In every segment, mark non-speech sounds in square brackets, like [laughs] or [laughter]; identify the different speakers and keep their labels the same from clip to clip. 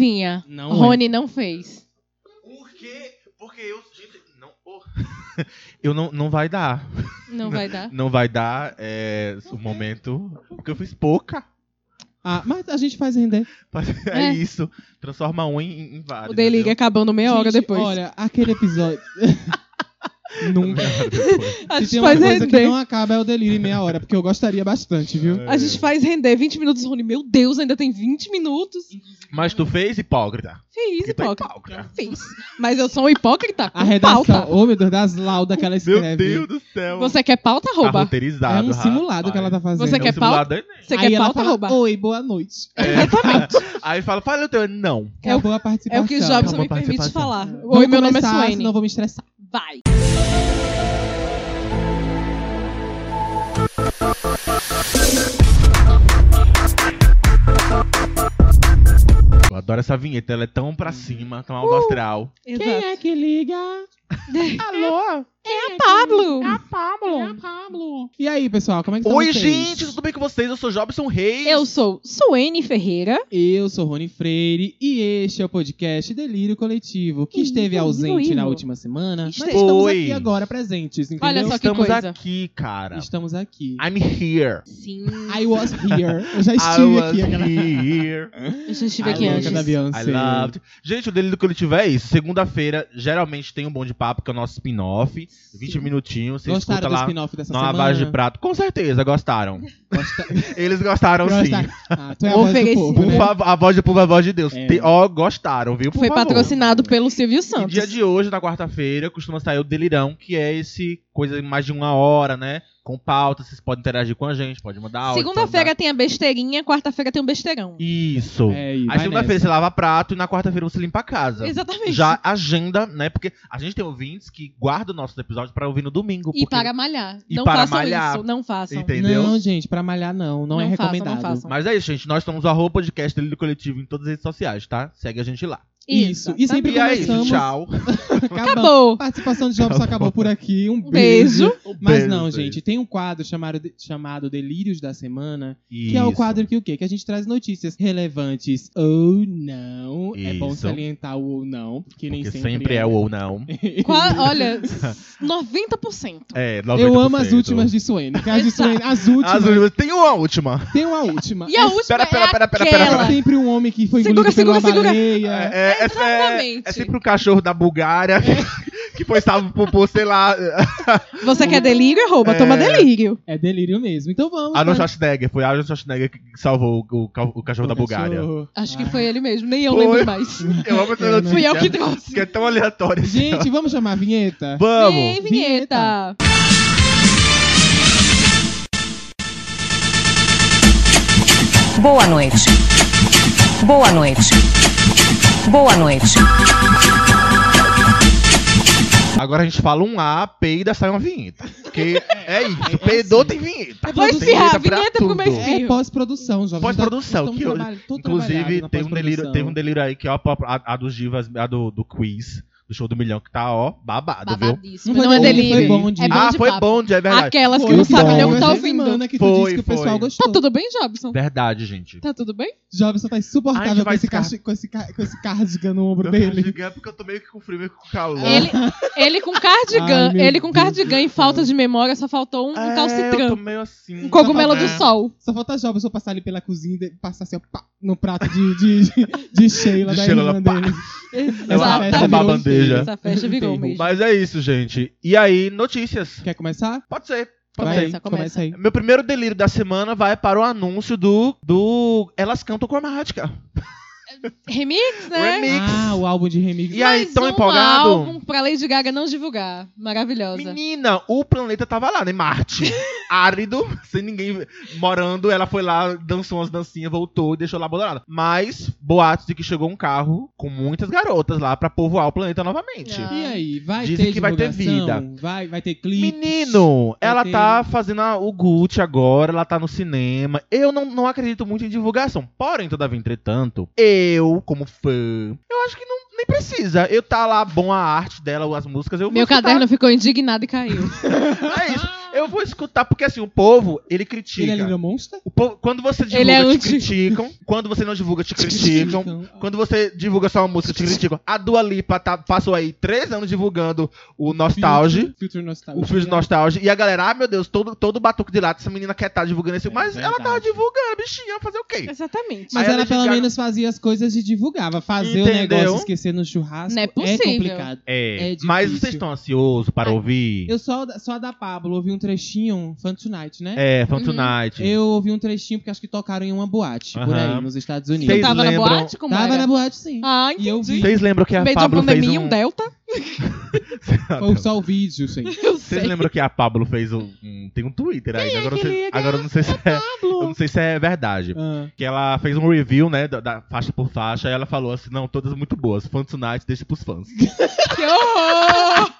Speaker 1: Adivinha?
Speaker 2: Não é.
Speaker 1: Rony não fez.
Speaker 3: Por quê? Porque eu. gente, Não, oh. [laughs] eu não, não vai dar.
Speaker 1: Não vai dar.
Speaker 3: Não vai dar é, o momento. Porque eu fiz pouca.
Speaker 2: Ah, mas a gente faz render.
Speaker 3: Mas É,
Speaker 1: É.
Speaker 3: isso. Transforma um em, em vários.
Speaker 1: O The League
Speaker 3: entendeu?
Speaker 1: acabando meia hora
Speaker 2: Gente,
Speaker 1: depois.
Speaker 2: Olha, aquele episódio. [laughs] Nunca.
Speaker 3: Meia hora depois.
Speaker 1: a gente
Speaker 2: Se tem uma
Speaker 1: Tá faz
Speaker 2: coisa que
Speaker 1: render.
Speaker 2: não acaba é o delírio em meia hora, porque eu gostaria bastante, viu?
Speaker 3: É.
Speaker 1: A gente faz render 20 minutos, Rony. Meu Deus, ainda tem 20 minutos.
Speaker 3: Mas tu fez hipócrita.
Speaker 1: Fiz,
Speaker 3: Porque tu é
Speaker 1: hipócrita.
Speaker 3: hipócrita.
Speaker 1: Fiz. Mas eu sou um hipócrita?
Speaker 2: tá A
Speaker 1: Com
Speaker 2: redação,
Speaker 1: Pauta.
Speaker 2: ô meu Deus, das laudas que ela escreve.
Speaker 3: Meu Deus do céu.
Speaker 1: Você quer pauta,
Speaker 3: tá
Speaker 1: arroba?
Speaker 3: roteirizado.
Speaker 2: É um simulado
Speaker 3: rapaz.
Speaker 2: que ela tá fazendo.
Speaker 1: Você
Speaker 3: É um
Speaker 1: quer
Speaker 3: simulado do Enem.
Speaker 1: Você
Speaker 2: Aí
Speaker 1: quer
Speaker 2: ela
Speaker 1: pauta,
Speaker 2: fala,
Speaker 1: arroba?
Speaker 2: Oi, boa noite.
Speaker 1: [laughs] Exatamente.
Speaker 3: [laughs] Aí fala, fala o teu. Não.
Speaker 1: É o-
Speaker 2: Acabou a
Speaker 1: É
Speaker 2: participação.
Speaker 1: o que o Jobson
Speaker 3: Acabou
Speaker 1: me
Speaker 3: a
Speaker 1: permite
Speaker 3: participação.
Speaker 1: falar.
Speaker 2: Vamos
Speaker 1: Oi, meu nome é
Speaker 2: começar,
Speaker 1: Suene.
Speaker 2: Senão vou me estressar.
Speaker 1: Vai.
Speaker 3: Eu adoro essa vinheta. Ela é tão pra cima, tão alto astral.
Speaker 2: Quem
Speaker 1: [laughs]
Speaker 2: é que liga? Alô?
Speaker 1: É Pablo.
Speaker 2: É Pablo. Pablo. E aí, pessoal, como é que estão
Speaker 3: Oi,
Speaker 2: vocês?
Speaker 3: gente. Tudo bem com vocês? Eu sou Jobson Reis.
Speaker 1: Eu sou Suene Ferreira.
Speaker 2: Eu sou Rony Freire e este é o podcast Delírio Coletivo, que
Speaker 1: Ih,
Speaker 2: esteve
Speaker 1: Igor,
Speaker 2: ausente
Speaker 1: Igor.
Speaker 2: na última semana, mas
Speaker 1: Foi.
Speaker 2: estamos aqui agora presentes, entendeu?
Speaker 1: Olha só que
Speaker 3: Estamos
Speaker 1: coisa.
Speaker 3: aqui, cara.
Speaker 2: Estamos aqui.
Speaker 3: I'm here.
Speaker 1: Sim.
Speaker 2: I was here. Eu já
Speaker 3: I
Speaker 2: estive
Speaker 3: was
Speaker 2: aqui. né? aquela-
Speaker 3: here.
Speaker 2: [laughs]
Speaker 1: Eu já estive
Speaker 2: I
Speaker 1: aqui
Speaker 2: love
Speaker 1: antes.
Speaker 2: cada Beyoncé.
Speaker 3: I loved. Gente, o Delírio Coletivo é isso. Segunda-feira, geralmente tem um Bom de Papo, que é o nosso spin-off. 20 minutinhos. Você
Speaker 2: Gostaram
Speaker 3: escuta
Speaker 2: do
Speaker 3: lá
Speaker 2: spin-off dessa
Speaker 3: na
Speaker 2: semana?
Speaker 3: lavagem de prato. Com certeza,
Speaker 2: [laughs]
Speaker 3: gostaram.
Speaker 2: Gosta-
Speaker 3: [laughs] Eles gostaram, um sim.
Speaker 2: Gostaram. Ah, tu é a voz do
Speaker 1: Oferecido.
Speaker 2: povo,
Speaker 3: Por
Speaker 2: né?
Speaker 3: favor, a voz do povo, a voz de Deus.
Speaker 2: É.
Speaker 3: Te- Ó, gostaram, viu? Por
Speaker 1: Foi
Speaker 3: favor.
Speaker 1: patrocinado pelo Silvio
Speaker 3: E
Speaker 1: Santos.
Speaker 3: dia de hoje, na quarta-feira, costuma sair o Delirão, que é esse coisa de mais de uma hora, né? Com pauta, vocês podem interagir com a gente, podem mandar áudio.
Speaker 1: Segunda-feira
Speaker 3: pode
Speaker 1: tem a besteirinha, quarta-feira tem um besteirão.
Speaker 3: mandar- tá? Isso.
Speaker 2: É, e vai
Speaker 3: Aí segunda-feira
Speaker 2: nessa.
Speaker 3: você lava prato e na quarta-feira você limpa a casa.
Speaker 1: Exatamente.
Speaker 3: Já agenda, né? Porque a gente tem ouvintes que guardam nossos episódios pra ouvir no domingo.
Speaker 1: E
Speaker 3: porque-
Speaker 1: para malhar.
Speaker 3: E
Speaker 1: não
Speaker 3: para
Speaker 1: façam
Speaker 3: malhar.
Speaker 1: isso, não façam.
Speaker 3: Entendeu?
Speaker 2: Não, gente, pra malhar não. Não, é
Speaker 1: Não façam, não
Speaker 2: recomendado.
Speaker 1: façam.
Speaker 3: Mas é isso, gente. Nós somos o arroba podcast Delírio Coletivo em todas as redes sociais, tá? Segue a gente lá.
Speaker 2: Isso. E sempre
Speaker 3: E é isso.
Speaker 2: Começamos.
Speaker 3: Tchau.
Speaker 2: [laughs] Acabou.
Speaker 1: Acabou.
Speaker 2: A participação de Jobson acabou por aqui. Um
Speaker 1: Um beijo.
Speaker 2: beijo. [laughs] Mas
Speaker 3: Beijo,
Speaker 2: não,
Speaker 3: beijo.
Speaker 2: gente, tem um quadro chamado, chamado Delírios da Semana, que
Speaker 3: Isso.
Speaker 2: é o quadro que o quê? Que a gente traz notícias relevantes ou não. É bom
Speaker 3: Isso.
Speaker 2: salientar o ou não, porque, nem
Speaker 3: Porque
Speaker 2: sempre,
Speaker 3: sempre é o ou não.
Speaker 2: [laughs]
Speaker 1: Qua- olha, 90%.
Speaker 3: É, 90%.
Speaker 2: Eu amo as últimas de Suene. que As de Suene, as últimas.
Speaker 3: [laughs] As últimas. Tem uma última.
Speaker 2: Tem uma última.
Speaker 1: E a última
Speaker 3: Espera,
Speaker 1: é
Speaker 3: espera, espera, espera,
Speaker 1: aquela.
Speaker 3: espera,
Speaker 2: É sempre um homem que foi
Speaker 1: Segura,
Speaker 2: engolido pela
Speaker 1: segura, segura.
Speaker 2: baleia.
Speaker 3: É, é, é,
Speaker 1: Exatamente.
Speaker 3: é sempre o cachorro da
Speaker 2: [laughs]
Speaker 3: Bulgária que- que foi salvo por, por, sei lá,
Speaker 1: Você quer delírio? Arroba,
Speaker 3: É.
Speaker 1: toma delírio.
Speaker 2: É delírio mesmo. Então vamos.
Speaker 3: Arnold
Speaker 2: para-
Speaker 3: Schwarzenegger. Foi Arnold Schwarzenegger que salvou o, o ca- o cachorro da Bulgária.
Speaker 2: Cachorro.
Speaker 1: Acho que
Speaker 2: Ah.
Speaker 1: foi ele mesmo, nem eu
Speaker 3: É. Foi.
Speaker 1: lembro mais.
Speaker 3: Eu amo essa
Speaker 2: É,
Speaker 3: notícia.
Speaker 1: Fui eu que trouxe.
Speaker 3: Que é tão aleatória.
Speaker 2: Gente, vamos chamar a vinheta?
Speaker 3: Vamos!
Speaker 1: Vem, vinheta.
Speaker 4: Boa noite. Boa noite. Boa noite.
Speaker 3: Agora a gente fala um A, peida, sai uma vinheta. Porque é isso. Peidou, tem vinheta.
Speaker 1: Vou
Speaker 3: Tem
Speaker 1: É encerrar a
Speaker 3: pra
Speaker 1: vinheta pro
Speaker 3: tudo.
Speaker 1: meu filho.
Speaker 2: É pós-produção, jovem.
Speaker 3: Pós-produção,
Speaker 2: Estamos
Speaker 3: que hoje-
Speaker 2: trabalhando- tô trabalhado
Speaker 3: Inclusive,
Speaker 2: na
Speaker 3: teve um, delírio,
Speaker 2: pós-produção.
Speaker 3: teve um delírio aí que ó, a, a dos divas, a do, do quiz, do show do milhão, que tá, ó, babado, viu?
Speaker 1: Babadíssimo.
Speaker 2: Não
Speaker 1: Não,
Speaker 2: foi
Speaker 1: é
Speaker 2: bom, foi
Speaker 1: delírio.
Speaker 2: bom de-
Speaker 1: é bom
Speaker 3: ah,
Speaker 1: de
Speaker 3: foi
Speaker 1: papo.
Speaker 3: bom, é verdade.
Speaker 1: Aquelas que
Speaker 2: Foi
Speaker 1: não
Speaker 2: o
Speaker 1: sabem nem o
Speaker 2: bom. né?
Speaker 1: que tá
Speaker 2: Essa
Speaker 1: ouvindo.
Speaker 2: semana que
Speaker 3: Foi,
Speaker 2: tu disse
Speaker 3: foi.
Speaker 2: que o pessoal
Speaker 1: Tá
Speaker 2: gostou.
Speaker 1: tudo bem, Jobson?
Speaker 3: Verdade, gente.
Speaker 1: Tá tudo bem?
Speaker 2: Jobson tá
Speaker 3: Ai, a
Speaker 2: insuportável
Speaker 3: gente
Speaker 2: com
Speaker 3: vai
Speaker 2: esse,
Speaker 3: ficar-
Speaker 2: ca... com, esse ca... com esse cardigan no ombro
Speaker 3: Eu vou
Speaker 2: dele.
Speaker 3: ligar porque eu tô meio que com frio, meio que com calor.
Speaker 1: Ele, ele com cardigan,
Speaker 2: Ai, meu
Speaker 1: ele com
Speaker 2: Deus
Speaker 1: cardigan
Speaker 2: do
Speaker 1: e
Speaker 2: céu.
Speaker 1: falta de memória, só faltou um
Speaker 3: É, Eu tô
Speaker 1: calcitran.
Speaker 3: meio assim.
Speaker 1: Um cogumelo
Speaker 3: É.
Speaker 1: do sol.
Speaker 2: Só falta Jobson passar ali pela cozinha e passar assim, ó, pá, no prato de, de, de, de Sheila,
Speaker 3: De
Speaker 2: da
Speaker 3: Sheila,
Speaker 2: irmã
Speaker 3: ela, pá. É
Speaker 2: dele.
Speaker 3: Ela
Speaker 2: Exatamente.
Speaker 3: roubar a
Speaker 2: um
Speaker 3: bandeja.
Speaker 1: Essa festa virou um
Speaker 2: Entendi.
Speaker 1: mesmo.
Speaker 3: Mas é isso, gente. E aí, notícias.
Speaker 2: Quer começar?
Speaker 3: Pode ser. Pode
Speaker 2: Vai,
Speaker 3: ser.
Speaker 1: Começa, começa.
Speaker 2: aí.
Speaker 3: Meu primeiro delírio da semana vai para o anúncio do. do Elas Cantam com a Mágica.
Speaker 1: Remix, né?
Speaker 3: Remix.
Speaker 2: Ah, o álbum de remix.
Speaker 3: E aí,
Speaker 1: Mais
Speaker 3: tão
Speaker 1: um
Speaker 3: empolgado?
Speaker 1: álbum pra Lady Gaga não divulgar. Maravilhosa.
Speaker 3: Menina, o planeta tava lá,
Speaker 1: [laughs]
Speaker 3: né? Marte. Árido, sem ninguém morando. Ela foi lá, dançou umas dancinhas, voltou e deixou lá abandonada. Mas, boatos de que chegou um carro com muitas garotas lá pra povoar o planeta novamente.
Speaker 1: Ah.
Speaker 2: E aí, vai
Speaker 3: Dizem
Speaker 2: ter
Speaker 3: que vai ter
Speaker 2: divulgação? Vai, vai ter clipe.
Speaker 3: Menino, ela
Speaker 2: ter-
Speaker 3: tá fazendo a- o Gucci agora, ela tá no cinema. Eu não, não acredito muito em divulgação. Porém, todavia, entretanto, eu, como fã, eu acho que não, nem precisa. Eu tá lá, bom a arte dela, as músicas, eu vou
Speaker 1: Meu
Speaker 3: escutar. [laughs]
Speaker 1: caderno ficou indignado e caiu.
Speaker 3: É isso. Eu eu vou escutar, porque assim, o povo, ele critica.
Speaker 2: Ele é Little Monster?
Speaker 3: O povo- quando você divulga,
Speaker 1: Ele é
Speaker 3: te
Speaker 1: anti-
Speaker 3: criticam. Quando você não divulga, te criticam.
Speaker 2: Então,
Speaker 3: Quando você divulga só uma música, te criticam. A Dua Lipa tá- passou aí três anos divulgando o Nostalgia.
Speaker 2: Future- Future Nostalgia.
Speaker 3: O filme um de Nostalgia. E a galera, ah, meu Deus, todo, todo batuque de lata, essa menina quer tá divulgando esse.
Speaker 5: É
Speaker 3: Mas ela tava
Speaker 5: verdade.
Speaker 3: divulgando, bichinha, fazer o quê?
Speaker 1: Exatamente.
Speaker 2: Mas
Speaker 3: Aí
Speaker 2: ela
Speaker 3: ela
Speaker 2: pelo
Speaker 3: fica-
Speaker 2: menos fazia as coisas e divulgava. Fazer o
Speaker 3: Entendeu?
Speaker 2: negócio esquecer no churrasco
Speaker 1: Não é
Speaker 2: é,
Speaker 1: possível.
Speaker 2: complicado.
Speaker 3: É,
Speaker 2: É
Speaker 3: mas
Speaker 2: difícil.
Speaker 3: vocês estão ansiosos para
Speaker 2: Ah,
Speaker 3: ouvir?
Speaker 2: Eu só, só a da Pablo ouvi um trechinho, um Fun Tonight, né?
Speaker 3: É, Fan
Speaker 1: Uhum.
Speaker 3: Tonight.
Speaker 2: Eu ouvi um trechinho porque acho que tocaram em uma boate por
Speaker 3: Aham. um
Speaker 2: aí, nos Estados
Speaker 1: Tu
Speaker 3: Vocês
Speaker 2: Unidos.
Speaker 1: tava
Speaker 3: lembram-
Speaker 1: na boate? Como
Speaker 2: Tava
Speaker 1: era?
Speaker 2: na boate, sim.
Speaker 1: Ah,
Speaker 2: E eu
Speaker 1: entendi.
Speaker 2: vi-
Speaker 3: Vocês lembram que a
Speaker 1: Meio de uma
Speaker 3: Pablo fez
Speaker 1: pandemia,
Speaker 3: um...
Speaker 1: um
Speaker 3: [laughs]
Speaker 1: delta.
Speaker 2: Foi só o vídeo, sim.
Speaker 1: Eu
Speaker 3: Vocês
Speaker 1: sei.
Speaker 3: lembram que a Pablo fez um. um- tem um Twitter aí. né? Agora, eu não sei-
Speaker 1: liga?
Speaker 3: agora eu não sei se é. Eu não sei se é verdade.
Speaker 2: Ah.
Speaker 3: Que ela fez um review, né? Da, da faixa por faixa, e ela falou assim: não, todas muito boas. Fun Tonight, deixa pros fãs.
Speaker 1: Que horror!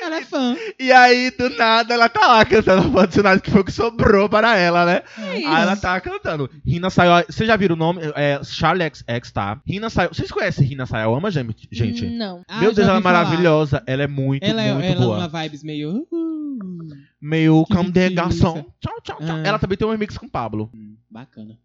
Speaker 2: Ela é fã.
Speaker 3: e aí, do nada, ela tá lá cantando Fun Tonight, que foi o que sobrou para ela, né?
Speaker 1: É
Speaker 3: Aí ela
Speaker 1: isso.
Speaker 3: tá cantando. Rina Sayal. Vocês já viram o nome? É Charlie XX, tá? Rina Sayal. Vocês conhecem Rina Sayal? Ama, gente? gente?
Speaker 1: Não.
Speaker 2: Ah,
Speaker 3: Meu
Speaker 2: já
Speaker 3: Deus, ela é
Speaker 2: ouvi falar.
Speaker 3: maravilhosa. Ela é muito,
Speaker 2: Ela é
Speaker 3: muito
Speaker 2: ela é
Speaker 3: boa.
Speaker 2: uma vibes meio. uh, uhul,
Speaker 3: Meio
Speaker 2: Que
Speaker 3: come de
Speaker 2: delícia.
Speaker 3: garçom. Tchau, tchau, tchau.
Speaker 2: Ah.
Speaker 3: Ela também tem um remix com o Pablo.
Speaker 2: Bacana.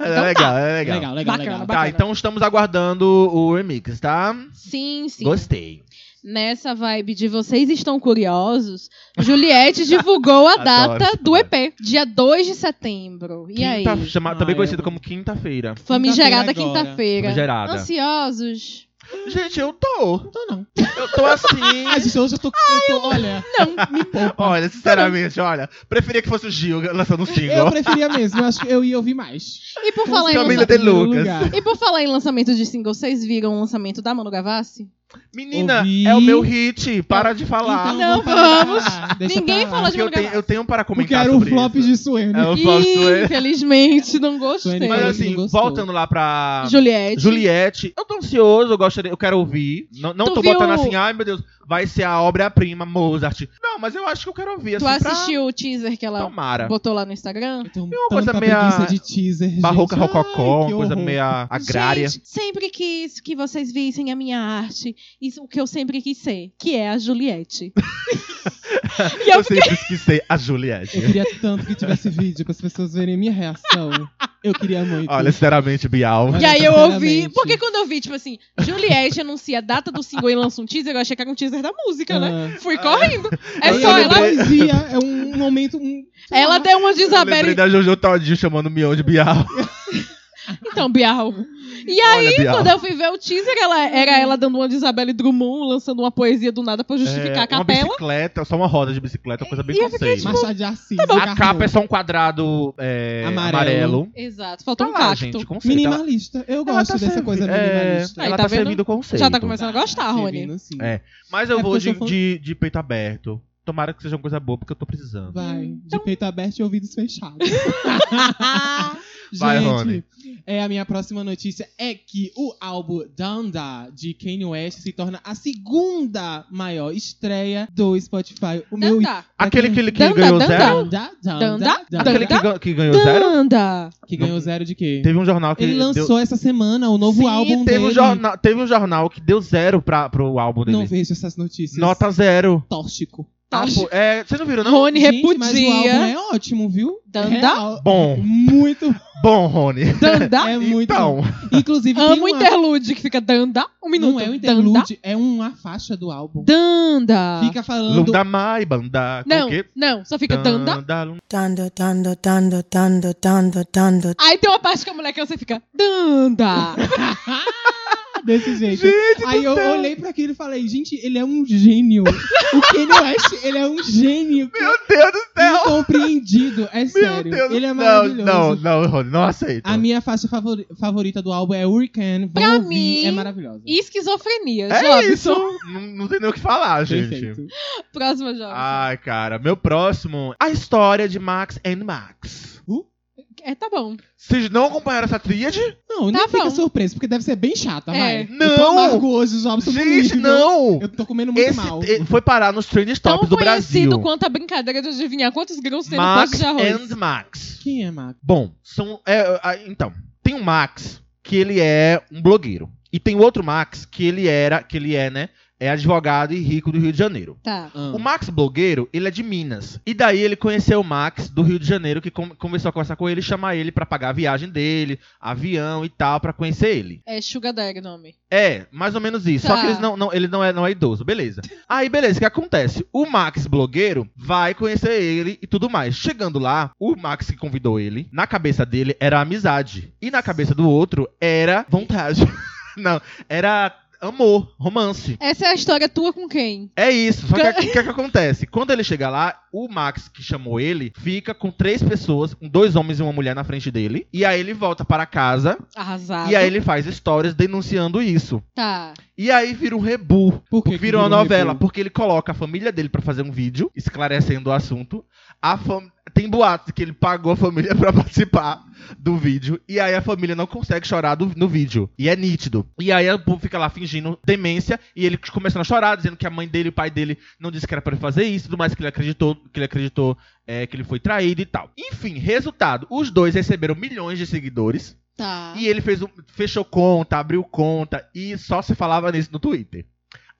Speaker 3: Ela é legal, ela é legal.
Speaker 2: Então tá. Legal, legal,
Speaker 1: Bacana, bacana.
Speaker 2: legal.
Speaker 3: Tá, então estamos aguardando o remix, tá?
Speaker 1: Sim, sim.
Speaker 3: Gostei.
Speaker 1: Nessa vibe de vocês estão curiosos,
Speaker 3: [laughs]
Speaker 1: Juliette divulgou a
Speaker 3: Adoro
Speaker 1: data
Speaker 3: essa
Speaker 1: do
Speaker 3: vibe.
Speaker 1: EP, dia 2 de setembro. E aí?
Speaker 3: Quinta, chama, também
Speaker 2: Ah,
Speaker 3: conhecido
Speaker 2: eu-
Speaker 3: como quinta-feira.
Speaker 1: Famigerada
Speaker 2: Quinta-feira agora.
Speaker 1: quinta-feira.
Speaker 3: Famigerada.
Speaker 1: Ansiosos?
Speaker 3: Gente, eu tô.
Speaker 2: Não tô, não.
Speaker 3: Eu tô
Speaker 2: [laughs]
Speaker 3: assim.
Speaker 2: Ah, gente, hoje eu tô. eu tô olha,
Speaker 1: Não,
Speaker 2: [laughs]
Speaker 3: olha, sinceramente, olha. Preferia que fosse o Gil lançando um
Speaker 2: eu
Speaker 3: single.
Speaker 2: preferia mesmo. Eu acho que eu ia ouvir mais.
Speaker 1: e por falar em
Speaker 3: Camila
Speaker 1: lança...
Speaker 3: de
Speaker 2: Primeiro
Speaker 3: Lucas.
Speaker 2: lugar.
Speaker 1: E por falar em lançamento de single, vocês viram o lançamento da Manu Gavassi?
Speaker 3: Menina,
Speaker 2: Ouvi.
Speaker 3: é o meu hit. Para de falar.
Speaker 2: Então,
Speaker 1: Não,
Speaker 2: parar. Deixa
Speaker 1: Ninguém
Speaker 2: pra lá.
Speaker 1: fala de
Speaker 3: Porque eu,
Speaker 1: Manu
Speaker 3: tenho,
Speaker 1: Gavassi.
Speaker 3: eu tenho para
Speaker 2: Porque
Speaker 3: comentar
Speaker 2: era o
Speaker 3: sobre
Speaker 2: flop
Speaker 3: isso.
Speaker 2: de Suene.
Speaker 3: É o flop
Speaker 1: Ih,
Speaker 3: Suene.
Speaker 1: infelizmente, não gostei.
Speaker 2: Suene
Speaker 3: Mas
Speaker 2: Ele
Speaker 3: assim,
Speaker 2: gostou.
Speaker 3: voltando lá pra
Speaker 1: Juliette.
Speaker 3: Juliette, eu tô ansioso, eu gostaria, eu quero ouvir. Não, não
Speaker 1: Tu
Speaker 3: tô
Speaker 1: viu-
Speaker 3: botando assim, ai meu Deus, vai ser a obra-prima, Mozart. Não, mas eu acho que eu quero ouvir,
Speaker 1: Tu
Speaker 3: assim, pra-
Speaker 1: assistiu o teaser que ela
Speaker 3: Tomara.
Speaker 1: botou lá no Instagram?
Speaker 2: Eu tô
Speaker 3: uma
Speaker 2: Então, tanta
Speaker 3: coisa meia
Speaker 2: preguiça de teaser, gente.
Speaker 3: Barroca
Speaker 2: Ai,
Speaker 3: rococó,
Speaker 2: que
Speaker 3: uma coisa
Speaker 2: horror.
Speaker 3: meia agrária.
Speaker 1: Gente, sempre quis que vocês vissem a minha arte, isso o que eu sempre quis ser, que é a Juliette. e eu
Speaker 3: eu sempre esqueci a Juliette.
Speaker 2: Eu queria tanto que tivesse vídeo para as pessoas verem a minha reação. Eu queria muito.
Speaker 3: Olha, sinceramente, Bial.
Speaker 1: E aí eu
Speaker 2: Sinceramente.
Speaker 1: ouvi, porque quando eu vi, tipo assim, Juliette anuncia a data do single e lança um teaser, eu achei que era um teaser da música, né?
Speaker 2: Ah.
Speaker 1: Fui correndo. É
Speaker 3: Eu
Speaker 1: só
Speaker 2: É uma
Speaker 1: ela.
Speaker 3: lembrei-
Speaker 2: poesia, é um momento. Um...
Speaker 1: Ela deu uma
Speaker 3: Eu lembrei
Speaker 1: desabere.
Speaker 3: da Jojo Todinho chamando o Mion de Bial.
Speaker 1: Então, Bial. E
Speaker 3: Olha,
Speaker 1: aí,
Speaker 3: Bial.
Speaker 1: quando eu fui ver o teaser, ela, era ela dando uma de Isabelle Drummond, lançando uma poesia do nada pra justificar a
Speaker 3: É, uma
Speaker 1: capela.
Speaker 3: bicicleta, só uma roda de bicicleta, uma coisa bem
Speaker 1: E eu fiquei,
Speaker 3: conceito.
Speaker 2: Machado de Assis.
Speaker 3: A
Speaker 2: Carnot.
Speaker 3: capa é só um quadrado é, amarelo.
Speaker 2: Amarelo.
Speaker 1: Exato,
Speaker 3: Tá
Speaker 1: faltou um
Speaker 3: lá,
Speaker 1: cacto.
Speaker 3: gente, conceito. Ela-
Speaker 2: Minimalista. Eu
Speaker 3: ela
Speaker 2: gosto
Speaker 3: tá
Speaker 2: dessa
Speaker 3: servi-
Speaker 2: coisa
Speaker 3: é,
Speaker 2: minimalista.
Speaker 1: Aí,
Speaker 3: Ela
Speaker 1: tá
Speaker 3: tá
Speaker 1: vendo?
Speaker 3: servindo o conceito.
Speaker 1: Já tá começando a gostar, Rony.
Speaker 2: servindo, sim.
Speaker 3: É. Mas eu
Speaker 2: É
Speaker 3: vou
Speaker 2: porque
Speaker 3: de,
Speaker 2: eu sou fã-
Speaker 3: de- de peito aberto. Tomara que seja uma coisa boa, porque eu tô precisando.
Speaker 2: Vai.
Speaker 1: Então-
Speaker 2: De peito aberto e ouvidos fechados.
Speaker 3: Vai,
Speaker 1: Ah,
Speaker 2: Gente,
Speaker 3: Rony.
Speaker 2: É, a minha próxima notícia é que o álbum Donda, de Kanye West, se torna a segunda maior estreia do Spotify. O meu...
Speaker 1: Danda.
Speaker 3: Aquele que, que
Speaker 1: Danda,
Speaker 3: ganhou
Speaker 1: danda.
Speaker 3: zero?
Speaker 2: Donda,
Speaker 1: Donda,
Speaker 2: Donda,
Speaker 3: Aquele
Speaker 2: Donda.
Speaker 3: que, gan- que ganhou zero?
Speaker 1: Danda.
Speaker 2: Que ganhou zero de quê?
Speaker 3: Teve um jornal que.
Speaker 2: Ele lançou
Speaker 3: deu...
Speaker 2: essa semana o novo
Speaker 3: Sim,
Speaker 2: álbum
Speaker 3: teve Um
Speaker 2: dele.
Speaker 3: jornal, teve um jornal que deu zero pra, pro álbum dele.
Speaker 2: Não vejo essas notícias.
Speaker 3: Nota zero.
Speaker 2: tóxico.
Speaker 3: Ah, pô, é, vocês não viram, não?
Speaker 1: Rony
Speaker 2: Gente, mas o álbum
Speaker 1: repudia.
Speaker 2: é ótimo, viu? É
Speaker 1: Danda.
Speaker 2: Real.
Speaker 3: Bom,
Speaker 2: Muito.
Speaker 3: bom, Rony.
Speaker 1: Danda.
Speaker 2: É muito.
Speaker 3: Então,
Speaker 2: Inclusive, tem
Speaker 1: Amo o
Speaker 2: uma...
Speaker 1: interlude que fica danda. Um minuto.
Speaker 2: Não é um interlude, é uma faixa do álbum.
Speaker 1: Danda. Danda.
Speaker 2: Fica falando.
Speaker 3: Lunda Mai, Banda.
Speaker 1: Não,
Speaker 3: que?
Speaker 1: não, só fica danda.
Speaker 6: Dando, dando, dando, dando, dando, dando.
Speaker 1: Aí tem uma parte que a mulher cansa e fica
Speaker 3: [laughs]
Speaker 1: danda.
Speaker 2: Ah, desse jeito.
Speaker 3: Gente
Speaker 2: Aí eu olhei pra aquilo e falei, gente, ele é um gênio. o Kanye West, ele é um gênio. é
Speaker 3: Meu Deus do céu!
Speaker 2: Incompreendido, é
Speaker 3: Meu
Speaker 2: sério.
Speaker 3: Deus do
Speaker 2: ele
Speaker 3: céu!
Speaker 2: é maravilhoso.
Speaker 3: Não, não, não, Rony, não aceito.
Speaker 2: A minha faixa favori- favorita do álbum é Weekend. Vão
Speaker 1: Pra
Speaker 2: ouvir,
Speaker 1: mim,
Speaker 2: é maravilhosa.
Speaker 1: E esquizofrenia.
Speaker 3: É
Speaker 1: Jobson.
Speaker 3: isso! Não, não tem nem o que falar, gente.
Speaker 2: Perfeito.
Speaker 1: Próxima, Jobson.
Speaker 3: Ai, cara, meu próximo. A história de Max and Max.
Speaker 1: É, tá bom.
Speaker 3: Vocês não acompanharam essa tríade?
Speaker 2: Não,
Speaker 1: Tá
Speaker 2: nem fica
Speaker 1: bom.
Speaker 2: surpreso, porque deve ser bem chata,
Speaker 1: É.
Speaker 2: vai. Eu tô
Speaker 3: Não!
Speaker 2: amargo hoje, os Jobson.
Speaker 3: Gente,
Speaker 2: comigo.
Speaker 3: não!
Speaker 2: Eu tô comendo muito
Speaker 3: Esse
Speaker 2: mal.
Speaker 3: te- foi parar nos trend
Speaker 1: Tão
Speaker 3: tops do
Speaker 1: conhecido
Speaker 3: Brasil.
Speaker 1: quanto a brincadeira de adivinhar quantos grãos tem no pote
Speaker 3: Max
Speaker 1: de arroz.
Speaker 3: and Max.
Speaker 2: Quem é, Max?
Speaker 3: Bom, são. é, a- então, tem um Max que ele é um blogueiro. E tem outro Max que ele era, que ele é, né? é advogado e rico do Rio de Janeiro.
Speaker 1: Tá.
Speaker 2: Ah.
Speaker 3: O Max Blogueiro, ele é de Minas. E daí ele conheceu o Max do Rio de Janeiro, que com- começou a conversar com ele, chamar ele pra pagar a viagem dele, avião e tal, pra conhecer ele.
Speaker 1: É Sugar Daddy o nome.
Speaker 3: É, mais ou menos isso. Só
Speaker 1: Tá.
Speaker 3: que eles não, não- ele não é, não é idoso, beleza. Aí, beleza, o que acontece? O Max blogueiro vai conhecer ele e tudo mais. Chegando lá, o Max que convidou ele, na cabeça dele era amizade. E na cabeça do outro era vontade. [laughs] não, era amor, romance.
Speaker 1: Essa é a história tua com quem?
Speaker 3: É isso. Só que o que, que acontece? Quando ele chega lá, o Max que chamou ele fica com três pessoas, com dois homens e uma mulher na frente dele. E aí ele volta para casa
Speaker 1: Arrasado.
Speaker 3: e aí ele faz histórias denunciando isso.
Speaker 1: Tá.
Speaker 3: E aí vira um rebu.
Speaker 2: Por que que
Speaker 3: virou uma
Speaker 2: virou um
Speaker 3: novela.
Speaker 2: rebu?
Speaker 3: Porque ele coloca a família dele pra fazer um vídeo esclarecendo o assunto. A fam- Tem boato que ele pagou a família [laughs] pra participar do vídeo. E aí a família não consegue chorar do- no vídeo. E é nítido. E aí o povo fica lá fingindo demência. E ele começando a chorar, dizendo que a mãe dele e o pai dele não disse que era pra ele fazer isso, tudo mais que ele acreditou, que ele acreditou é, que ele foi traído e tal. Enfim, resultado: os dois receberam milhões de seguidores.
Speaker 1: Tá.
Speaker 3: E ele fez um- fechou conta, abriu conta e só se falava nisso no Twitter.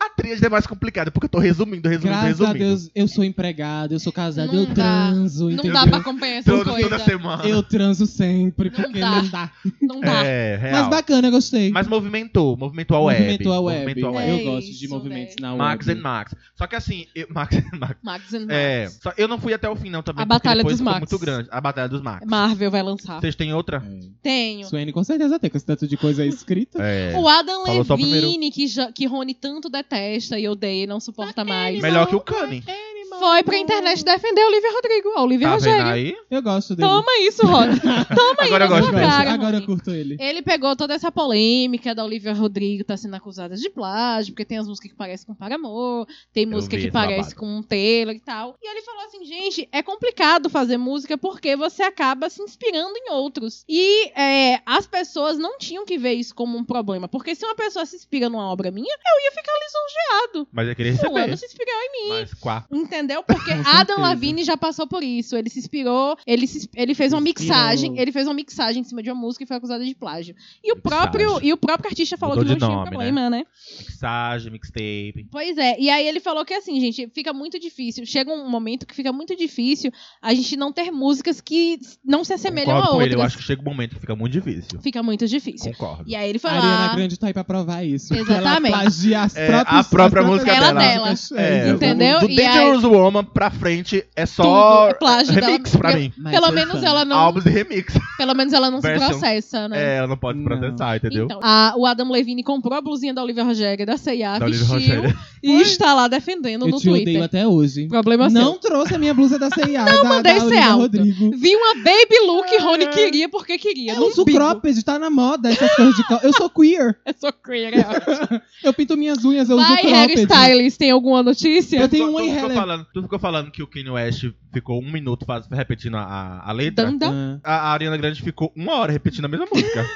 Speaker 3: A tríade é mais complicada, porque eu tô resumindo, resumindo,
Speaker 2: Graças a
Speaker 3: é um resumindo.
Speaker 2: Deus, eu sou empregada, eu sou casada,
Speaker 1: Não
Speaker 2: eu
Speaker 1: dá.
Speaker 2: transo,
Speaker 1: Não
Speaker 2: entendeu?
Speaker 1: dá pra acompanhar essa
Speaker 3: Toda,
Speaker 1: coisa.
Speaker 3: toda semana.
Speaker 2: Eu transo sempre,
Speaker 1: Não
Speaker 2: porque
Speaker 1: dá.
Speaker 2: não dá.
Speaker 1: Não dá.
Speaker 3: É, real.
Speaker 2: Mas bacana, eu gostei.
Speaker 3: Mas é, movimentou, movimentou a web.
Speaker 2: Movimentou a web.
Speaker 3: Movimentou a
Speaker 1: É
Speaker 3: web.
Speaker 2: Eu gosto de
Speaker 1: isso,
Speaker 2: movimentos na web.
Speaker 3: Max and Max. Só que assim, eu- [laughs] Max and Max.
Speaker 1: Max and Max.
Speaker 3: É, só- eu não fui até o fim, não, também.
Speaker 1: A
Speaker 3: porque
Speaker 1: Batalha
Speaker 3: depois
Speaker 1: dos
Speaker 3: ficou
Speaker 1: Max.
Speaker 3: muito grande. A Batalha dos Max.
Speaker 1: Marvel vai lançar.
Speaker 3: Vocês têm outra?
Speaker 2: É.
Speaker 1: Tenho.
Speaker 2: Suene com certeza tem, com esse tanto de
Speaker 3: [laughs]
Speaker 2: coisa escrita.
Speaker 3: É.
Speaker 1: O Adam
Speaker 3: Falou só o
Speaker 1: Levine, que, já, que Rony tanto detesta e odeia e não suporta mais,
Speaker 3: Melhor que o Kanye.
Speaker 1: é foi pra internet defender Olivia Rodrigo. A Olivia
Speaker 3: Tá vendo
Speaker 1: Rogério.
Speaker 3: aí?
Speaker 2: Eu gosto dele.
Speaker 1: Toma isso, Rony. Toma
Speaker 3: Agora eu
Speaker 1: isso,
Speaker 3: gosto
Speaker 1: sua
Speaker 3: dele.
Speaker 1: cara,
Speaker 2: Agora eu
Speaker 1: Rony.
Speaker 2: curto ele.
Speaker 1: Ele pegou toda essa polêmica da Olivia Rodrigo tá sendo acusada de plágio, porque tem as músicas que parecem com Paramor, tem música
Speaker 3: vi
Speaker 1: que
Speaker 3: esse
Speaker 1: parece
Speaker 3: babado.
Speaker 1: com um Taylor e tal. E ele falou assim, gente, é complicado fazer música porque você acaba se inspirando em outros. E é, as pessoas não tinham que ver isso como um problema, porque se uma pessoa se inspira numa obra minha, eu ia ficar lisonjeado.
Speaker 3: Mas eu queria
Speaker 1: Fulano
Speaker 3: receber.
Speaker 1: se inspirou em mim.
Speaker 3: Mas quá. [laughs]
Speaker 1: Entendeu? Porque
Speaker 2: Com
Speaker 1: Adam
Speaker 2: certeza.
Speaker 1: Lavigne já passou por isso. Ele se inspirou, ele, se- ele fez uma
Speaker 2: Inspirou.
Speaker 1: mixagem, ele fez uma mixagem em cima de uma música e foi acusado de plágio. E o
Speaker 3: Mixagem.
Speaker 1: próprio, e o próprio artista falou
Speaker 3: Mudou
Speaker 1: que não
Speaker 3: de
Speaker 1: tinha
Speaker 3: nome,
Speaker 1: problema, né?
Speaker 3: Mixagem, mixtape.
Speaker 1: Pois é, e aí ele falou que assim, gente, fica muito difícil. Chega um momento que fica muito difícil a gente não ter músicas que não se assemelham
Speaker 3: Concordo
Speaker 1: a
Speaker 3: com
Speaker 1: outras.
Speaker 3: ele, eu acho que chega um momento que fica muito difícil.
Speaker 1: Fica muito difícil.
Speaker 3: Concordo.
Speaker 1: E aí ele foi
Speaker 2: A Ariana
Speaker 1: lá.
Speaker 2: Grande tá aí pra provar isso.
Speaker 1: Exatamente.
Speaker 2: Que ela plagia as
Speaker 3: É, a
Speaker 2: próprias,
Speaker 3: própria
Speaker 2: as próprias
Speaker 3: música
Speaker 1: Ela dela. dela.
Speaker 2: músicas.
Speaker 3: É,
Speaker 1: Entendeu?
Speaker 3: Do
Speaker 1: E
Speaker 3: Dangerous Woman pra frente é só
Speaker 1: tudo é plágio
Speaker 3: remix
Speaker 1: dela.
Speaker 3: pra mim.
Speaker 2: Mas
Speaker 1: Pelo
Speaker 2: foi
Speaker 1: menos
Speaker 2: fã.
Speaker 1: ela não,
Speaker 3: Álbuns de remix.
Speaker 1: pelo menos ela não se
Speaker 3: Version.
Speaker 1: processa, né?
Speaker 3: É, ela não pode
Speaker 2: Não.
Speaker 3: processar, entendeu?
Speaker 1: Então, a- o Adam Levine comprou a blusinha da Olivia Rogério da C&A,
Speaker 3: Da Olivia
Speaker 1: vestiu
Speaker 3: Rogério.
Speaker 1: e está lá defendendo
Speaker 2: Eu
Speaker 1: no
Speaker 2: te odeio
Speaker 1: Twitter.
Speaker 2: até hoje.
Speaker 1: Problema
Speaker 2: Não trouxe a minha blusa da C&A, da,
Speaker 1: mandei
Speaker 2: da
Speaker 1: ser
Speaker 2: Olivia
Speaker 1: alto.
Speaker 2: Rodrigo.
Speaker 1: seu. Vi uma baby look que Rony queria porque queria.
Speaker 2: Eu
Speaker 1: no
Speaker 2: uso
Speaker 1: bico.
Speaker 2: cropped, tá na moda essas coisas de cropped. Eu sou queer.
Speaker 1: Eu sou queer, é ótimo.
Speaker 2: Eu pinto minhas unhas, eu uso
Speaker 1: Vai,
Speaker 2: cropped.
Speaker 1: hairstylist, tem alguma notícia?
Speaker 2: Eu tenho
Speaker 3: Tu-
Speaker 2: uma
Speaker 3: tu, ficou
Speaker 2: irrelevante.
Speaker 3: falando, tu ficou falando que o Kanye West ficou um minuto faz- repetindo a- a, a letra.
Speaker 1: Danda.
Speaker 2: Ah.
Speaker 3: A, a Ariana Grande ficou uma hora repetindo a mesma
Speaker 1: [laughs]
Speaker 3: música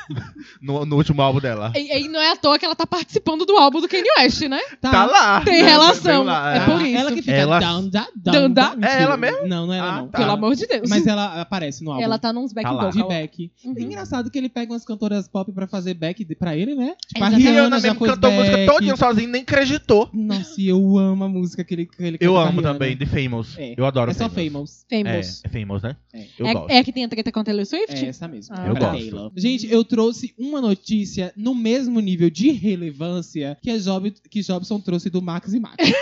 Speaker 3: no, no último álbum dela.
Speaker 1: E, e não é à toa que ela tá participando do álbum do Kanye West, né?
Speaker 2: Tá.
Speaker 3: Tá lá.
Speaker 1: Tem
Speaker 3: Veio
Speaker 1: relação.
Speaker 3: lá,
Speaker 1: É
Speaker 3: é.
Speaker 1: por isso.
Speaker 2: Ela que fica
Speaker 3: Ela-
Speaker 2: down, da, down,
Speaker 1: Down, da-
Speaker 2: da-
Speaker 1: É
Speaker 2: Mentira.
Speaker 3: ela mesmo?
Speaker 2: Não, não é ela
Speaker 3: Ah,
Speaker 2: não.
Speaker 3: tá.
Speaker 1: Pelo amor de Deus.
Speaker 2: Mas ela aparece no álbum.
Speaker 1: Ela tá nos back
Speaker 3: Tá lá.
Speaker 2: de
Speaker 1: vocal.
Speaker 2: back.
Speaker 1: Uhum.
Speaker 2: É Engraçado que ele pega umas cantoras pop pra fazer back de- pra ele, né? Tipo, a
Speaker 1: Exatamente.
Speaker 2: Rihanna
Speaker 3: Rihanna
Speaker 2: já
Speaker 3: mesmo
Speaker 2: fez
Speaker 3: cantou a música
Speaker 2: back.
Speaker 3: todinha sozinha, nem acreditou.
Speaker 2: Nossa, e eu amo a música que ele, que ele
Speaker 3: Eu
Speaker 2: canta com a
Speaker 3: amo
Speaker 2: Rihanna.
Speaker 3: também, The Famous.
Speaker 2: É.
Speaker 3: Eu adoro
Speaker 2: É só
Speaker 3: Famous.
Speaker 2: Famous.
Speaker 1: Famous.
Speaker 3: É, é Famous, né?
Speaker 2: É.
Speaker 3: Eu gosto.
Speaker 1: É, é a que tem a treta com a Taylor Swift?
Speaker 2: É essa mesmo.
Speaker 1: Ah.
Speaker 3: Eu
Speaker 2: Pra
Speaker 3: gosto.
Speaker 2: Taylor. Gente, eu trouxe uma notícia no mesmo nível de relevância que, a Job, que Jobson trouxe do Max
Speaker 1: [laughs]
Speaker 2: e Max.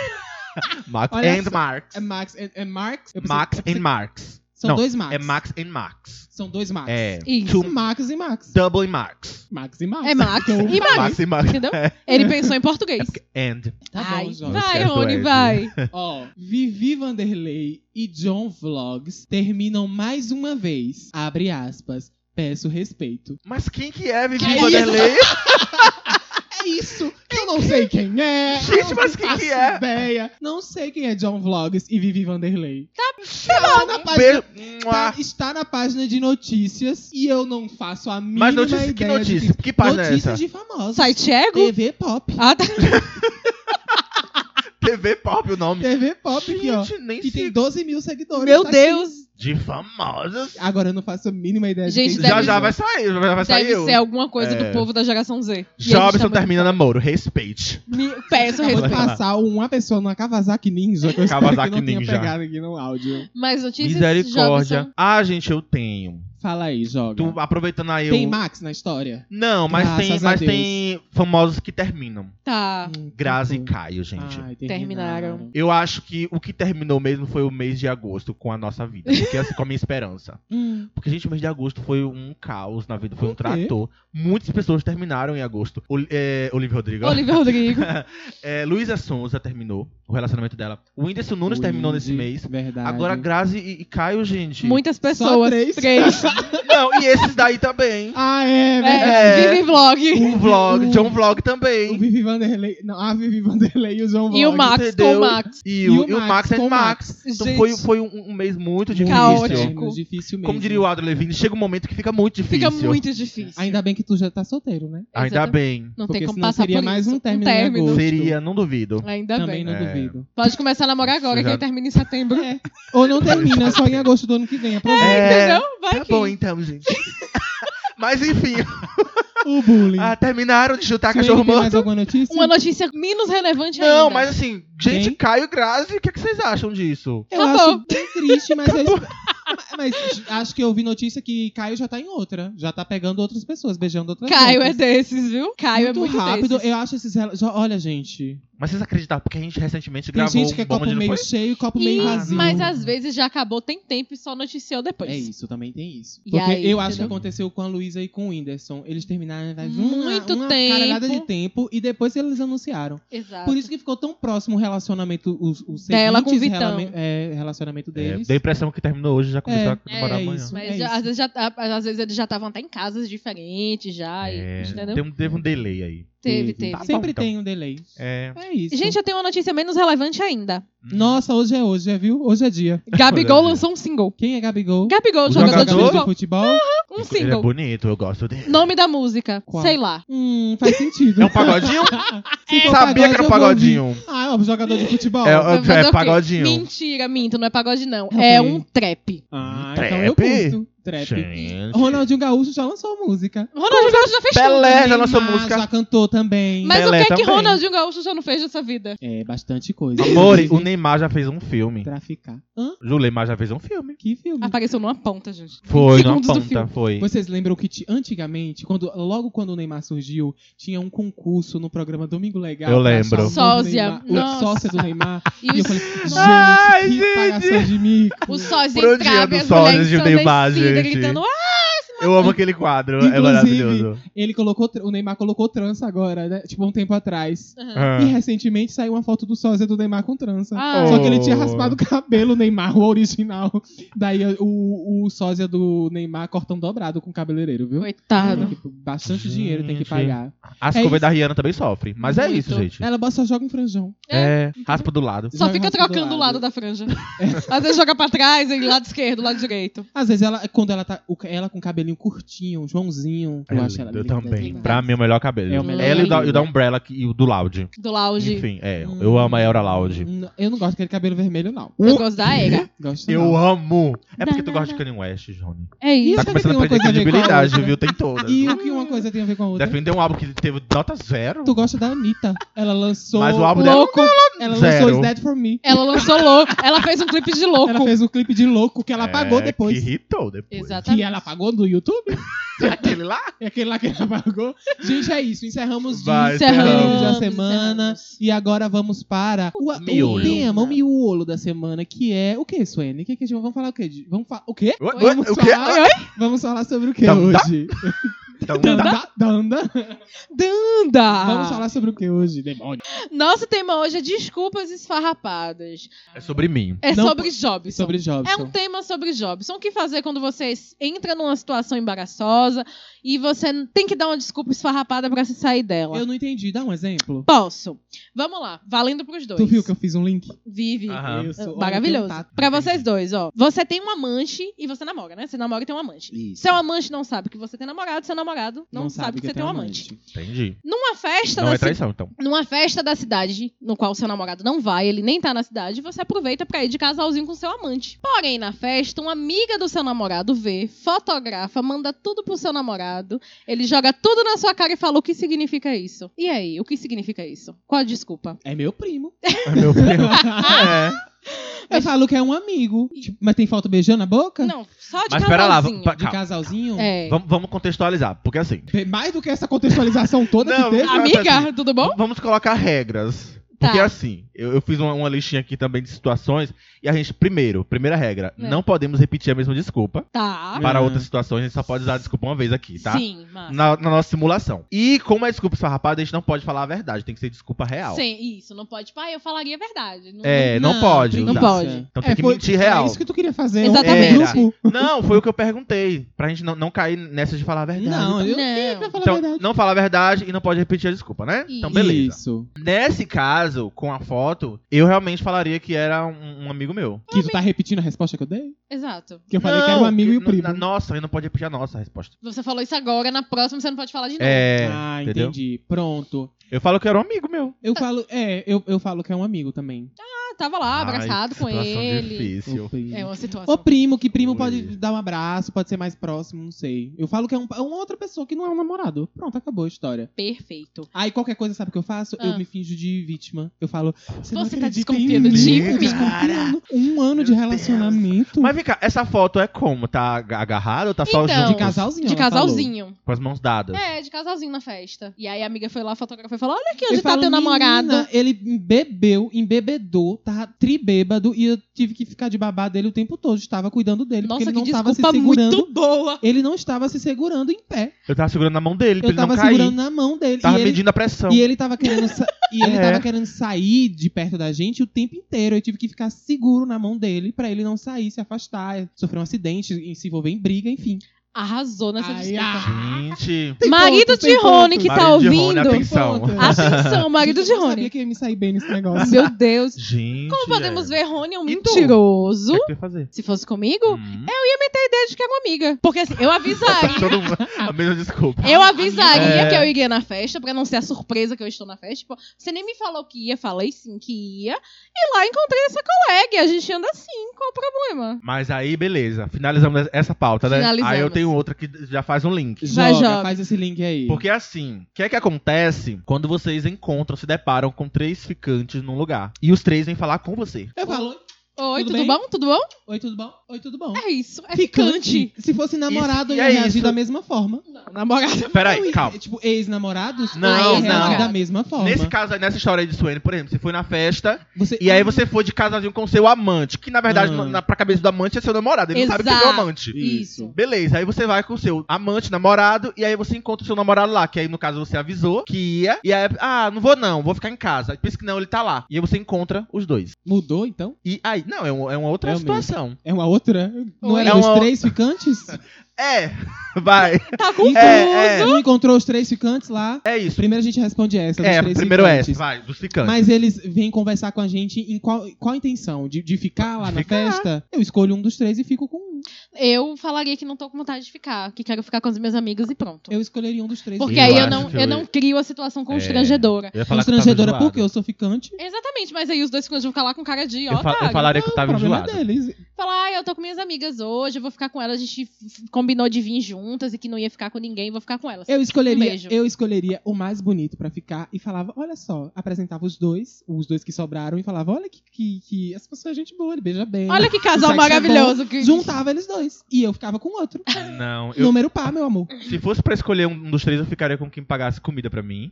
Speaker 3: Max
Speaker 2: Olha
Speaker 3: and
Speaker 2: só.
Speaker 3: Marx.
Speaker 2: É Max é, é Marx? Eu pensei-
Speaker 3: Max
Speaker 2: eu
Speaker 3: and
Speaker 2: pensei-
Speaker 3: Marx.
Speaker 2: São
Speaker 3: Não,
Speaker 2: dois Max.
Speaker 3: É Max and Max.
Speaker 2: São dois Max.
Speaker 3: É.
Speaker 1: Isso.
Speaker 3: Two-
Speaker 2: Max e Max.
Speaker 3: Double and Max.
Speaker 2: Max e Max.
Speaker 1: É Max
Speaker 2: Então,
Speaker 1: e Max.
Speaker 3: e Max.
Speaker 1: Entendeu?
Speaker 3: É,
Speaker 1: Ele pensou em português.
Speaker 3: and. é
Speaker 2: Tá
Speaker 1: Ai,
Speaker 2: bom, Jobson.
Speaker 1: vai,
Speaker 3: Certo,
Speaker 1: Rony,
Speaker 3: Ed.
Speaker 1: vai.
Speaker 2: Ó, Vivi Vanderlei e John Vlogs terminam mais uma vez. Abre aspas. Peço respeito.
Speaker 3: [laughs] Mas quem que é Vivi
Speaker 2: Que é [laughs]
Speaker 3: Vanderlei?
Speaker 2: É isso! Eu não sei quem é!
Speaker 3: Gente,
Speaker 2: eu não
Speaker 3: mas quem
Speaker 2: faço
Speaker 3: que é?
Speaker 2: Ideia. Não sei quem é John Vlogs e Vivi Vanderlei. Tá, na página,
Speaker 3: Beijo.
Speaker 2: tá-
Speaker 3: Mua.
Speaker 2: está na página de notícias e eu não faço a mínima
Speaker 3: Mas notícia, que
Speaker 2: ideia de
Speaker 3: notícia?
Speaker 2: que-
Speaker 3: Que página é
Speaker 2: Notícias
Speaker 3: essa?
Speaker 1: Ah, tá.
Speaker 2: de famosos.
Speaker 1: Site cego?
Speaker 2: TV Pop.
Speaker 1: Ah, tá.
Speaker 3: TV TV Pop o nome.
Speaker 2: TV Pop aqui, ó.
Speaker 3: Gente, nem
Speaker 2: Que tem
Speaker 3: sei.
Speaker 2: 12 mil seguidores.
Speaker 1: Meu
Speaker 2: tá aqui.
Speaker 1: Deus!
Speaker 3: De famosas.
Speaker 2: Agora eu não faço a mínima ideia
Speaker 1: Gente,
Speaker 2: de quem é.
Speaker 3: Já
Speaker 1: deve-
Speaker 3: já vai sair, já vai sair
Speaker 1: Deve
Speaker 3: eu.
Speaker 1: ser alguma coisa
Speaker 3: É.
Speaker 1: do povo da geração Z. E a
Speaker 3: Jobson
Speaker 1: gente tá muito-
Speaker 3: termina namoro, respeite.
Speaker 1: Me- Peço
Speaker 2: Acabou de
Speaker 1: respeito.
Speaker 2: passar um, uma pessoa numa Kawasaki Ninja que eu espero
Speaker 3: Kawasaki
Speaker 2: que não tenha
Speaker 3: Ninja.
Speaker 2: pegado aqui no áudio.
Speaker 1: Mas notícias
Speaker 3: Misericórdia.
Speaker 1: Jobson.
Speaker 3: Ah, gente, eu tenho.
Speaker 2: Fala aí, joga.
Speaker 3: Tu, aproveitando aí
Speaker 2: Tem
Speaker 3: eu...
Speaker 2: Max na história?
Speaker 3: Não, mas, tem,
Speaker 2: Graças a
Speaker 3: mas
Speaker 2: Deus.
Speaker 3: tem famosos que terminam.
Speaker 1: Tá.
Speaker 2: Hum,
Speaker 3: Grazi e
Speaker 2: tá
Speaker 3: Caio,
Speaker 2: bom.
Speaker 3: gente.
Speaker 2: Ai,
Speaker 1: Terminaram.
Speaker 3: Eu acho que o que terminou mesmo foi o mês de agosto com a nossa vida. Porque assim, com a minha esperança.
Speaker 2: Hum,
Speaker 3: Porque, gente, o mês de agosto foi um caos na vida, foi um
Speaker 2: Por quê?
Speaker 3: trator. Muitas pessoas terminaram em agosto. O, é, Olivia Rodrigo.
Speaker 1: Olivia Rodrigo.
Speaker 3: É, Luísa Sonza terminou o relacionamento dela. O Whindersson Nunes
Speaker 2: Luiz,
Speaker 3: terminou nesse mês.
Speaker 2: Verdade.
Speaker 3: Agora Grazi e, e Caio, gente.
Speaker 1: Muitas
Speaker 2: Só
Speaker 1: pessoas.
Speaker 2: três. [laughs]
Speaker 3: Não, e esses daí também.
Speaker 2: ah, é,
Speaker 1: É,
Speaker 2: verdade.
Speaker 3: É.
Speaker 1: Vive vlog.
Speaker 3: O vlog,
Speaker 2: o-
Speaker 3: John Vlog
Speaker 2: O
Speaker 3: também.
Speaker 2: Vivi Vanderlei. Não, a Vivi Vanderlei e o João
Speaker 1: E o
Speaker 2: Vlog.
Speaker 1: Max com
Speaker 3: entendeu?
Speaker 1: o Max.
Speaker 3: E o, e o Max
Speaker 2: com
Speaker 3: and
Speaker 2: o
Speaker 3: Max. Então
Speaker 1: Gente,
Speaker 3: foi, foi um, um mês muito
Speaker 2: Muito
Speaker 3: difícil.
Speaker 1: Caótico.
Speaker 2: externo, Difícil mesmo.
Speaker 3: Como diria o Adler Levine, chega um momento que fica muito difícil.
Speaker 1: fica muito difícil.
Speaker 2: Ainda bem que tu já tá solteiro, né?
Speaker 3: Ainda
Speaker 1: Exatamente.
Speaker 3: bem.
Speaker 1: Não
Speaker 2: Porque
Speaker 1: tem como
Speaker 2: senão
Speaker 1: passar
Speaker 2: seria
Speaker 1: por
Speaker 2: mais
Speaker 1: isso.
Speaker 2: um término em agosto.
Speaker 3: Seria, não duvido.
Speaker 1: Ainda bem.
Speaker 2: Também não
Speaker 3: É.
Speaker 2: duvido.
Speaker 1: Pode começar a namorar agora,
Speaker 3: Eu
Speaker 1: que
Speaker 3: já-
Speaker 1: ele termina em setembro.
Speaker 2: É. Ou não termina, é só em agosto do ano que vem. Aproveita
Speaker 3: É,
Speaker 1: [laughs] Entendeu? Vai
Speaker 3: Tá
Speaker 1: que.
Speaker 3: bom então, gente. [laughs] Mas enfim,
Speaker 2: o bullying.
Speaker 3: ah, terminaram de chutar
Speaker 2: Sueli,
Speaker 3: cachorro
Speaker 2: tem mais
Speaker 3: morto.
Speaker 2: alguma notícia?
Speaker 1: Uma notícia menos relevante
Speaker 3: Não,
Speaker 1: ainda.
Speaker 3: mas assim, gente,
Speaker 2: Quem?
Speaker 3: Caio e Grazi, o que, é que vocês acham disso?
Speaker 2: Eu
Speaker 1: Acabou.
Speaker 2: acho bem triste, mas, eu espe- [laughs] mas acho que eu vi notícia que Caio já tá em outra. Já tá pegando outras pessoas, beijando outras
Speaker 1: Caio é
Speaker 2: outras.
Speaker 1: desses, viu? Caio é muito
Speaker 2: rápido.
Speaker 1: desses.
Speaker 2: Eu acho esses. rela- já- Olha, gente.
Speaker 3: Mas vocês acreditaram, porque a gente recentemente
Speaker 2: Tem
Speaker 3: gravou
Speaker 2: gente que é
Speaker 3: um bonde,
Speaker 2: copo
Speaker 3: não
Speaker 2: meio
Speaker 3: foi?
Speaker 2: cheio e copo
Speaker 1: E-
Speaker 2: meio vazio.
Speaker 1: Mas às vezes já acabou, tem tempo e só noticiou depois.
Speaker 2: É isso, também tem isso.
Speaker 1: E
Speaker 2: Porque
Speaker 1: aí,
Speaker 2: eu acho que
Speaker 1: entendeu?
Speaker 2: aconteceu com a Luísa e com o Whindersson. Eles terminaram né, faz
Speaker 1: Muito
Speaker 2: uma, uma
Speaker 1: tempo.
Speaker 2: caralhada de tempo e depois eles anunciaram.
Speaker 1: Exato.
Speaker 2: Por isso que ficou tão próximo o relacionamento, os, os
Speaker 1: Dela
Speaker 2: seguintes
Speaker 1: com o Vitão.
Speaker 2: relame- é, relacionamento
Speaker 3: É,
Speaker 2: deles.
Speaker 3: deu a impressão que terminou hoje, já começou
Speaker 2: É,
Speaker 3: a comemorar
Speaker 2: é
Speaker 3: amanhã.
Speaker 2: isso.
Speaker 1: Mas
Speaker 2: É
Speaker 1: já- às, vezes já, tá- às vezes eles já estavam até em casas diferentes já, e-
Speaker 3: É,
Speaker 1: entendeu?
Speaker 3: tem um, teve um delay aí.
Speaker 1: Teve, teve.
Speaker 3: Tá bom,
Speaker 2: Sempre
Speaker 3: então.
Speaker 2: tem um delay.
Speaker 3: É.
Speaker 2: É isso.
Speaker 1: Gente, eu tenho uma notícia menos relevante ainda.
Speaker 2: Nossa, hoje é hoje, já viu? Hoje é dia.
Speaker 1: Gabigol
Speaker 3: Olha.
Speaker 1: lançou um single.
Speaker 2: Quem é Gabigol?
Speaker 1: Gabigol,
Speaker 3: O
Speaker 1: jogador,
Speaker 3: jogador?
Speaker 1: de futebol.
Speaker 2: futebol?
Speaker 1: Um
Speaker 3: Ele é
Speaker 1: single.
Speaker 3: bonito, eu gosto dele.
Speaker 1: Nome da música.
Speaker 2: Qual?
Speaker 1: Sei lá.
Speaker 2: Hum, faz sentido.
Speaker 3: É um pagodinho?
Speaker 2: [laughs] Se for
Speaker 3: Sabia que era um
Speaker 2: pagode,
Speaker 3: pagodinho.
Speaker 2: eu vou ouvir. Ah, é um jogador de futebol.
Speaker 3: É, é,
Speaker 1: Vai fazer o quê?
Speaker 3: pagodinho.
Speaker 1: Mentira, minto, não é pagode não.
Speaker 2: Tá
Speaker 1: É
Speaker 2: bem.
Speaker 1: um trap.
Speaker 2: Ah,
Speaker 3: Trap?
Speaker 2: então eu curto. Trap.
Speaker 3: Gente.
Speaker 2: Ronaldinho Gaúcho já lançou música.
Speaker 1: Ronaldinho Gaúcho já fez tudo. né?
Speaker 3: Pelé É, já lançou
Speaker 2: Neymar
Speaker 3: música.
Speaker 2: Já cantou também.
Speaker 1: Mas
Speaker 3: Pelé
Speaker 1: o que é que
Speaker 3: também.
Speaker 1: Ronaldinho Gaúcho já não fez nessa vida?
Speaker 2: É, bastante coisa.
Speaker 3: Amore, o
Speaker 2: Inclusive,
Speaker 3: Neymar já fez um filme.
Speaker 2: Traficar. Hã?
Speaker 3: O Neymar já fez um filme.
Speaker 2: Que filme.
Speaker 1: Apareceu numa ponta, gente.
Speaker 3: Foi, numa
Speaker 1: Segundos do
Speaker 3: ponta,
Speaker 1: filme.
Speaker 3: foi.
Speaker 2: Vocês lembram que ti- antigamente, quando, logo quando o Neymar surgiu, tinha um concurso no programa Domingo Legal.
Speaker 3: Eu
Speaker 2: pra
Speaker 3: lembro.
Speaker 2: achar o novo
Speaker 1: Sósia.
Speaker 2: Neymar- O
Speaker 1: Nossa.
Speaker 2: sócia do Neymar.
Speaker 1: E
Speaker 2: E eu
Speaker 1: os,
Speaker 2: falei, gente,
Speaker 3: Ai,
Speaker 2: que
Speaker 3: gente.
Speaker 2: pagação de mico.
Speaker 1: o sósia
Speaker 3: Por onde
Speaker 1: entrava
Speaker 3: anda
Speaker 1: e
Speaker 3: o
Speaker 1: as
Speaker 3: sósia
Speaker 1: mulheres
Speaker 3: de Neymar,
Speaker 1: ensandecidas,
Speaker 3: gente?
Speaker 1: gritando... "Ah!"
Speaker 3: Eu amo aquele quadro,
Speaker 2: Inclusive,
Speaker 3: é maravilhoso.
Speaker 2: Ele colocou, tr- o Neymar colocou trança agora, né? Tipo, um tempo atrás.
Speaker 3: Ah.
Speaker 2: E recentemente saiu uma foto do sósia do Neymar com trança.
Speaker 1: Ah.
Speaker 2: Só que ele tinha
Speaker 3: Oh.
Speaker 2: raspado o cabelo, o Neymar, o original. Daí o, o sósia do Neymar cortando dobrado com o cabeleireiro, viu?
Speaker 1: Coitado.
Speaker 2: Tem que- Bastante dinheiro tem que
Speaker 3: Gente.
Speaker 2: pagar.
Speaker 3: As
Speaker 2: É
Speaker 3: covers
Speaker 2: isso.
Speaker 3: da Rihanna também sofrem, mas é
Speaker 1: Muito.
Speaker 3: isso, gente.
Speaker 2: Ela só joga um franjão.
Speaker 3: É, raspa do lado.
Speaker 1: Só
Speaker 2: Joga
Speaker 1: fica
Speaker 2: raspa do
Speaker 1: trocando o lado
Speaker 2: lado.
Speaker 1: da
Speaker 2: [laughs]
Speaker 1: franja. Às vezes joga pra trás, aí lado esquerdo, lado direito.
Speaker 2: Às vezes ela, quando ela tá. o- Ela com cabelinho curtinho, um Joãozinho.
Speaker 3: É
Speaker 2: eu acho ela
Speaker 3: lindo
Speaker 2: linda, né?
Speaker 3: também.
Speaker 2: linda.
Speaker 3: Pra mim, o melhor cabelo.
Speaker 2: É o melhor
Speaker 3: Ela e o da,
Speaker 2: cabelo.
Speaker 3: e o da Umbrella que- e o do Loud.
Speaker 1: Do lounge.
Speaker 3: Enfim, é. Eu amo a Eura Loud.
Speaker 2: N- Eu não gosto daquele cabelo vermelho, não.
Speaker 1: Eu gosto da Era.
Speaker 2: Gosto não.
Speaker 3: Eu amo. É porque tu
Speaker 1: Não,
Speaker 3: gosta de Kanye West, Johnny.
Speaker 1: É isso.
Speaker 3: Tá
Speaker 2: sabe
Speaker 3: começando a
Speaker 2: que tem
Speaker 3: perder
Speaker 2: uma coisa a ver com a
Speaker 3: credibilidade,
Speaker 2: outra?
Speaker 3: viu? Tem todas.
Speaker 2: E o que uma coisa tem a ver com a outra?
Speaker 3: Defender um álbum que teve nota zero.
Speaker 2: Tu gosta da Anitta. Ela lançou.
Speaker 3: Mas o álbum dela-
Speaker 2: louco. Ela lançou
Speaker 3: Zero.
Speaker 2: Is Dead For Me.
Speaker 1: Ela lançou louco. Ela fez um clipe de louco.
Speaker 2: Ela fez um clipe de louco que ela
Speaker 3: É,
Speaker 2: pagou depois.
Speaker 3: Que irritou depois.
Speaker 2: Que
Speaker 1: Exatamente.
Speaker 2: ela pagou do YouTube?
Speaker 3: [laughs] Aquele lá?
Speaker 2: É aquele lá que ela pagou. Gente, é isso. Encerramos um de
Speaker 3: Vai,
Speaker 2: Encerramos
Speaker 1: encerramos.
Speaker 2: a semana.
Speaker 1: Encerramos.
Speaker 2: E agora vamos para o, o
Speaker 3: Miolo.
Speaker 2: tema, o miolo da semana, que é o que, Suene? O que, que a gente vamos falar o quê? De- Vamos falar o quê?
Speaker 3: Ué, ué,
Speaker 2: Vamos
Speaker 3: o quê?
Speaker 2: falar, vamos falar sobre o que
Speaker 3: Danda?
Speaker 2: hoje?
Speaker 3: Então,
Speaker 1: Danda?
Speaker 2: Danda? Danda?
Speaker 1: Danda!
Speaker 2: Vamos falar sobre o que hoje, demônio?
Speaker 1: Nosso tema hoje é desculpas esfarrapadas.
Speaker 3: É sobre mim.
Speaker 1: É
Speaker 2: Não
Speaker 1: sobre Jobson.
Speaker 2: Sobre Jobson.
Speaker 1: É um tema sobre Jobson. O que fazer quando você s- entra numa situação embaraçosa e você n- tem que dar uma desculpa esfarrapada pra se sair dela?
Speaker 2: Eu não entendi, dá um exemplo.
Speaker 1: Posso. Vamos lá, valendo pros dois.
Speaker 2: Tu viu que eu fiz um link?
Speaker 1: Vive. Ah,
Speaker 3: Aham.
Speaker 2: Eu sou-
Speaker 1: Maravilhoso.
Speaker 2: Olha, eu tenho um tato.
Speaker 1: Pra vocês dois, ó. Você tem um amante e você namora, né? Você namora e tem um amante.
Speaker 2: Isso.
Speaker 1: Seu amante não sabe que você tem namorado, seu namorado não, sabe, que, você tem um amante.
Speaker 3: Entendi.
Speaker 1: Numa festa
Speaker 3: Não
Speaker 1: da
Speaker 3: é
Speaker 1: ci-
Speaker 3: traição, então. [laughs]
Speaker 1: numa festa da cidade, no qual seu namorado não vai, ele nem tá na cidade, você aproveita pra ir de casalzinho com seu amante. Porém, na festa, uma amiga do seu namorado vê, fotografa, manda tudo pro seu namorado, ele joga tudo na sua cara e fala o que significa isso. E aí, o que significa isso? Qual a desculpa?
Speaker 2: É meu primo.
Speaker 1: [laughs]
Speaker 3: É meu primo. é.
Speaker 2: Eu falo que é um amigo. Tipo, mas tem foto beijando na boca?
Speaker 1: Não, só de
Speaker 3: Mas pera lá,
Speaker 1: casalzinho.
Speaker 3: vamos, pa-
Speaker 2: De
Speaker 3: Ah, calma.
Speaker 2: casalzinho?
Speaker 1: É.
Speaker 3: Vamos- vamos contextualizar, porque assim.
Speaker 2: Tem Mais do que essa contextualização toda
Speaker 3: Não,
Speaker 2: que teve.
Speaker 3: vamos-
Speaker 1: Amiga, tudo bom?
Speaker 3: assim. Vamos colocar regras.
Speaker 1: Tá.
Speaker 3: Porque assim, eu, eu fiz uma, uma listinha aqui também de situações. E a gente, primeiro, primeira regra,
Speaker 1: É.
Speaker 3: não podemos repetir a mesma desculpa.
Speaker 1: Tá.
Speaker 3: Para
Speaker 2: Ah.
Speaker 3: outras situações, a gente só pode usar a desculpa uma vez aqui, tá?
Speaker 1: Sim, mas...
Speaker 3: Na, na nossa simulação. E como é desculpa esfarrapada, a gente não pode falar a verdade. Tem que ser desculpa real.
Speaker 1: Sim, isso, não pode. Tipo, ah, eu falaria a verdade. Não-
Speaker 3: É, não, pode.
Speaker 1: Não
Speaker 3: usar.
Speaker 1: pode.
Speaker 3: Então tem que
Speaker 2: foi-
Speaker 3: mentir real.
Speaker 2: É isso que tu queria fazer. um-
Speaker 1: Exatamente.
Speaker 2: um grupo.
Speaker 3: Não, foi o que eu perguntei. Pra gente não, não cair nessa de falar a É verdade.
Speaker 2: Não, eu
Speaker 1: Não.
Speaker 2: não. pra falar a
Speaker 3: Então,
Speaker 2: É verdade.
Speaker 3: não falar a verdade e não pode repetir a desculpa, né? Então,
Speaker 1: Isso.
Speaker 3: beleza.
Speaker 2: Isso.
Speaker 1: Um
Speaker 3: Nesse caso, com a foto, eu realmente falaria que era um, um amigo meu.
Speaker 2: Que tu tá repetindo a resposta que eu dei?
Speaker 1: Exato.
Speaker 2: Que eu falei
Speaker 3: Não,
Speaker 2: que era o amigo e o
Speaker 3: na-
Speaker 2: primo.
Speaker 3: na- Nossa, aí não pode repetir a nossa resposta.
Speaker 1: Você falou isso agora, na próxima você não pode falar de novo.
Speaker 3: É,
Speaker 2: ah,
Speaker 3: entendeu?
Speaker 2: entendi. Pronto.
Speaker 3: Eu falo que era um amigo meu.
Speaker 2: Eu falo, é, eu, eu falo que é um amigo também.
Speaker 1: Ah, tava lá, abraçado
Speaker 3: Ai,
Speaker 1: com
Speaker 3: situação
Speaker 1: ele.
Speaker 2: O
Speaker 3: difícil.
Speaker 2: primo.
Speaker 1: É uma situação.
Speaker 2: Ô primo, que primo
Speaker 3: Oi.
Speaker 2: pode dar um abraço, pode ser mais próximo, não sei. Eu falo que é um, é uma outra pessoa que não é um namorado. Pronto, acabou a história.
Speaker 1: Perfeito.
Speaker 2: Aí qualquer coisa, sabe o que eu faço?
Speaker 1: Ah.
Speaker 2: Eu me finjo de vítima. Eu falo, você, não
Speaker 1: Você tá
Speaker 2: acredita
Speaker 1: desconfiando
Speaker 2: em
Speaker 1: de
Speaker 2: mim,
Speaker 1: mim,
Speaker 2: eu desconfiando. Um ano de
Speaker 3: Meu
Speaker 2: relacionamento
Speaker 3: Mas vem cá, essa foto é como? Tá ag- agarrado ou tá só
Speaker 1: Então.
Speaker 3: junto?
Speaker 2: de casalzinho.
Speaker 1: de
Speaker 2: ela falou.
Speaker 1: casalzinho.
Speaker 3: Com as mãos dadas.
Speaker 1: É, de casalzinho na festa. E aí a amiga foi lá, fotografou e falou: Olha aqui
Speaker 2: Eu
Speaker 1: onde tá
Speaker 2: falo,
Speaker 1: teu namorado.
Speaker 2: "Menina, Ele bebeu, embebedou, tá tribêbado e eu tive que ficar de babá dele o tempo todo. Estava cuidando dele,
Speaker 1: Nossa,
Speaker 2: porque
Speaker 1: que
Speaker 2: ele não estava se
Speaker 1: desculpa
Speaker 2: segurando.
Speaker 1: muito boa.
Speaker 2: Ele não estava se segurando em pé.
Speaker 3: Eu tava segurando na mão dele pra
Speaker 2: Eu
Speaker 3: ele não
Speaker 2: tava
Speaker 3: cair.
Speaker 2: segurando na mão dele.
Speaker 3: Tava
Speaker 2: e ele
Speaker 3: medindo a pressão.
Speaker 2: E ele tava querendo sa- e ele
Speaker 3: Então. É.
Speaker 2: tava querendo sair de perto da gente o tempo inteiro. Eu tive que ficar seguro na mão dele pra ele não sair, se afastar, sofrer um acidente, e se envolver em briga, enfim.
Speaker 1: Arrasou nessa
Speaker 2: Ai,
Speaker 1: desculpa.
Speaker 3: Gente.
Speaker 2: Tem
Speaker 1: Marido
Speaker 2: pontos,
Speaker 1: de
Speaker 2: tem
Speaker 1: Rony
Speaker 2: pontos.
Speaker 1: que tá
Speaker 3: Marido de Rony,
Speaker 1: ouvindo.
Speaker 3: atenção.
Speaker 2: Ponto.
Speaker 1: Atenção, marido
Speaker 2: Gente,
Speaker 1: de
Speaker 2: eu não sabia
Speaker 1: Rony.
Speaker 2: que assim. eu ia me sair bem nesse negócio.
Speaker 1: Meu Deus.
Speaker 3: Gente.
Speaker 1: Como podemos
Speaker 3: é.
Speaker 1: ver, Rony é um
Speaker 3: E tu? O
Speaker 1: mentiroso.
Speaker 3: que é que tu ia fazer?
Speaker 1: Se fosse comigo,
Speaker 3: Hum.
Speaker 1: a ideia de que é uma amiga. Porque assim,
Speaker 3: [laughs]
Speaker 1: eu avisaria.
Speaker 3: Tá Todo mundo... [laughs] A mesma desculpa.
Speaker 1: Eu avisaria
Speaker 3: É.
Speaker 1: que eu iria na festa, pra não ser a surpresa que eu estou na festa. Tipo, você nem me falou que ia, falei sim que ia. E lá encontrei essa colega. e A gente anda assim, qual o problema?
Speaker 3: Mas aí, beleza. Finalizamos essa pauta, né? Aí eu
Speaker 1: Finalizamos.
Speaker 3: tenho outra que já faz um link.
Speaker 1: Vai,
Speaker 2: Joga,
Speaker 1: joga.
Speaker 2: faz esse link aí.
Speaker 3: Porque assim, o que é que acontece quando vocês encontram, se deparam com três ficantes num lugar e os três vêm falar com você?
Speaker 2: Eu falo,
Speaker 1: Oi,
Speaker 2: Tudo
Speaker 1: tudo,
Speaker 2: bem?
Speaker 1: bom? Tudo bom?
Speaker 2: oi, tudo bom? Oi, tudo bom?
Speaker 1: É isso, é ficante.
Speaker 2: Se fosse namorado,
Speaker 3: Isso-
Speaker 2: eu
Speaker 3: e é
Speaker 2: ia reagir
Speaker 3: isso.
Speaker 2: da mesma forma.
Speaker 1: Não, namorada.
Speaker 3: Peraí,
Speaker 2: Não,
Speaker 3: calma.
Speaker 2: e- Tipo, ex-namorados,
Speaker 3: Não,
Speaker 2: eu ia reagir
Speaker 3: não.
Speaker 2: da mesma forma.
Speaker 3: Nesse caso, aí, nessa história aí de Suene, por exemplo, você foi na festa
Speaker 2: Você-
Speaker 3: e aí você foi de casalzinho com seu amante, que na verdade,
Speaker 2: Hum.
Speaker 3: na- na, pra cabeça do amante é seu namorado, ele não sabe que é
Speaker 1: Exato.
Speaker 3: seu amante.
Speaker 1: Isso.
Speaker 3: Beleza, aí você vai com o seu amante, namorado, e aí você encontra o seu namorado lá, que aí no caso você avisou que ia, e aí, ah, não vou não, vou ficar em casa. Aí Pensa que não, ele tá lá. E aí você encontra os dois.
Speaker 2: Mudou, então?
Speaker 3: E aí, não, é, um- é uma outra
Speaker 2: É o mesmo.
Speaker 3: situação.
Speaker 2: É uma outra? Não
Speaker 1: Oi.
Speaker 2: eram
Speaker 3: É uma-
Speaker 2: os três ficantes?
Speaker 3: É, [laughs] vai.
Speaker 1: Tá confuso.
Speaker 3: É,
Speaker 2: Tu encontrou os três ficantes lá?
Speaker 3: É isso.
Speaker 2: Primeiro a gente responde essa. dos
Speaker 3: É,
Speaker 2: três
Speaker 3: primeiro essa,
Speaker 2: ficantes.
Speaker 3: vai, dos ficantes.
Speaker 2: Mas eles vêm conversar com a gente em qual, qual a intenção? De, de ficar lá na
Speaker 3: Ficar.
Speaker 2: festa? Eu escolho um dos três e fico com um.
Speaker 1: Eu falaria que não tô com vontade de ficar, que quero ficar com as minhas amigas e pronto.
Speaker 2: Eu escolheria um dos três.
Speaker 1: Porque
Speaker 3: Eu
Speaker 1: aí eu
Speaker 3: acho
Speaker 1: não,
Speaker 3: que
Speaker 1: eu
Speaker 3: eu- É.
Speaker 1: não crio a situação constrangedora.
Speaker 3: Eu ia falar que eu tava
Speaker 2: Constrangedora,
Speaker 3: enjoado.
Speaker 2: um é porque eu sou ficante.
Speaker 1: Exatamente, mas aí os dois ficam de ficar lá com cara de, ó,
Speaker 3: Eu, fa- eu
Speaker 1: otário.
Speaker 3: falaria que eu
Speaker 2: tá, O
Speaker 3: tava
Speaker 2: problema
Speaker 3: enjoado.
Speaker 2: é deles.
Speaker 1: Falar, ah, eu tô com minhas amigas hoje, eu vou ficar com elas, a gente f- combinou de vir juntas e que não ia ficar com ninguém, vou ficar com elas.
Speaker 2: Eu
Speaker 1: Um
Speaker 2: escolheria,
Speaker 1: beijo.
Speaker 2: eu escolheria o mais bonito pra ficar e falava, olha só, apresentava os dois, os dois que sobraram, e falava, olha que, que, que essa pessoa é gente boa, ele beija bem.
Speaker 1: Olha que
Speaker 2: O sexo é
Speaker 1: casal
Speaker 2: bom.
Speaker 1: maravilhoso. Que... tá
Speaker 2: Juntava eles dois. E eu ficava com o outro.
Speaker 3: Não, eu,
Speaker 2: Número par, meu amor.
Speaker 3: se fosse pra escolher um dos três, eu ficaria com quem pagasse comida pra mim.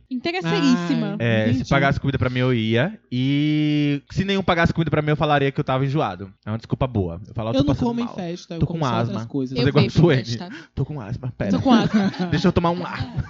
Speaker 1: Interesseríssima.
Speaker 2: Ah,
Speaker 3: É, se
Speaker 2: entendi.
Speaker 3: pagasse comida pra mim, eu ia. E se nenhum pagasse comida pra mim, eu falaria que eu tava enjoado. É uma desculpa boa. Eu falo, eu tô
Speaker 2: Eu não
Speaker 3: passando
Speaker 2: como em
Speaker 3: mal.
Speaker 2: festa, eu
Speaker 3: Tô
Speaker 2: como
Speaker 3: com
Speaker 2: só
Speaker 3: asma.
Speaker 2: outras coisas.
Speaker 3: Fazer
Speaker 1: eu
Speaker 3: igual
Speaker 1: vejo
Speaker 3: a Suene.
Speaker 1: festa.
Speaker 3: Tô com asma, pera.
Speaker 1: Tô com
Speaker 2: [laughs]
Speaker 1: asma.
Speaker 3: Deixa eu tomar um ar.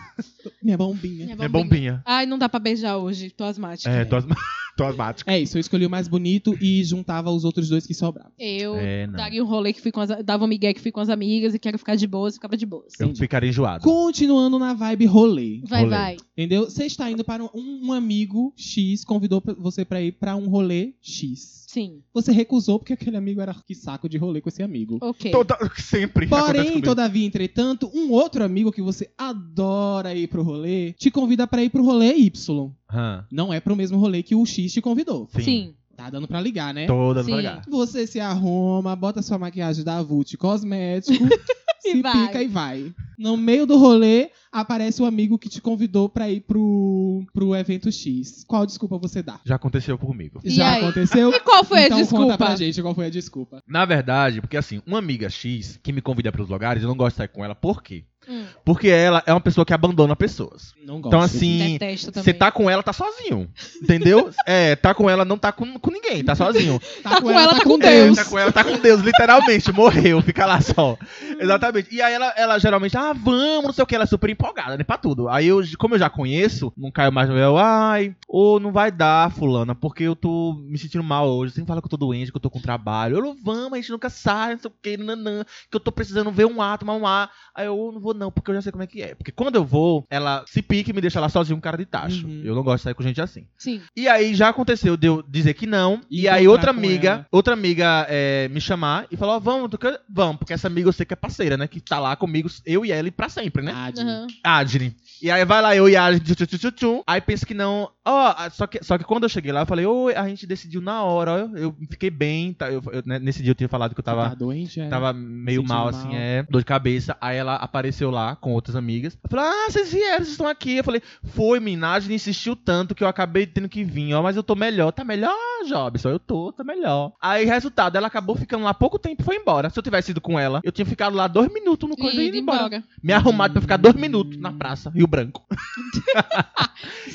Speaker 2: Minha bombinha.
Speaker 3: É bombinha.
Speaker 1: Ai, não dá pra beijar hoje, tô asmática.
Speaker 3: É, tô asma... [laughs] Tô asmático.
Speaker 2: É isso, eu escolhi o mais bonito e juntava os outros dois que sobravam.
Speaker 1: Eu
Speaker 3: É, não.
Speaker 1: daria um rolê que fui com as, dava um migué que fui com as amigas e quero ficar de boas, ficava de boas.
Speaker 3: Eu ficaria enjoado.
Speaker 2: Continuando na vibe rolê,
Speaker 1: Vai,
Speaker 3: rolê.
Speaker 1: vai.
Speaker 2: entendeu? Você está indo para um, um amigo X, convidou pra- você pra ir pra um rolê X.
Speaker 1: Sim.
Speaker 2: Você recusou porque aquele amigo era que saco de rolê com esse amigo.
Speaker 1: Ok.
Speaker 3: Toda... [laughs] Sempre. acontece
Speaker 2: Porém,
Speaker 3: comigo.
Speaker 2: todavia, entretanto, um outro amigo que você adora ir pro rolê te convida pra ir pro rolê Y.
Speaker 3: Hã,
Speaker 2: Não é pro mesmo rolê que o X te convidou.
Speaker 3: Sim.
Speaker 1: Sim.
Speaker 2: Tá dando pra ligar, né?
Speaker 3: Todas
Speaker 1: Sim.
Speaker 3: pra ligar.
Speaker 2: Você se arruma, bota sua maquiagem da Avult cosmético, se
Speaker 1: [laughs] E vai.
Speaker 2: pica e vai. No meio do rolê, aparece o amigo que te convidou pra ir pro, pro evento X. Qual desculpa você dá?
Speaker 3: Já aconteceu comigo.
Speaker 1: E
Speaker 2: Já
Speaker 1: aí? [laughs]
Speaker 2: aconteceu?
Speaker 1: E qual foi
Speaker 2: então
Speaker 1: a
Speaker 2: conta
Speaker 1: desculpa?
Speaker 2: pra gente qual foi a desculpa.
Speaker 3: Na verdade, porque assim, uma amiga X que me convida pros lugares, eu não gosto de sair com ela. Por quê?
Speaker 1: Hum,
Speaker 3: Porque ela é uma pessoa que abandona pessoas.
Speaker 2: Não gosto.
Speaker 3: Então, assim,
Speaker 1: detesto também.
Speaker 3: você tá com ela, tá sozinho. Entendeu? é, tá com ela, não tá com, com ninguém, tá sozinho.
Speaker 1: tá com ela, tá com Deus.
Speaker 3: É, tá com ela, tá com Deus, literalmente, morreu, fica lá só. Exatamente. E aí ela, ela geralmente, ah, vamos, não sei o que, ela é super empolgada, né, pra tudo. Aí eu, como eu já conheço, não caio mais no véu, ai, ou não vai dar, fulana, porque eu tô me sentindo mal hoje, sempre fala que eu tô doente, que eu tô com trabalho. Eu não vamos, a gente nunca sai, não sei o que, nanã, que eu tô precisando ver um ar, tomar um ar. Aí eu "Eu não vou não, porque eu já sei como é que é. Porque quando eu vou, ela se pique e me deixa lá sozinho, um cara de tacho.
Speaker 2: Uhum.
Speaker 3: Eu não gosto de sair com gente assim.
Speaker 1: Sim.
Speaker 3: E aí já aconteceu de eu dizer que não.
Speaker 2: E
Speaker 3: E, aí
Speaker 2: encontrar
Speaker 3: outra
Speaker 2: com
Speaker 3: amiga,
Speaker 2: ela.
Speaker 3: outra amiga é, me chamar e falar, ó, vamos, tu quer? vamos, porque essa amiga eu sei que é parceira, né? Que tá lá comigo, eu e ela, e pra sempre, né?
Speaker 1: Aham.
Speaker 3: Adri. E aí vai lá, eu e a Adri, tchu, tchu, tchu, tchu, tchu. aí pensa que não. Ó, ah, só, que, só que quando eu cheguei lá, eu falei, oi, a gente decidiu na hora, ó, eu, fiquei bem. tá, eu- eu- né, nesse dia eu tinha falado que eu tava.
Speaker 2: Tá doente, é?
Speaker 3: Tava meio
Speaker 2: Sentindo
Speaker 3: mal,
Speaker 2: mal.
Speaker 3: assim, é, dor de cabeça. Aí ela apareceu lá com outras amigas. Eu falei, ah, vocês vieram, vocês estão aqui. Eu falei, foi, Minagem insistiu tanto que eu acabei tendo que vir, ó, mas eu tô melhor. Tá melhor, Jobson? Eu tô, tá melhor. Aí, resultado, ela acabou ficando lá pouco tempo e foi embora. Se eu tivesse ido com ela, eu tinha ficado lá dois minutos no coisa e ido
Speaker 1: E
Speaker 3: embora.
Speaker 1: embora.
Speaker 3: Me arrumado pra ficar dois minutos na praça, Rio
Speaker 1: [laughs]
Speaker 3: Branco.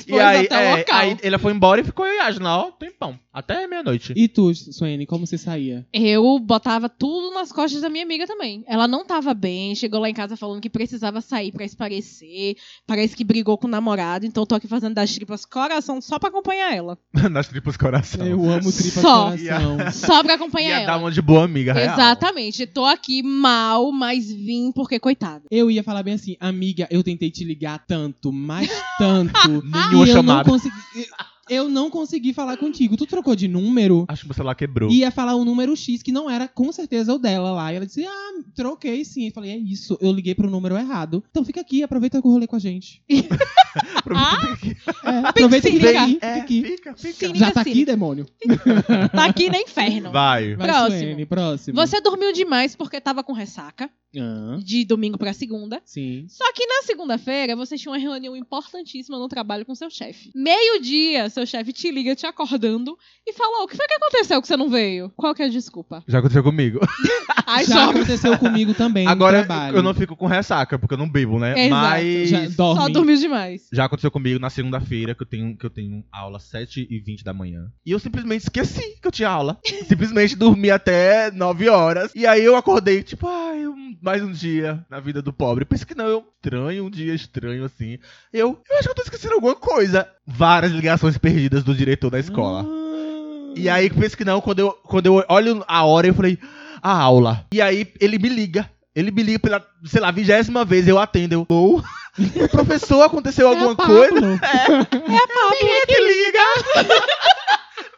Speaker 3: e aí,
Speaker 1: até o
Speaker 3: é,
Speaker 1: local.
Speaker 3: aí ela foi embora e ficou eu e a Agnes lá, ó, tempão. Até meia-noite.
Speaker 2: E tu, Suene, como você saía?
Speaker 1: Eu botava tudo nas costas da minha amiga também. Ela não tava bem, chegou lá em casa falando que precisava sair pra esparecer. Parece que brigou com o namorado, então eu tô aqui fazendo das tripas coração só pra acompanhar
Speaker 3: [laughs]
Speaker 1: ela.
Speaker 3: [laughs] Nas tripas coração.
Speaker 2: Eu amo tripas
Speaker 1: Só.
Speaker 2: coração.
Speaker 1: Só pra acompanhar
Speaker 3: Ia dar
Speaker 1: ela.
Speaker 3: uma de boa amiga, real.
Speaker 1: Exatamente. Tô aqui mal, mas vim porque coitada.
Speaker 2: Eu ia falar bem assim, amiga, eu tentei te ligar tanto, mas
Speaker 3: [laughs]
Speaker 2: tanto.
Speaker 3: Nenhuma
Speaker 2: e eu
Speaker 3: chamada.
Speaker 2: Não consegui, eu não consegui falar contigo. Tu trocou de número?
Speaker 3: Acho que meu celular quebrou.
Speaker 2: Ia falar o número X, que não era com certeza o dela lá. E ela disse: Ah, troquei sim. Eu falei: É isso, eu liguei pro número errado. Então fica aqui, aproveita que o rolê com
Speaker 1: [laughs]
Speaker 2: a gente.
Speaker 1: Ah,
Speaker 2: É, aproveita
Speaker 1: se
Speaker 2: que vem
Speaker 1: ligar.
Speaker 2: aqui. Fica aqui.
Speaker 3: fica,
Speaker 1: Sim.
Speaker 2: Já
Speaker 1: Liga,
Speaker 2: tá aqui,
Speaker 1: Siri.
Speaker 2: demônio.
Speaker 1: Tá aqui no inferno.
Speaker 3: Vai.
Speaker 2: Vai,
Speaker 1: Próximo.
Speaker 2: Suene, próximo.
Speaker 1: Você dormiu demais porque tava com ressaca
Speaker 2: Ah,
Speaker 1: de domingo pra segunda.
Speaker 2: sim.
Speaker 1: Só que na segunda-feira você tinha uma reunião importantíssima no trabalho com seu chefe. Meio-dia, seu chefe te liga te acordando e fala: "Ô, O que foi que aconteceu que você não veio? Qual que é a
Speaker 3: [laughs]
Speaker 1: desculpa?
Speaker 3: Já aconteceu comigo.
Speaker 1: Ai,
Speaker 2: Já
Speaker 1: só,
Speaker 2: aconteceu comigo também. no
Speaker 3: Agora
Speaker 2: trabalho.
Speaker 3: eu não fico com ressaca, porque eu não bebo, né?
Speaker 1: Exato.
Speaker 3: Mas.
Speaker 2: Já
Speaker 3: Já...
Speaker 1: só
Speaker 2: dorme.
Speaker 1: dormiu demais.
Speaker 3: aconteceu comigo na segunda-feira, que eu tenho que eu tenho aula às 7h20 da manhã. E eu simplesmente esqueci que eu tinha aula. simplesmente dormi até 9 horas. E aí eu acordei, tipo, ai, um- mais um dia na vida do pobre. Pensa que não, eu estranho, um dia estranho assim. Eu, eu acho que eu tô esquecendo alguma coisa. Várias ligações perdidas do diretor da escola.
Speaker 2: Ah.
Speaker 3: E aí, pensa que não, quando eu, quando eu olho a hora, eu falei, a aula. E aí, ele me liga. Ele me liga pela, sei lá, vigésima vez, eu atendo. Eu, ou, [laughs] professor, aconteceu alguma coisa?
Speaker 2: Pablo.
Speaker 3: Quem é que liga? [laughs]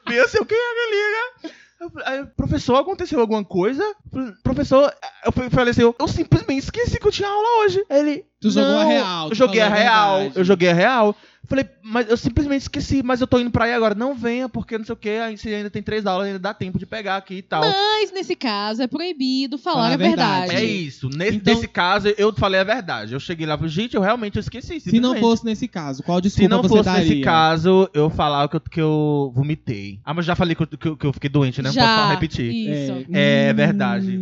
Speaker 3: Pensa, eu, quem é que liga? Eu falei, aí, professor, aconteceu alguma coisa? Eu falei, Professor, eu fui- falei assim, eu, eu simplesmente esqueci que eu tinha aula hoje. Aí Ele,
Speaker 2: Tu jogou
Speaker 3: "Não,
Speaker 2: a real,
Speaker 3: Eu
Speaker 2: tu
Speaker 3: joguei a
Speaker 2: falou a
Speaker 3: real,
Speaker 2: verdade."
Speaker 3: eu joguei a real. Falei, mas eu simplesmente esqueci, mas eu tô indo pra aí agora. Não venha, porque não sei o que, ainda tem três aulas, ainda dá tempo de pegar aqui e tal.
Speaker 1: Mas nesse caso é proibido falar
Speaker 2: Falar
Speaker 1: a
Speaker 2: a verdade.
Speaker 1: verdade.
Speaker 3: É isso. Nesse,
Speaker 2: Então-
Speaker 3: nesse caso, eu falei a verdade. Eu cheguei lá e falei, gente, eu realmente esqueci.
Speaker 2: Se não
Speaker 3: simplesmente.
Speaker 2: fosse nesse caso, qual desculpa
Speaker 3: Se não
Speaker 2: você
Speaker 3: fosse
Speaker 2: daria?
Speaker 3: nesse caso, eu falava que eu, que eu vomitei. Ah, mas já falei que eu, que eu- que eu fiquei doente, né? Não
Speaker 1: Já.
Speaker 3: Posso só repetir.
Speaker 1: Isso.
Speaker 3: É,
Speaker 2: hum,
Speaker 3: verdade.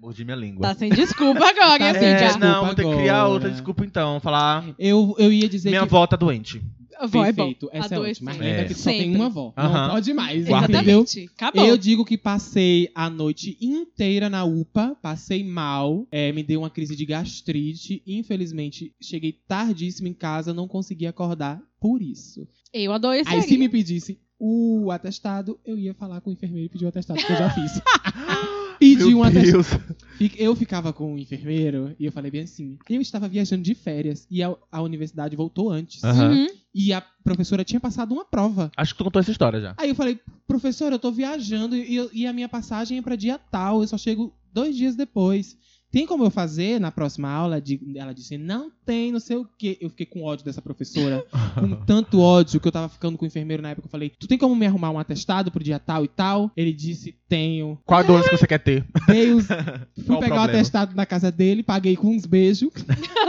Speaker 3: Mordi minha língua.
Speaker 1: Tá sem desculpa agora,
Speaker 2: Tá
Speaker 1: assim,
Speaker 2: sem
Speaker 3: é,
Speaker 1: já.
Speaker 2: desculpa
Speaker 3: não, vou ter que criar
Speaker 2: agora.
Speaker 3: outra desculpa então. Falar,
Speaker 2: Eu, eu ia dizer
Speaker 3: minha
Speaker 2: que...
Speaker 3: avó tá doente.
Speaker 1: Vó é bom.
Speaker 2: Perfeito, essa é
Speaker 1: Adoe
Speaker 2: ótima. Mas
Speaker 1: sempre.
Speaker 2: lembra
Speaker 3: É.
Speaker 2: que só tem
Speaker 1: Sempre.
Speaker 2: uma avó.
Speaker 3: Aham.
Speaker 2: Não pode mais,
Speaker 3: Guardei.
Speaker 2: entendeu?
Speaker 1: Exatamente. Tá Acabou.
Speaker 2: Eu digo que passei a noite inteira na UPA, passei mal, é, me deu uma crise de gastrite. Infelizmente, cheguei tardíssimo em casa, não consegui acordar por isso.
Speaker 1: Eu adoeci.
Speaker 2: Aí se me pedisse o atestado, eu ia falar com o enfermeiro e pedir o atestado, que eu
Speaker 3: [laughs]
Speaker 2: já fiz. Pedi um atestado. Fic- Eu ficava com o enfermeiro e eu falei bem assim: eu estava viajando de férias e a, a universidade voltou antes.
Speaker 3: Aham.
Speaker 1: Uhum.
Speaker 2: E a professora tinha passado uma prova.
Speaker 3: Acho que tu contou essa história já.
Speaker 2: Aí eu falei: professora, eu tô viajando e, eu- e a minha passagem é pra dia tal, eu só chego dois dias depois. Tem como eu fazer na próxima aula? De- Ela disse: não tem, não sei o quê. Eu fiquei com ódio dessa professora. com tanto ódio que eu tava ficando com o enfermeiro na época. Eu falei: tu tem como me arrumar um atestado pro dia tal e tal? Ele disse: tenho.
Speaker 3: Qual a doença que você quer ter? [laughs]
Speaker 2: Dei os- Fui
Speaker 3: Qual o
Speaker 2: pegar o
Speaker 3: problema?
Speaker 2: atestado na casa dele, paguei com uns beijos.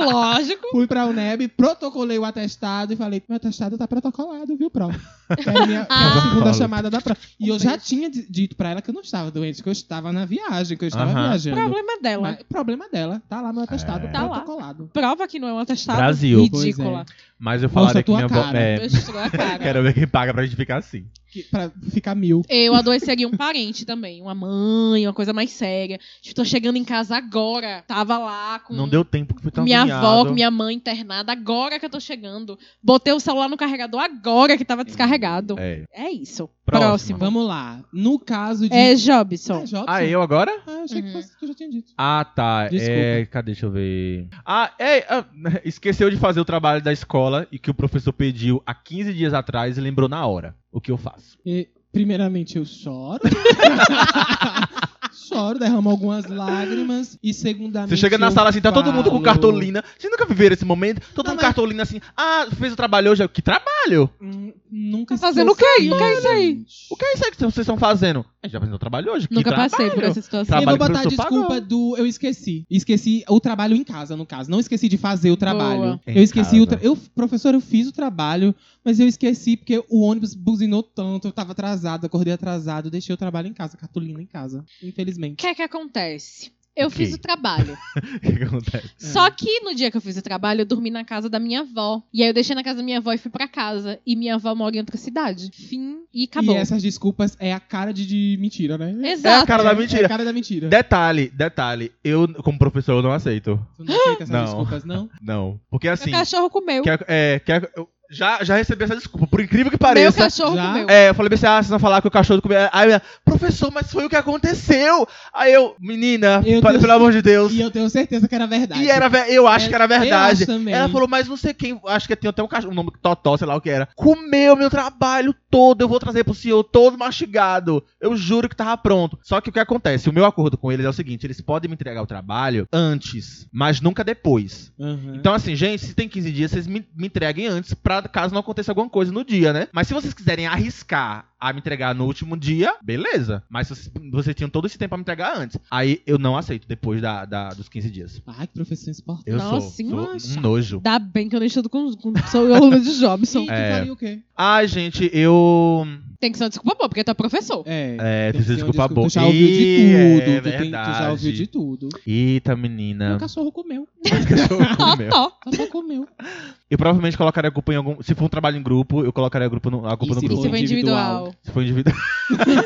Speaker 1: Lógico.
Speaker 2: Fui pra UNEB, protocolei o atestado e falei: meu atestado tá protocolado,
Speaker 3: [laughs]
Speaker 2: viu, Pro? Era a minha era a segunda
Speaker 3: Fala.
Speaker 2: chamada da Pro. E eu já tinha di- dito pra ela que eu não estava doente, que eu estava na viagem, que eu estava
Speaker 3: Aham.
Speaker 1: O
Speaker 2: viajando.
Speaker 1: problema é dela.
Speaker 2: Mas problema dela. Tá lá meu atestado
Speaker 3: É.
Speaker 1: Tá lá.
Speaker 2: protocolado.
Speaker 1: Prova que não é um atestado.
Speaker 3: Brasil.
Speaker 1: Ridícula.
Speaker 3: Mas eu falaria
Speaker 2: Mostra
Speaker 3: que
Speaker 2: tua
Speaker 3: minha avó.
Speaker 2: cara.
Speaker 3: É,
Speaker 1: Mostrou a
Speaker 3: [laughs]
Speaker 1: cara.
Speaker 3: quero ver quem paga pra gente ficar assim.
Speaker 2: Que- Pra ficar mil.
Speaker 1: Eu adoeceria um parente também, uma mãe, uma coisa mais séria. Tipo, tô chegando em casa agora. Tava lá com
Speaker 3: Não deu tempo que foi tão
Speaker 1: minha avó,
Speaker 3: agoniado.
Speaker 1: com minha mãe internada, agora que eu tô chegando. Botei o celular no carregador agora que tava descarregado.
Speaker 3: É.
Speaker 1: É, isso.
Speaker 3: Próximo.
Speaker 1: Próximo.
Speaker 2: Vamos lá. No caso de.
Speaker 1: É Jobson.
Speaker 2: Ah, Jobson?
Speaker 3: Ah, eu agora?
Speaker 2: Ah, eu achei que
Speaker 1: Uhum.
Speaker 2: fosse que eu já tinha dito.
Speaker 3: Ah, tá.
Speaker 2: Desculpa.
Speaker 3: É, cadê? Deixa eu ver. Ah, é. ah, [laughs] esqueceu de fazer o trabalho da escola e que o professor pediu há 15 dias atrás e lembrou na hora o que eu faço.
Speaker 2: E, primeiramente,
Speaker 1: [laughs]
Speaker 2: eu choro. choro, derramo algumas lágrimas. E segundamente.
Speaker 1: Ah,
Speaker 3: Você chega na
Speaker 2: eu
Speaker 3: sala assim, tá todo mundo com
Speaker 2: falo-
Speaker 3: cartolina. Vocês nunca viveram esse momento? Tá Todo
Speaker 2: Não,
Speaker 3: mundo com
Speaker 2: mas-
Speaker 3: cartolina assim. Ah, fez o trabalho hoje. Eu, Que trabalho?
Speaker 2: Hum, Nunca
Speaker 1: Tá fazendo o quê aí? O que é isso aí?
Speaker 3: O que é isso aí que vocês estão fazendo? "A gente já fazendo o trabalho hoje.
Speaker 1: Nunca
Speaker 3: que
Speaker 1: passei por
Speaker 3: trabalho?"
Speaker 1: essa situação.
Speaker 2: Eu
Speaker 3: Trabalho
Speaker 2: vou
Speaker 3: que
Speaker 2: botar a
Speaker 3: eu estou
Speaker 2: desculpa
Speaker 3: pagando.
Speaker 2: do eu esqueci. Esqueci o trabalho em casa, no caso. Não esqueci de fazer o trabalho.
Speaker 1: Boa.
Speaker 3: Em
Speaker 2: Eu esqueci o
Speaker 3: casa.
Speaker 2: tra... eu, professor, eu fiz o trabalho, mas eu esqueci porque o ônibus buzinou tanto, eu tava atrasado, acordei atrasado, deixei o trabalho em casa, cartolina em casa,
Speaker 1: O
Speaker 2: infelizmente.
Speaker 1: que é que acontece? Eu
Speaker 3: Ok.
Speaker 1: fiz o
Speaker 3: [laughs]
Speaker 1: trabalho.
Speaker 3: [laughs] O que que acontece?
Speaker 1: Só que no dia que eu fiz o trabalho, eu dormi na casa da minha avó. E aí eu deixei na casa da minha avó e fui pra casa. E minha avó mora em outra cidade. Fim e acabou.
Speaker 2: E essas desculpas é a cara de, de mentira, né?
Speaker 1: Exato.
Speaker 3: É a cara da mentira.
Speaker 2: É a cara da mentira.
Speaker 3: Detalhe, detalhe. Eu, como professor, eu não aceito.
Speaker 2: Tu não aceita essas
Speaker 3: Não.
Speaker 2: desculpas,
Speaker 3: [laughs]
Speaker 2: não?
Speaker 3: Não. Porque assim.
Speaker 1: Meu cachorro comeu.
Speaker 3: Quer, é, quer, eu já, já recebi essa desculpa. Por incrível que
Speaker 1: Meu
Speaker 3: pareça.
Speaker 1: cachorro
Speaker 2: já-
Speaker 1: comeu.
Speaker 3: É, eu falei pra você, ah, vocês vão falar que o cachorro comeu. Aí ela, professor, mas foi o que aconteceu. Aí eu, menina,
Speaker 2: Eu
Speaker 3: fala,
Speaker 2: tenho-
Speaker 3: pelo amor de Deus.
Speaker 2: E eu tenho certeza que era verdade.
Speaker 3: E era, ve- eu acho
Speaker 2: É,
Speaker 3: que era
Speaker 2: eu
Speaker 3: verdade.
Speaker 2: acho também.
Speaker 3: Ela falou, mas não sei quem, acho que tem até um cachorro, um nome Totó, sei lá o que era. Comeu meu trabalho todo, eu vou trazer pro senhor todo mastigado. Eu juro que tava pronto. Só que o que acontece, o meu acordo com eles é o seguinte, eles podem me entregar o trabalho antes, mas nunca depois.
Speaker 2: Aham.
Speaker 3: Então, assim, gente, se tem 15 dias, vocês me, me entreguem antes, pra caso não aconteça alguma coisa no dia, né? Mas se vocês quiserem arriscar a me entregar no último dia, beleza. Mas vocês, vocês tinham todo esse tempo pra me entregar antes. Aí eu não aceito depois da, da- dos 15 dias.
Speaker 2: Ai, que professor esporte.
Speaker 3: Eu
Speaker 1: Nossa,
Speaker 3: sou, sou
Speaker 1: nossa.
Speaker 3: um nojo.
Speaker 1: Ainda bem que eu não estudo com, com sou aluno de [laughs] Jobson.
Speaker 2: Tu
Speaker 3: É.
Speaker 2: faria o quê?
Speaker 3: Ai, gente, eu.
Speaker 1: Tem que ser uma desculpa boa, porque tu é professor.
Speaker 2: É.
Speaker 3: É,
Speaker 2: tem que
Speaker 3: preciso
Speaker 2: ter uma
Speaker 3: desculpar a boca.
Speaker 2: Tu já ouviu de
Speaker 3: Ih,
Speaker 2: tudo.
Speaker 3: é
Speaker 2: tu, tem- tu já ouviu
Speaker 3: verdade. É.
Speaker 2: de tudo.
Speaker 3: Eita,
Speaker 2: O
Speaker 3: menina. [laughs]
Speaker 2: cachorro comeu.
Speaker 3: Comeu.
Speaker 1: Tó.
Speaker 2: O cachorro
Speaker 3: [laughs]
Speaker 2: comeu.
Speaker 3: eu provavelmente colocaria a culpa em algum. Se for um trabalho em grupo, eu colocaria a, grupo no- a culpa
Speaker 2: E
Speaker 3: no
Speaker 2: se
Speaker 1: E
Speaker 3: grupo.
Speaker 1: se for individual.
Speaker 2: individual.
Speaker 3: [laughs] Se for individual.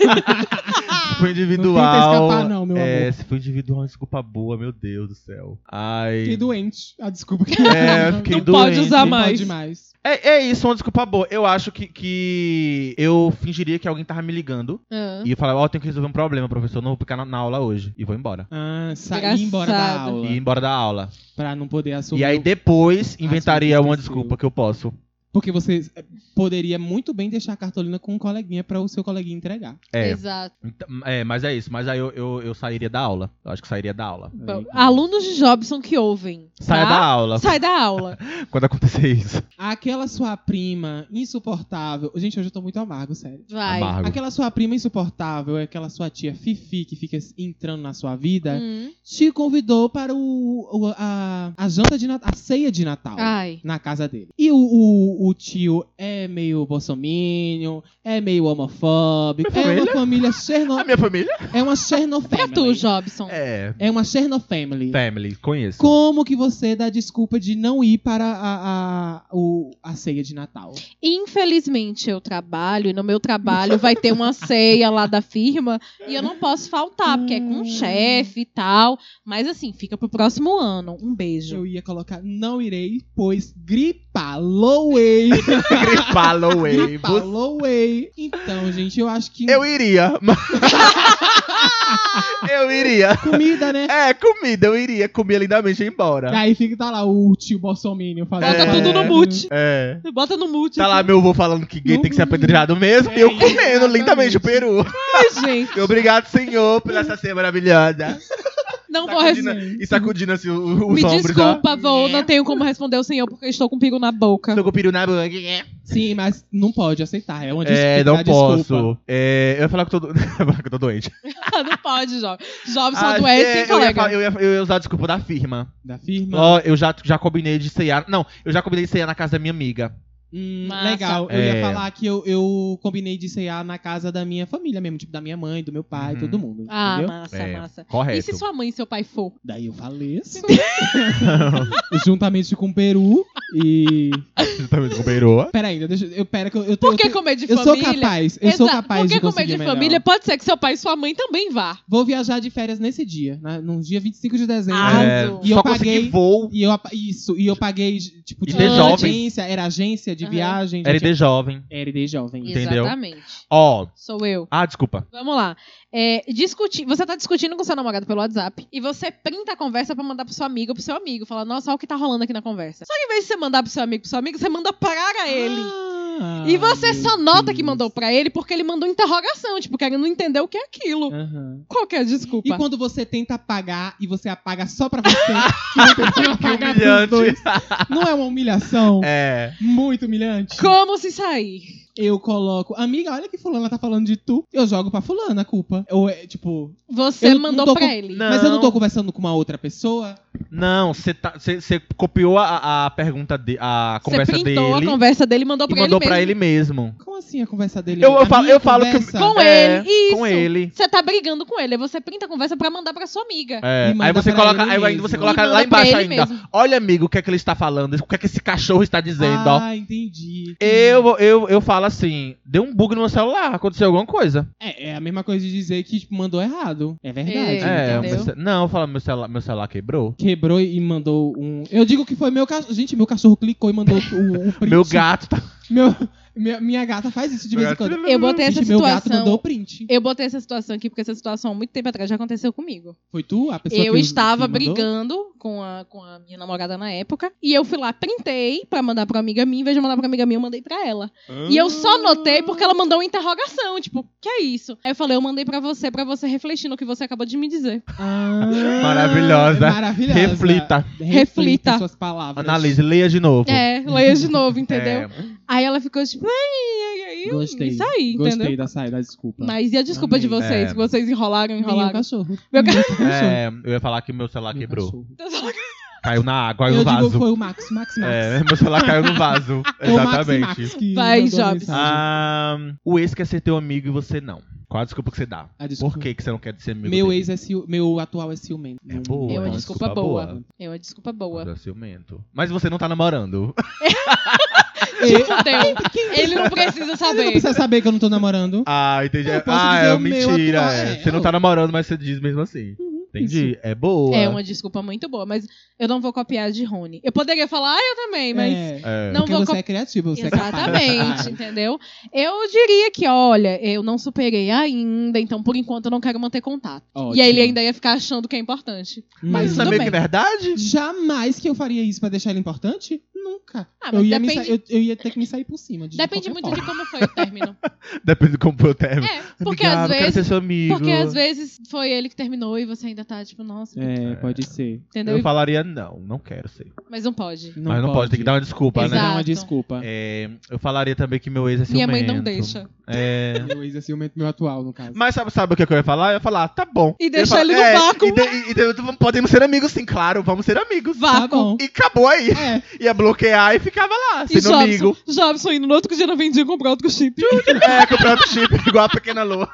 Speaker 3: se for
Speaker 2: Não
Speaker 3: individual.
Speaker 2: tenta escapar, não, meu
Speaker 3: é,
Speaker 2: amor.
Speaker 3: se for individual, desculpa boa, meu Deus do céu. Ai.
Speaker 2: Fiquei doente. A desculpa
Speaker 1: [laughs]
Speaker 2: que
Speaker 3: É, eu fiquei
Speaker 1: Não pode
Speaker 3: doente.
Speaker 1: usar
Speaker 2: Não
Speaker 1: mais.
Speaker 2: pode mais.
Speaker 3: É, é isso, uma desculpa boa. Eu acho que, que eu fingiria que alguém tava me ligando
Speaker 1: Ah.
Speaker 3: e eu falava, ó, tenho que resolver um problema, professor, não vou ficar na, na aula hoje. E vou embora.
Speaker 2: Ah, sair
Speaker 1: Engraçado.
Speaker 2: embora da aula.
Speaker 3: E ir embora da aula.
Speaker 2: Pra não poder assumir.
Speaker 3: e aí
Speaker 2: o-
Speaker 3: depois
Speaker 1: Ah,
Speaker 3: inventaria
Speaker 2: Assunto
Speaker 3: uma
Speaker 2: esqueceu.
Speaker 3: desculpa que eu posso.
Speaker 2: Porque você eh, poderia muito bem deixar a cartolina com um coleguinha pra o seu coleguinha entregar.
Speaker 3: É,
Speaker 1: Exato.
Speaker 3: então, é, mas é isso. Mas aí eu, eu, eu sairia da aula. Eu acho que sairia da aula.
Speaker 1: Bom, alunos de Jobson que ouvem.
Speaker 3: Saia
Speaker 1: tá?
Speaker 3: da aula
Speaker 1: Sai da aula.
Speaker 3: quando acontecer isso.
Speaker 2: Aquela sua prima insuportável. Gente, hoje eu tô muito amargo, sério.
Speaker 1: Vai.
Speaker 3: Amargo.
Speaker 2: Aquela sua prima insuportável, é aquela sua tia Fifi que fica entrando na sua vida,
Speaker 1: Hum.
Speaker 2: te convidou para o, o- a, a janta de Natal, a ceia de Natal.
Speaker 1: Ai.
Speaker 2: na casa dele. E o, o- o tio é meio bolsominion, é meio homofóbico,
Speaker 3: Minha
Speaker 2: é uma família cherno...
Speaker 3: [laughs] A minha família?
Speaker 2: é uma
Speaker 1: Pra tu,
Speaker 2: chernofamily.
Speaker 1: Jobson.
Speaker 3: É.
Speaker 2: É uma chernofamily.
Speaker 3: Family, conheço.
Speaker 2: Como que você dá desculpa de não ir para a, a, o- a ceia de Natal?
Speaker 1: Infelizmente, eu trabalho, e no meu trabalho vai ter uma ceia lá da firma, e eu não posso faltar, porque é com o chefe e tal. Mas assim, fica pro próximo ano. Um beijo.
Speaker 2: [laughs] Eu ia colocar, não irei, pois gripa, loe away. [laughs]
Speaker 3: Gripal away. Você-
Speaker 2: Falou away. Então, gente, eu acho que
Speaker 3: Eu iria. mas- eu iria.
Speaker 2: comida, né?
Speaker 3: É, comida, eu iria comer lindamente e ir embora.
Speaker 2: Aí fica tá lá o tio Bolsonaro fazendo.
Speaker 1: Bota
Speaker 3: É.
Speaker 1: tudo no mute.
Speaker 3: É.
Speaker 1: Bota no mute.
Speaker 3: Tá lá meu avô falando que gay tem que ser apedrejado mesmo e eu
Speaker 2: É,
Speaker 3: comendo
Speaker 2: exatamente.
Speaker 3: lindamente o peru.
Speaker 1: assim. Ai, [laughs] gente.
Speaker 3: Obrigado, senhor, por essa ceia maravilhosa.
Speaker 1: Não vou
Speaker 3: Sacudindo-
Speaker 1: responder.
Speaker 3: e sacudindo assim o- os
Speaker 1: Me
Speaker 3: ombros. ó.
Speaker 1: desculpa, vou. Não tenho como responder o senhor porque eu estou com pico na boca. [laughs]
Speaker 3: Tô com o peru na boca.
Speaker 2: Sim, mas não pode aceitar. É uma desculpa.
Speaker 3: É, não
Speaker 2: tá? Desculpa.
Speaker 3: posso. É, eu ia falar que eu tô, do- [laughs] eu ia falar que eu tô doente.
Speaker 1: Ah, não pode, jovem. Jovem só
Speaker 3: Ah,
Speaker 1: adoece,
Speaker 3: é,
Speaker 1: hein,
Speaker 3: eu, ia,
Speaker 1: colega?
Speaker 3: fa- eu, ia, eu ia usar a desculpa da firma.
Speaker 2: Da firma.
Speaker 3: Ó, eu já, já combinei de ceiar. Não, eu já combinei de ceiar na casa da minha amiga.
Speaker 2: Hum,
Speaker 1: Massa.
Speaker 2: legal. Eu
Speaker 3: É.
Speaker 2: ia falar que eu, eu combinei de cear na casa da minha família mesmo. Tipo, da minha mãe, do meu pai,
Speaker 3: Uhum.
Speaker 2: todo mundo.
Speaker 1: Ah,
Speaker 2: entendeu?
Speaker 1: massa,
Speaker 3: É,
Speaker 1: massa.
Speaker 3: Correto.
Speaker 1: E se [laughs] sua mãe e seu pai for?
Speaker 2: Daí eu faleço. [laughs]
Speaker 3: [laughs]
Speaker 2: juntamente com o Peru e...
Speaker 3: Exatamente, com peru.
Speaker 2: Pera ainda, deixa eu... Pera que eu, eu tenho...
Speaker 1: Por que
Speaker 2: eu, tenho-
Speaker 1: comer de
Speaker 2: eu sou
Speaker 1: família?
Speaker 2: capaz. Eu sou
Speaker 1: Exato.
Speaker 2: capaz
Speaker 1: Porque
Speaker 2: de
Speaker 1: comer
Speaker 2: conseguir
Speaker 1: de
Speaker 2: melhor.
Speaker 1: família pode ser que seu pai e sua mãe também vá.
Speaker 2: Vou viajar de férias nesse dia, na- no dia 25 de dezembro.
Speaker 1: Ah,
Speaker 3: É,
Speaker 1: Arrasou.
Speaker 2: E
Speaker 3: só
Speaker 2: eu
Speaker 3: consegui
Speaker 2: paguei...
Speaker 3: voo.
Speaker 2: E eu, apa- isso, e eu paguei, tipo,
Speaker 3: E
Speaker 2: de
Speaker 1: de jovem.
Speaker 2: agência, era agência de
Speaker 1: Aham.
Speaker 2: viagem. já tinha-
Speaker 3: LD jovem.
Speaker 2: RD jovem.
Speaker 3: Entendeu?
Speaker 1: Exatamente.
Speaker 3: Ó.
Speaker 1: Sou eu.
Speaker 3: Ah, desculpa.
Speaker 1: Vamos lá. É, discutir. Você tá discutindo com seu namorado pelo WhatsApp e você printa a conversa pra mandar pro seu amigo, pro seu amigo. Fala, nossa, olha o que tá rolando aqui na conversa. Só que em vez de você mandar pro seu amigo, pro seu amigo, você manda para ele.
Speaker 2: Ah,
Speaker 1: e você
Speaker 2: meu
Speaker 1: só nota que
Speaker 2: Deus.
Speaker 1: mandou pra ele porque ele mandou interrogação, tipo, querendo não entender o que é aquilo.
Speaker 2: Aham.
Speaker 1: Qual que é a desculpa?
Speaker 2: E quando você tenta apagar e você apaga só pra você, [laughs] que não tem como
Speaker 3: Que
Speaker 2: apagar pros dois,
Speaker 3: humilhante.
Speaker 2: não é uma humilhação?
Speaker 3: [laughs] É.
Speaker 2: Muito humilhante.
Speaker 1: Como se sair?
Speaker 2: Eu coloco, amiga, olha que fulana tá falando de tu. Eu jogo pra fulana a culpa. Ou é, tipo,
Speaker 1: Você
Speaker 2: Eu não
Speaker 1: mandou
Speaker 2: tô
Speaker 1: pra
Speaker 2: com-
Speaker 1: ele.
Speaker 3: Não.
Speaker 2: mas eu não tô conversando com uma outra pessoa.
Speaker 3: Não, você tá, você- você copiou a, a pergunta de, a
Speaker 1: Você
Speaker 3: conversa
Speaker 1: printou
Speaker 3: dele
Speaker 1: a conversa dele e mandou
Speaker 3: e
Speaker 1: pra
Speaker 3: mandou
Speaker 1: ele.
Speaker 3: pra
Speaker 1: mesmo.
Speaker 3: ele mesmo.
Speaker 2: Como assim a conversa dele?
Speaker 3: Eu, eu
Speaker 2: A
Speaker 3: falo,
Speaker 2: minha
Speaker 3: eu falo que
Speaker 2: conversa?
Speaker 1: Com
Speaker 3: é,
Speaker 1: ele, isso.
Speaker 3: Com ele.
Speaker 1: Você tá brigando com ele, aí você printa a conversa pra mandar pra sua amiga.
Speaker 3: É,
Speaker 2: E
Speaker 3: Aí
Speaker 2: manda
Speaker 3: você
Speaker 2: pra
Speaker 3: coloca,
Speaker 2: ele
Speaker 3: aí ainda
Speaker 2: mesmo.
Speaker 3: você
Speaker 2: E
Speaker 3: coloca
Speaker 1: manda
Speaker 3: lá
Speaker 1: pra
Speaker 3: embaixo
Speaker 1: ele
Speaker 3: ainda.
Speaker 1: mesmo.
Speaker 3: Olha, amigo, o que é que ele está falando? O que é que esse cachorro está dizendo, ó?
Speaker 2: Ah, entendi.
Speaker 3: Eu, eu, eu falo assim, deu um bug no meu celular, aconteceu alguma coisa.
Speaker 2: É, é a mesma coisa de dizer que tipo, mandou errado. É verdade.
Speaker 1: Sim,
Speaker 3: é,
Speaker 1: entendeu?
Speaker 3: meu ce- não, eu falo, meu celular, meu celular quebrou.
Speaker 2: Quebrou e mandou um. Eu digo que foi meu cachorro. Gente, meu cachorro clicou e mandou
Speaker 3: [laughs]
Speaker 2: o, o print.
Speaker 3: Meu gato tá.
Speaker 2: Meu- minha, minha gata faz isso de vez em quando.
Speaker 1: Eu botei essa
Speaker 2: Gente, meu gato
Speaker 1: situação.
Speaker 2: mandou o print.
Speaker 1: Eu botei essa situação aqui porque essa situação há muito tempo atrás já aconteceu comigo.
Speaker 2: Foi tu, a pessoa que
Speaker 1: Eu
Speaker 2: que
Speaker 1: estava
Speaker 2: mandou?
Speaker 1: brigando com a, com a minha namorada na época e eu fui lá, printei pra mandar pra amiga minha, em vez de mandar pra amiga minha, eu mandei pra ela. E eu só notei porque ela mandou uma interrogação, tipo, que é isso? Aí eu falei, eu mandei pra você, pra você refletir no que você acabou de me dizer.
Speaker 2: Ah, é
Speaker 3: Maravilhosa.
Speaker 2: Maravilhosa.
Speaker 3: é, Reflita.
Speaker 1: Reflita.
Speaker 2: suas palavras.
Speaker 3: [laughs] Analise, leia de novo.
Speaker 1: É, leia de novo, entendeu?
Speaker 3: É,
Speaker 1: Aí ela ficou tipo, ai, ai, ai,
Speaker 2: Gostei.
Speaker 1: isso aí,
Speaker 2: Gostei
Speaker 1: entendeu?
Speaker 2: da saída, desculpa.
Speaker 1: Mas e a desculpa de
Speaker 2: Amei.
Speaker 1: vocês?
Speaker 3: É.
Speaker 1: Que vocês enrolaram,
Speaker 2: Meu
Speaker 1: enrolaram.
Speaker 2: cachorro.
Speaker 1: Meu
Speaker 3: é, eu ia falar que meu celular
Speaker 2: Meu
Speaker 3: quebrou.
Speaker 2: cachorro.
Speaker 3: Caiu na água, caiu
Speaker 2: Uhum. Eu
Speaker 3: no
Speaker 2: digo que
Speaker 3: vaso.
Speaker 2: foi o Max, Max, Max.
Speaker 3: É, [laughs] meu celular caiu no vaso.
Speaker 2: [laughs] É o Max e Max
Speaker 3: Exatamente.
Speaker 2: que
Speaker 1: Vai,
Speaker 2: mandou a
Speaker 1: Jobs.
Speaker 2: mensagem.
Speaker 3: Ah, o ex quer ser teu amigo e você não. Qual a desculpa que você dá?
Speaker 2: A desculpa.
Speaker 3: Por que, que você não quer ser amigo
Speaker 2: Meu
Speaker 3: dele?
Speaker 2: ex é ciu... Meu atual é ciumento.
Speaker 3: É boa.
Speaker 1: É uma
Speaker 3: uma
Speaker 1: desculpa
Speaker 3: desculpa
Speaker 1: boa.
Speaker 3: boa.
Speaker 1: É uma desculpa boa.
Speaker 3: Mas é ciumento. Mas você não tá namorando.
Speaker 2: Ele
Speaker 1: Tipo, deu. Ele não precisa
Speaker 2: não
Speaker 1: saber.
Speaker 2: precisa saber que eu não tô namorando.
Speaker 3: Ah, entendi.
Speaker 2: Eu posso
Speaker 3: ah,
Speaker 2: dizer
Speaker 3: é
Speaker 2: o meu
Speaker 3: mentira.
Speaker 2: atual,
Speaker 3: é.
Speaker 2: é.
Speaker 3: Você não tá namorando, mas você diz mesmo assim. Entendi. É boa.
Speaker 1: É uma desculpa muito boa, mas eu não vou copiar de Rony. Eu poderia falar, ah, eu também, mas.
Speaker 2: É.
Speaker 3: É.
Speaker 1: Não
Speaker 2: Porque
Speaker 1: vou
Speaker 2: você
Speaker 1: co-
Speaker 2: é criativo, você é capaz.
Speaker 1: Exatamente,
Speaker 2: [laughs]
Speaker 1: entendeu? Eu diria que, olha, eu não superei ainda, então por enquanto eu não quero manter contato.
Speaker 2: Ah, Ótimo.
Speaker 1: E aí ele ainda ia ficar achando que é importante.
Speaker 3: Mas isso
Speaker 1: tudo
Speaker 3: é meio
Speaker 1: bem.
Speaker 3: que verdade?
Speaker 2: Jamais que eu faria isso pra deixar ele importante? Nunca.
Speaker 1: Ah, mas
Speaker 2: eu, ia me
Speaker 1: depende-
Speaker 2: sa- eu, eu ia ter que me sair por cima. De
Speaker 1: Depende
Speaker 2: qualquer
Speaker 1: muito
Speaker 2: forma.
Speaker 3: [laughs]
Speaker 1: de como foi o
Speaker 2: [laughs]
Speaker 1: término.
Speaker 3: Depende do como foi o término.
Speaker 1: É, porque
Speaker 3: Amiga, ah,
Speaker 1: às
Speaker 3: eu quero ser
Speaker 1: vezes.
Speaker 3: seu amigo.
Speaker 1: Porque às vezes foi ele que terminou e você ainda tá, tipo, nossa,
Speaker 2: É, pode ser.
Speaker 1: entendeu?
Speaker 3: Eu falaria não, não quero ser.
Speaker 1: Mas não pode.
Speaker 2: Não
Speaker 3: mas não pode. tem que dar uma desculpa,
Speaker 2: Tem que
Speaker 3: né?
Speaker 2: dar uma
Speaker 1: Exato.
Speaker 2: desculpa.
Speaker 3: É, eu falaria também que meu ex é
Speaker 1: Minha
Speaker 3: ciumento.
Speaker 1: mãe não deixa.
Speaker 3: É.
Speaker 2: Meu ex é ciumento meu atual, no caso.
Speaker 3: Mas sabe, sabe o que, que eu ia falar? Eu ia falar, tá bom.
Speaker 1: E
Speaker 3: Eu ia
Speaker 1: deixar
Speaker 3: falar, "É,
Speaker 1: ele no vácuo.
Speaker 3: E de- e de- vamos- podemos ser amigos, sim, claro, vamos ser amigos.
Speaker 2: Tá
Speaker 1: Vácuo.
Speaker 2: bom.
Speaker 3: E acabou aí.
Speaker 2: É.
Speaker 3: Ia bloquear e ficava lá,
Speaker 1: E
Speaker 3: sendo
Speaker 1: Jobson,
Speaker 3: amigo.
Speaker 1: Jobson indo no outro dia não vendia comprar outro chip.
Speaker 3: É, comprar outro chip, igual a pequena lua.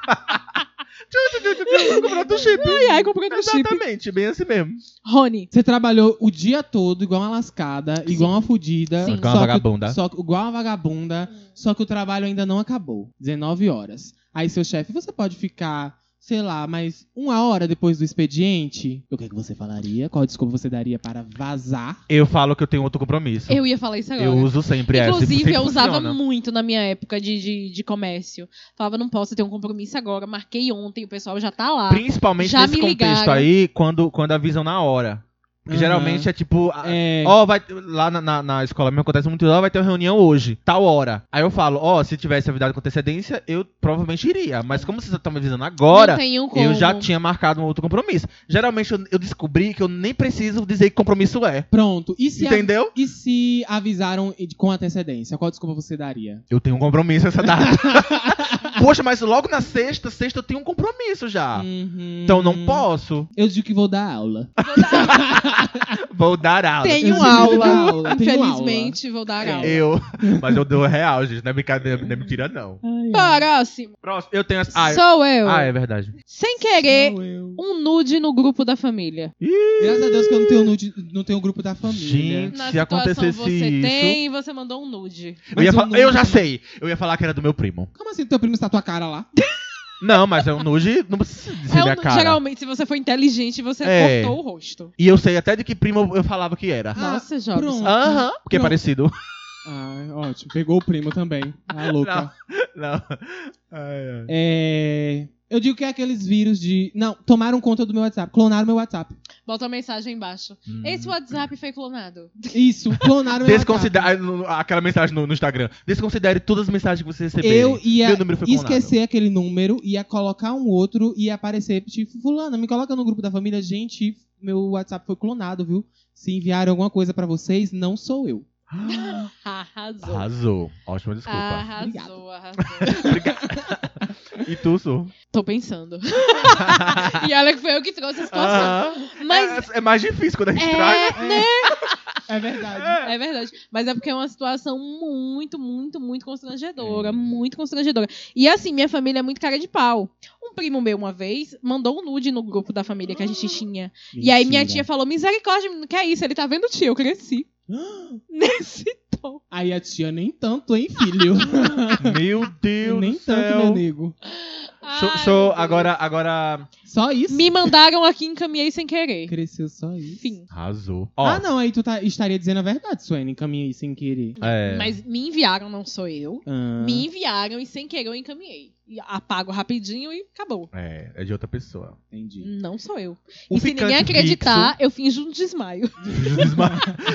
Speaker 1: [laughs]
Speaker 3: comprar outro chip.
Speaker 1: Ai, ai, comprei outro chip.
Speaker 3: Exatamente, bem assim mesmo.
Speaker 1: Rony.
Speaker 2: Você trabalhou o dia todo igual uma lascada, igual uma fudida.
Speaker 1: Sim. Hum.
Speaker 3: Igual uma
Speaker 2: só que-
Speaker 3: vagabunda.
Speaker 2: só que- igual uma vagabunda, só que o trabalho ainda não acabou. 19 horas. Aí seu chefe, você pode ficar sei lá, mas uma hora depois do expediente, o que, é que você falaria? Qual desculpa você daria para vazar?
Speaker 3: Eu falo que eu tenho outro compromisso.
Speaker 1: Eu ia falar isso agora.
Speaker 3: Eu uso sempre essa.
Speaker 1: Inclusive,
Speaker 3: tipo, sempre
Speaker 1: eu usava
Speaker 3: funciona.
Speaker 1: muito na minha época de, de, de comércio. Falava, não posso ter um compromisso agora. Marquei ontem, o pessoal já tá lá.
Speaker 3: Principalmente
Speaker 1: Já
Speaker 3: nesse
Speaker 1: me
Speaker 3: contexto
Speaker 1: ligaram.
Speaker 3: aí, quando, quando avisam na hora. Porque
Speaker 2: Aham.
Speaker 3: geralmente é tipo. a-
Speaker 2: É,
Speaker 3: Ó, vai. Lá na, na, na escola mesmo acontece muito, ó, vai ter uma reunião hoje, tal hora. Aí eu falo, ó, se tivesse avisado com antecedência, eu provavelmente iria. Mas como vocês estão me avisando agora,
Speaker 1: não tenho como.
Speaker 3: eu já tinha marcado um outro compromisso. Geralmente eu, eu descobri que eu nem preciso dizer que compromisso é.
Speaker 2: pronto. E se, a-
Speaker 3: Entendeu?
Speaker 2: e se avisaram com antecedência? Qual desculpa você daria?
Speaker 3: Eu tenho um compromisso essa data. [laughs] Poxa, mas logo na sexta, sexta eu tenho um compromisso já.
Speaker 2: Uhum.
Speaker 3: Então
Speaker 1: Hum.
Speaker 3: não posso.
Speaker 2: Eu digo que vou dar aula.
Speaker 3: Vou dar aula.
Speaker 1: Tenho
Speaker 3: [laughs]
Speaker 2: Eu digo que vou dar
Speaker 1: aula.
Speaker 2: aula. tenho
Speaker 1: Infelizmente, vou dar aula.
Speaker 3: Eu. Mas eu dou real, gente. Não é brincadeira, não é mentira, não.
Speaker 2: aula. Ai, ai.
Speaker 1: Próximo.
Speaker 3: Próximo, eu tenho. as- Ah,
Speaker 1: Sou eu.
Speaker 3: ah, é verdade.
Speaker 1: Sem querer,
Speaker 2: Sou eu.
Speaker 1: um nude no grupo da família.
Speaker 2: Graças a Deus que eu não tenho, nude- não tenho grupo da família.
Speaker 3: Gente.
Speaker 1: Na
Speaker 3: Se acontecesse
Speaker 1: situação você
Speaker 3: isso-
Speaker 1: tem, você mandou um nude.
Speaker 3: Eu,
Speaker 2: Mas
Speaker 3: ia
Speaker 2: um
Speaker 3: falar-
Speaker 2: nude-
Speaker 3: eu já sei. Eu ia falar que era do meu primo.
Speaker 2: Como assim teu primo está tua cara lá?
Speaker 3: Não, mas é um nude. Não precisa dizer
Speaker 1: É um
Speaker 3: minha
Speaker 1: nude-
Speaker 3: cara.
Speaker 1: geralmente, se você for inteligente, você
Speaker 3: É.
Speaker 1: cortou o rosto.
Speaker 3: E eu sei até de que primo eu falava que era.
Speaker 2: Ah,
Speaker 1: Nossa, Jobs.
Speaker 2: pronto.
Speaker 3: Aham. Porque é
Speaker 2: Pronto.
Speaker 3: parecido.
Speaker 2: Ah, ótimo. Pegou o primo também. Ah, louca.
Speaker 3: Não. [laughs] Não. Ai, ai.
Speaker 2: É... Eu digo que é aqueles vírus de... Não, tomaram conta do meu WhatsApp. Clonaram meu WhatsApp.
Speaker 1: Bota uma mensagem embaixo.
Speaker 2: Hum.
Speaker 1: Esse
Speaker 3: Hum.
Speaker 1: WhatsApp foi clonado.
Speaker 2: Isso, clonaram meu WhatsApp.
Speaker 1: Ah, tá.
Speaker 3: Desconsidere aquela mensagem no, no Instagram. Desconsidere todas as mensagens que você recebeu.
Speaker 2: Eu ia
Speaker 3: Meu número foi clonado.
Speaker 2: esquecer aquele número, ia colocar um outro, ia aparecer, tipo, fulana, me coloca no grupo da família. Gente, meu WhatsApp foi clonado, viu? Se enviaram alguma coisa pra vocês, não sou eu.
Speaker 1: Arrasou.
Speaker 3: [gasps] Arrasou. Ótima desculpa.
Speaker 1: Ah. Arrasou, arrasou.
Speaker 3: E
Speaker 1: [laughs]
Speaker 3: tu, Su?
Speaker 1: Tô
Speaker 3: [laughs]
Speaker 1: pensando. e olha que foi eu que trouxe a situação.
Speaker 3: Aham.
Speaker 1: Mas
Speaker 3: Ah. É, é mais difícil quando a gente traz.
Speaker 1: é, né?
Speaker 2: É verdade.
Speaker 1: É verdade. Mas é porque é uma situação muito, muito, muito
Speaker 3: Uhum.
Speaker 1: constrangedora. Muito constrangedora. E assim, minha família é muito cara de pau. Um primo meu, uma vez, mandou um nude no grupo da família que a
Speaker 3: Ah.
Speaker 1: gente tinha. E aí minha tia
Speaker 2: Mentira.
Speaker 1: falou: misericórdia, menino, que é isso? Ele tá vendo o tio, eu
Speaker 3: [gasps]
Speaker 1: cresci. Nesse tom.
Speaker 2: Aí a tia, nem tanto, hein, [laughs] filho?
Speaker 3: Meu Deus
Speaker 2: nem
Speaker 3: do céu.
Speaker 2: tanto, meu nego.
Speaker 3: Show,
Speaker 1: Ai,
Speaker 3: show.
Speaker 1: meu Deus.
Speaker 3: Agora, agora...
Speaker 2: Só isso.
Speaker 1: Me mandaram aqui, encaminhei sem querer.
Speaker 2: Cresceu só isso.
Speaker 1: Enfim.
Speaker 3: Arrasou. Ó,
Speaker 2: Ah, não, aí tu tá- estaria dizendo a verdade, Suene, encaminha aí sem querer.
Speaker 3: é,
Speaker 1: Mas me enviaram, não sou eu.
Speaker 2: Ah,
Speaker 1: Me enviaram e sem querer eu encaminhei. E apago rapidinho e acabou.
Speaker 3: é, é de outra pessoa.
Speaker 2: entendi.
Speaker 1: Não sou eu.
Speaker 3: O
Speaker 1: e se
Speaker 3: ficante
Speaker 1: ninguém acreditar, eu finjo um desmaio.
Speaker 3: fixo, desma-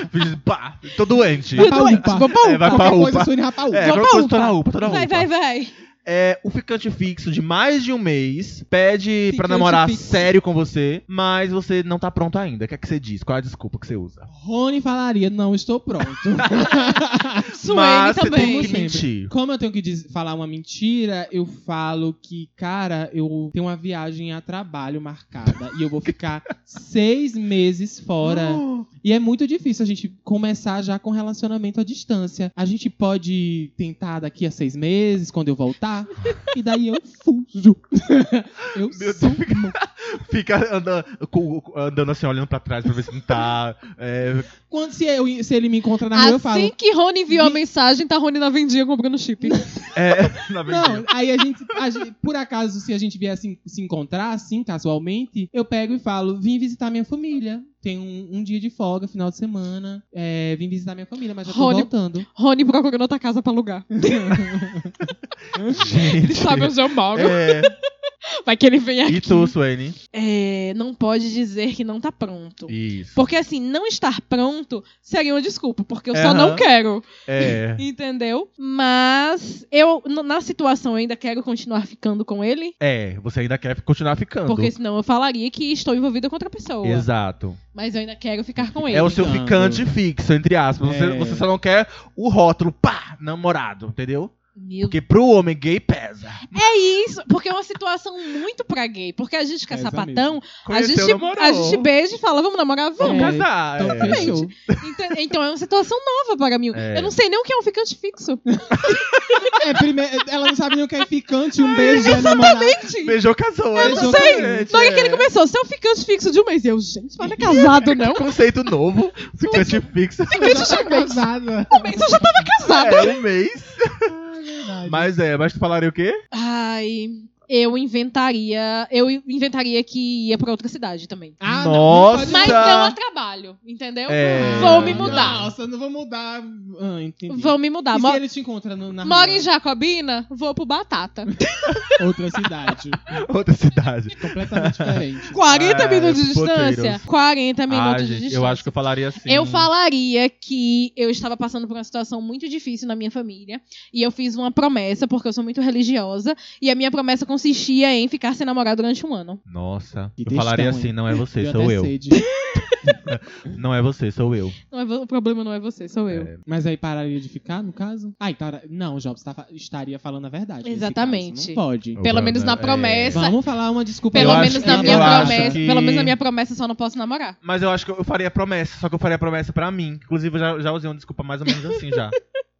Speaker 3: finge- pá, tô doente.
Speaker 2: Vai pra UPA.
Speaker 1: Vou pra
Speaker 3: É, vai
Speaker 1: UPA.
Speaker 3: pra
Speaker 2: Qualquer coisa,
Speaker 3: UPA.
Speaker 2: Suene, vai pra UPA.
Speaker 3: É, agora
Speaker 1: pra
Speaker 3: coisa, tô
Speaker 1: UPA.
Speaker 3: na UPA, tô na tá.
Speaker 1: Vai,
Speaker 3: UPA.
Speaker 1: vai, vai.
Speaker 3: É, o ficante fixo de mais de um mês pede pra
Speaker 2: Ficante
Speaker 3: namorar
Speaker 2: fixo.
Speaker 3: sério com você, mas você não tá pronto ainda. O que é que você diz? Qual é a desculpa que você usa?
Speaker 2: Rony falaria, não estou pronto.
Speaker 1: Suene
Speaker 3: mas
Speaker 1: [laughs]
Speaker 3: você
Speaker 1: também.
Speaker 3: tem que
Speaker 2: Como sempre.
Speaker 3: mentir.
Speaker 2: Como eu tenho que diz- falar uma mentira, eu falo que, cara, eu tenho uma viagem a trabalho marcada e eu vou
Speaker 1: [laughs]
Speaker 2: ficar seis meses fora. E é muito difícil a gente começar já com relacionamento à distância. A gente pode tentar daqui a seis meses, quando eu voltar, e daí eu fujo. [laughs]
Speaker 3: Meu
Speaker 2: eu
Speaker 3: Deus,
Speaker 2: sumo.
Speaker 3: [laughs] Fica andando, com- com- andando assim, olhando pra trás pra ver se
Speaker 1: [laughs]
Speaker 3: não tá. é,
Speaker 2: Quando se, eu, se ele me encontra na rua, eu falo.
Speaker 1: Assim que Rony viu a
Speaker 2: Vi-
Speaker 1: mensagem, tá Rony na vendinha comprando chip.
Speaker 3: é, na verdade.
Speaker 2: Não, aí a gente, a gente- Por acaso, se a gente vier se, se encontrar, assim, casualmente, eu pego e falo: vim visitar minha família. Tem um, um dia de folga, final de semana. é, vim visitar minha família, mas já tô
Speaker 1: Rony-
Speaker 2: voltando.
Speaker 1: Rony procurando outra casa pra [laughs] alugar. [laughs] Ele
Speaker 3: Gente.
Speaker 1: sabe onde eu moro.
Speaker 3: É,
Speaker 1: [laughs] Vai que ele vem aqui.
Speaker 3: e tu, Suene?
Speaker 1: É, não pode dizer que não tá pronto.
Speaker 3: Isso.
Speaker 1: Porque assim, não estar pronto seria uma desculpa, porque eu só
Speaker 3: Aham.
Speaker 1: não quero.
Speaker 3: É.
Speaker 1: Entendeu? Mas eu, n- na situação, eu ainda quero continuar ficando com ele.
Speaker 3: É, você ainda quer continuar ficando.
Speaker 1: Porque senão eu falaria que estou envolvida com outra pessoa.
Speaker 3: Exato.
Speaker 1: Mas eu ainda quero ficar com ele.
Speaker 3: É o seu
Speaker 2: Ficando.
Speaker 3: ficante fixo, entre aspas. Você,
Speaker 2: É.
Speaker 3: você só não quer o rótulo, pá, namorado, entendeu?
Speaker 1: Meu
Speaker 3: Porque pro homem gay pesa.
Speaker 1: É isso, porque é uma situação muito pra gay. Porque a gente que é
Speaker 2: É,
Speaker 1: sapatão, a
Speaker 3: Conheceu,
Speaker 1: gente,
Speaker 3: namorou.
Speaker 1: a gente beija e fala, vamos namorar?
Speaker 3: Vamos
Speaker 1: Vamos.
Speaker 2: É,
Speaker 3: casar.
Speaker 2: Então,
Speaker 3: é.
Speaker 2: fechou.
Speaker 1: Ente- Então é uma situação nova para mim.
Speaker 3: É.
Speaker 1: Eu não sei nem o que é um ficante fixo.
Speaker 2: É, primeiro, ela não sabe nem o que é ficante, um beijo é namorado.
Speaker 1: Gente,
Speaker 3: Beijou, casou.
Speaker 2: Eu
Speaker 3: é
Speaker 2: não
Speaker 1: sei.
Speaker 3: diferente,
Speaker 1: Na hora
Speaker 3: é.
Speaker 1: que ele começou, seu ficante fixo de um mês. Eu, gente, mas não é casado,
Speaker 3: [laughs]
Speaker 1: não.
Speaker 3: Que Um conceito novo, ficante fixo. É,
Speaker 2: Eu [laughs] já tô casada.
Speaker 1: Um mês eu já tava casado.
Speaker 3: É, um mês. Mas é, mas tu falaria o quê?
Speaker 1: Ai, eu inventaria. Eu inventaria que ia pra outra cidade também.
Speaker 2: Ah,
Speaker 3: Nossa!
Speaker 2: pode-
Speaker 1: Mas não a trabalho, entendeu?
Speaker 3: Tá. É.
Speaker 1: Vou me mudar.
Speaker 2: Nossa, não vou mudar. Ah, entendi.
Speaker 1: Vão me mudar.
Speaker 2: E
Speaker 1: Mo
Speaker 2: se ele te encontra no, na rua?
Speaker 1: Moro em Jacobina, vou pro [laughs] Batata.
Speaker 2: outra cidade. É
Speaker 3: Outra cidade. [laughs]
Speaker 2: completamente diferente.
Speaker 1: 40
Speaker 3: É,
Speaker 1: minutos de
Speaker 3: puteiros.
Speaker 1: distância? 40
Speaker 3: Ah,
Speaker 1: minutos de
Speaker 3: gente,
Speaker 1: distância.
Speaker 3: eu acho que eu falaria assim.
Speaker 1: Eu falaria que eu estava passando por uma situação muito difícil na minha família. E eu fiz uma promessa, porque eu sou muito religiosa. E a minha promessa consistia em ficar sem namorar durante um ano.
Speaker 3: Nossa,
Speaker 2: Que
Speaker 3: eu falaria
Speaker 2: testemunha.
Speaker 3: assim, não é você,
Speaker 2: Deu
Speaker 3: sou
Speaker 2: até
Speaker 3: eu.
Speaker 2: sede.
Speaker 3: Não é você, sou eu.
Speaker 1: Não é vo- o problema não é você, sou eu.
Speaker 2: Mas aí pararia de ficar, no caso? Ah, então, não, Jobs tá fa- estaria falando a verdade. nesse
Speaker 1: Exatamente.
Speaker 2: caso. Não pode.
Speaker 1: Pelo
Speaker 3: Eu-
Speaker 1: menos na
Speaker 3: é.
Speaker 1: promessa.
Speaker 2: Vamos falar uma desculpa.
Speaker 1: Pelo
Speaker 3: Eu
Speaker 1: menos
Speaker 3: acho-
Speaker 1: na
Speaker 3: eu
Speaker 1: minha
Speaker 3: acho
Speaker 1: promessa.
Speaker 3: que-
Speaker 1: Pelo menos na minha promessa só não posso namorar.
Speaker 3: Mas eu acho que eu faria promessa, só que eu faria promessa pra mim. Inclusive, eu já, já usei uma desculpa mais ou menos assim já.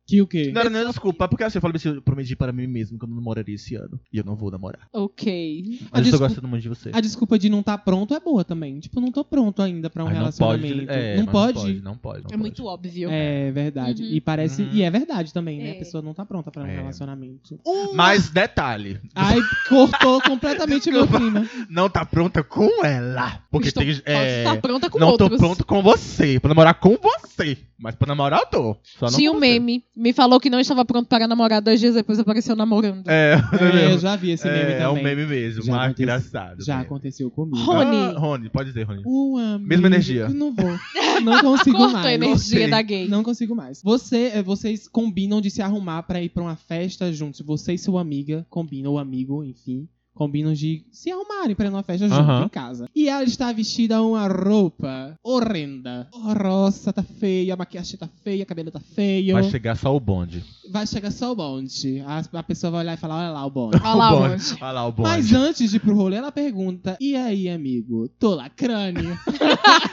Speaker 2: Que o quê?
Speaker 3: Não era nem desculpa, porque assim, eu falei assim, eu prometi para mim mesmo que eu não namoraria esse ano. E eu não vou namorar.
Speaker 1: Ok. É
Speaker 3: Mas eu
Speaker 2: desculpa-
Speaker 3: tô gostando muito de você.
Speaker 2: A desculpa de não estar pronto é boa também. Tipo, não tô pronto ainda pra um
Speaker 3: Mas não pode,
Speaker 2: relacionamento.
Speaker 3: é,
Speaker 2: não
Speaker 3: mas
Speaker 2: pode.
Speaker 3: Não pode, não
Speaker 1: É
Speaker 3: pode.
Speaker 1: muito óbvio.
Speaker 2: É verdade.
Speaker 1: Uhum.
Speaker 2: E parece.
Speaker 3: Uhum.
Speaker 2: E é verdade também, né? A
Speaker 1: É.
Speaker 2: pessoa não tá pronta pra um
Speaker 3: É. [laughs]
Speaker 2: relacionamento.
Speaker 3: Mas detalhe,
Speaker 2: Ai, cortou completamente meu
Speaker 3: [laughs]
Speaker 2: clima.
Speaker 3: não tá pronta com ela. Porque
Speaker 1: Estou-
Speaker 3: tem.
Speaker 1: Posso
Speaker 3: é,
Speaker 1: estar pronta com
Speaker 3: não
Speaker 1: outros.
Speaker 3: tô pronto com você. Pra namorar com você. Mas pra namorar eu tô. Só não
Speaker 1: Tinha
Speaker 3: com
Speaker 1: um
Speaker 3: você.
Speaker 1: meme. Me falou que não estava pronto para namorar. Dois dias depois apareceu namorando.
Speaker 3: [laughs] É, não é
Speaker 2: É, eu
Speaker 3: mesmo?
Speaker 2: já vi esse
Speaker 3: é,
Speaker 2: meme
Speaker 3: é,
Speaker 2: também.
Speaker 3: um meme mesmo.
Speaker 2: Já
Speaker 3: mas
Speaker 2: acontece-
Speaker 3: engraçado. né?
Speaker 2: Já
Speaker 3: mesmo.
Speaker 2: aconteceu comigo.
Speaker 1: Rony.
Speaker 3: Ah, Rony, pode dizer, Rony.
Speaker 2: Um amigo
Speaker 3: Mesma energia.
Speaker 2: que Não
Speaker 1: [laughs]
Speaker 2: vou. Não consigo
Speaker 1: Cortou a
Speaker 2: mais.
Speaker 1: energia
Speaker 3: Gostei.
Speaker 1: da gay.
Speaker 2: Não consigo mais. Você, eh, vocês combinam de se arrumar pra ir pra uma festa juntos. Você e sua amiga combinam, ou amigo, enfim, combinam de se arrumarem pra ir numa festa junto
Speaker 3: Aham.
Speaker 2: em casa. E ela está vestida uma roupa horrenda. Horrorosa, tá feia, a maquiagem tá feia, cabelo tá feio.
Speaker 3: Vai chegar só o bonde.
Speaker 2: Vai chegar só o bonde. A, a pessoa vai olhar e falar: olha lá o bonde.
Speaker 1: Olha lá,
Speaker 3: o bonde.
Speaker 1: Monte.
Speaker 3: Olha lá o [laughs] bonde.
Speaker 2: Mas antes de ir pro rolê, ela pergunta: E aí, amigo?
Speaker 3: [laughs]
Speaker 2: Tô lacrânio.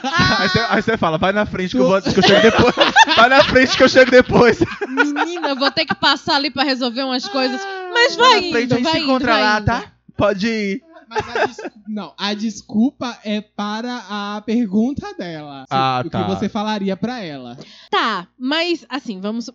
Speaker 2: ah!
Speaker 3: Aí você- Aí você fala, vai na frente que eu, vou, que eu
Speaker 2: [laughs]
Speaker 3: chego depois. Vai na frente que eu chego depois.
Speaker 1: Menina, eu vou ter que passar ali pra resolver umas coisas. Mas
Speaker 3: Vai
Speaker 1: vai
Speaker 3: na frente,
Speaker 1: indo,
Speaker 3: a gente
Speaker 1: vai
Speaker 3: se
Speaker 1: indo,
Speaker 3: encontra
Speaker 1: vai
Speaker 3: lá,
Speaker 1: indo.
Speaker 3: tá? Pode ir.
Speaker 2: Mas a desculpa, não, a desculpa é para a pergunta dela.
Speaker 3: Ah,
Speaker 2: o
Speaker 3: tá.
Speaker 2: que você falaria pra ela.
Speaker 1: Tá, mas assim, vamos.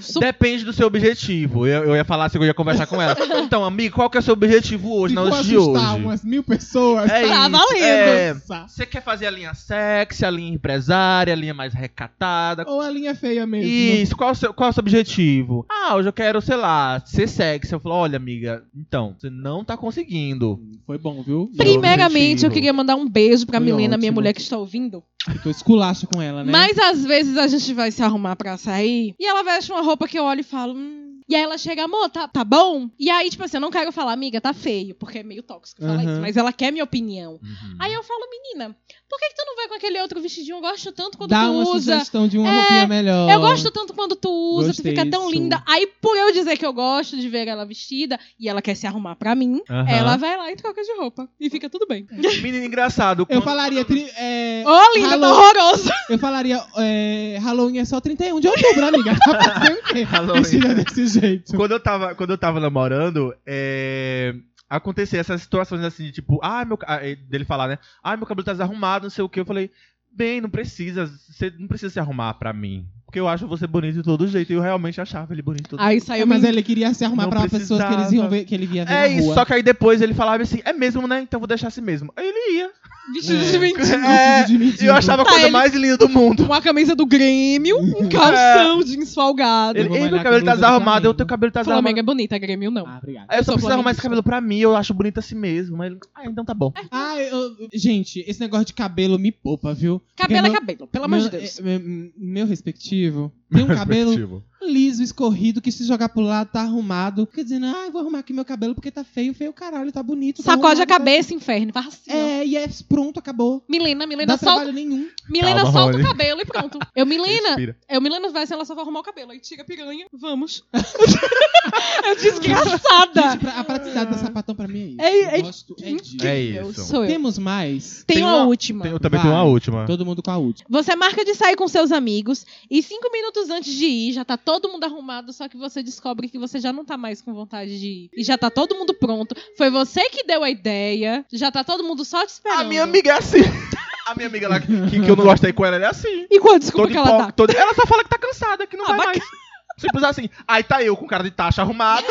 Speaker 1: su-
Speaker 3: Depende do seu objetivo. Eu, eu ia falar assim, eu ia conversar
Speaker 1: [laughs]
Speaker 3: com ela. Então, amigo, qual que é o seu objetivo hoje,
Speaker 2: Se
Speaker 3: na
Speaker 2: for
Speaker 3: noite de
Speaker 2: assustar
Speaker 3: hoje?
Speaker 2: umas mil pessoas,
Speaker 1: Tá
Speaker 3: É isso,
Speaker 1: valendo.
Speaker 3: é.
Speaker 2: nossa.
Speaker 3: Você quer fazer a linha sexy, a linha empresária, a linha mais recatada?
Speaker 2: Ou a linha feia mesmo.
Speaker 3: Isso, qual é, o seu, qual é o seu objetivo? Ah, hoje eu quero, sei lá, ser sexy. Eu falo, olha, amiga, então, você não tá conseguindo.
Speaker 2: Foi bom, viu?
Speaker 1: Primeiramente, eu
Speaker 3: objetivo.
Speaker 1: queria mandar um beijo pra
Speaker 2: Foi
Speaker 1: Milena, minha
Speaker 2: ótimo.
Speaker 1: mulher que está ouvindo.
Speaker 2: Eu tô esculacho com ela, né?
Speaker 1: Mas às vezes a gente vai se arrumar pra sair e ela veste uma roupa que eu olho e falo. Hum. E aí ela chega, amor, tá, tá bom? E aí, tipo assim, eu não quero falar, amiga, tá feio, porque é meio tóxico falar
Speaker 2: Aham.
Speaker 1: isso, mas ela quer minha opinião. Aí eu falo, menina, por que, que tu não vai com aquele outro vestidinho? Eu gosto tanto quando
Speaker 2: Dá
Speaker 1: tu
Speaker 2: uma
Speaker 1: usa.
Speaker 2: sugestão de uma
Speaker 1: É,
Speaker 2: roupinha melhor.
Speaker 1: Eu gosto tanto quando tu usa, tu
Speaker 2: Gostei
Speaker 1: fica tão
Speaker 2: disso.
Speaker 1: linda. Aí, por eu dizer que eu gosto de ver ela vestida e ela quer se arrumar pra mim,
Speaker 3: Aham.
Speaker 1: ela vai lá e troca de roupa. E fica tudo bem.
Speaker 2: É.
Speaker 3: Menino engraçado.
Speaker 2: Eu
Speaker 3: quando-
Speaker 2: falaria. tri- é,
Speaker 1: Ô, linda, tá
Speaker 2: Alô.
Speaker 1: horrorosa.
Speaker 2: eu falaria. é, Halloween é só 31 de outubro, amiga. [laughs] Tá fazendo o quê?
Speaker 3: [laughs] Halloween.
Speaker 2: Vestida desse jeito.
Speaker 3: Quando eu tava, quando eu tava namorando, é... acontecia essas situações assim, de tipo, ah, meu. ca- ah, é, dele falar, né? Ah, meu cabelo tá desarrumado, não sei o que. Eu falei, bem, não precisa. Você não precisa se arrumar pra mim. Porque eu acho você bonito de todo jeito. E eu realmente achava ele bonito de todo
Speaker 1: Aí saiu,
Speaker 2: É, mas
Speaker 1: mas
Speaker 2: ele queria se arrumar
Speaker 3: Não
Speaker 2: pra pessoas que, eles iam
Speaker 3: precisava.
Speaker 2: ver, que ele ia ver
Speaker 3: É
Speaker 2: na
Speaker 3: isso,
Speaker 2: rua.
Speaker 3: só que aí depois ele falava assim, é mesmo, né? Então vou deixar assim mesmo. Aí ele ia.
Speaker 1: vestido
Speaker 2: É.
Speaker 1: de mentira.
Speaker 3: É,
Speaker 2: Vestido de mendigo.
Speaker 3: E eu achava a
Speaker 1: Tá,
Speaker 3: coisa
Speaker 1: ele-
Speaker 3: mais linda do mundo.
Speaker 1: Uma camisa do Grêmio,
Speaker 3: [laughs]
Speaker 1: um calção jeans folgado.
Speaker 3: É. Ele,
Speaker 2: vou
Speaker 3: Ei, meu
Speaker 2: malhar
Speaker 3: cabelo tá
Speaker 2: com blusa do
Speaker 3: desarrumado, eu
Speaker 2: Flamengo.
Speaker 3: teu cabelo tá
Speaker 1: Flamengo
Speaker 3: desarrumado.
Speaker 1: é bonita, Grêmio não.
Speaker 2: Ah, obrigado.
Speaker 3: Aí eu só
Speaker 1: sou
Speaker 3: preciso arrumar
Speaker 1: flamenguista.
Speaker 3: esse cabelo pra mim, eu acho bonito assim mesmo. Aí ele, ah, então tá bom.
Speaker 2: Ah, eu- gente, esse negócio de cabelo me poupa, viu?
Speaker 1: Cabelo é
Speaker 2: Porque
Speaker 1: cabelo, pelo amor de
Speaker 2: meu-
Speaker 1: Deus.
Speaker 2: é- Meu, meu respectivo tem um cabelo liso, escorrido, que se jogar pro lado tá arrumado. Fica dizendo, ai, "Ah, vou arrumar aqui meu cabelo porque tá feio, feio caralho, tá bonito. tá
Speaker 1: Sacode a
Speaker 2: arrumado, tá-
Speaker 1: cabeça, inferno. Faz assim, ó.
Speaker 2: É, e é pronto, acabou.
Speaker 1: Milena,
Speaker 2: Não
Speaker 1: Milena,
Speaker 2: dá
Speaker 1: solta,
Speaker 2: trabalho nenhum.
Speaker 1: Milena
Speaker 3: Calma,
Speaker 1: solta o
Speaker 3: Rony.
Speaker 1: cabelo e
Speaker 3: [laughs]
Speaker 1: pronto. Eu, Milena,
Speaker 3: Respira.
Speaker 1: Eu me lembro vai se ela só vai arrumar o cabelo. Aí tira a piranha,
Speaker 3: [laughs]
Speaker 1: vamos. é desgraçada.
Speaker 2: Gente, pra- a praticidade da sapatão pra mim é
Speaker 1: É-
Speaker 2: isso.
Speaker 1: é-
Speaker 2: Eu gosto, é disso.
Speaker 3: É
Speaker 1: Eu
Speaker 3: isso.
Speaker 1: sou eu.
Speaker 2: Temos mais.
Speaker 1: Tem,
Speaker 3: Tem
Speaker 1: uma
Speaker 3: uma-
Speaker 1: última.
Speaker 3: Tem- eu também tenho
Speaker 2: Vai.
Speaker 3: uma última.
Speaker 2: Todo mundo com
Speaker 1: [laughs]
Speaker 2: a última.
Speaker 1: Você marca de sair com seus amigos e cinco minutos antes de ir, já tá todo mundo arrumado, só que você descobre que você já não tá mais com vontade de ir. E já tá todo mundo pronto. Foi você que deu a ideia, já tá todo mundo só te esperando.
Speaker 3: A minha amiga é assim. [laughs] A minha amiga lá que, que eu não gostei com ela, ela é assim.
Speaker 1: E qual a desculpa
Speaker 3: Toda
Speaker 1: que ela
Speaker 3: hipo-
Speaker 1: dá?
Speaker 3: toda- Ela só fala que tá cansada, que não
Speaker 1: Ah,
Speaker 3: vai mais. Simples assim. Aí tá eu com cara de taxa arrumado.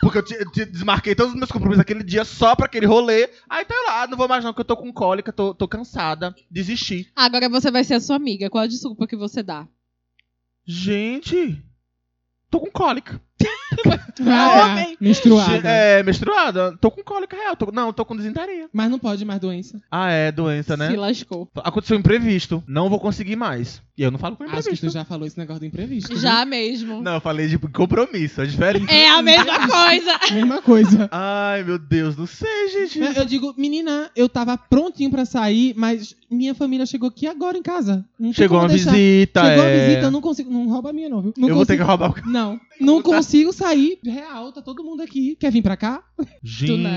Speaker 3: Porque eu te- te desmarquei todos os meus compromissos aquele dia só pra aquele rolê. Aí tá lá, não vou mais não, porque eu tô com cólica, tô, tô cansada. Desisti.
Speaker 1: Agora você vai ser a sua amiga. Qual a desculpa que você dá?
Speaker 3: Gente, tô com cólica.
Speaker 1: Tá
Speaker 2: Vai
Speaker 1: Homem.
Speaker 2: lá, menstruada.
Speaker 3: Ge- É, menstruada. Tô com cólica real. Tô, não, tô com desinteria.
Speaker 2: Mas não pode mais doença.
Speaker 3: Ah, é, doença, né?
Speaker 1: Se lascou.
Speaker 3: Aconteceu um imprevisto. Não vou conseguir mais. E eu não falo com
Speaker 2: Acho que
Speaker 3: imprevisto.
Speaker 2: tu já falou esse negócio do imprevisto. né?
Speaker 1: Já mesmo.
Speaker 3: Uhum. Não, eu falei de compromisso, é diferente.
Speaker 1: É a mesma coisa.
Speaker 2: Mesma coisa.
Speaker 3: Ai, meu Deus, não sei, gente.
Speaker 2: Né, Eu digo, menina, eu tava prontinho pra sair, mas minha família chegou aqui agora em casa. Não tem
Speaker 3: Chegou
Speaker 2: como
Speaker 3: uma
Speaker 2: deixar.
Speaker 3: visita,
Speaker 2: Chegou
Speaker 3: é.
Speaker 2: uma visita, eu não consigo. Não rouba a minha, não, viu? Não
Speaker 3: eu
Speaker 2: consigo.
Speaker 3: vou ter que roubar o
Speaker 2: Não, não
Speaker 3: Tá.
Speaker 2: consigo sair. Real, tá todo mundo aqui. Quer vir pra cá?
Speaker 1: nada.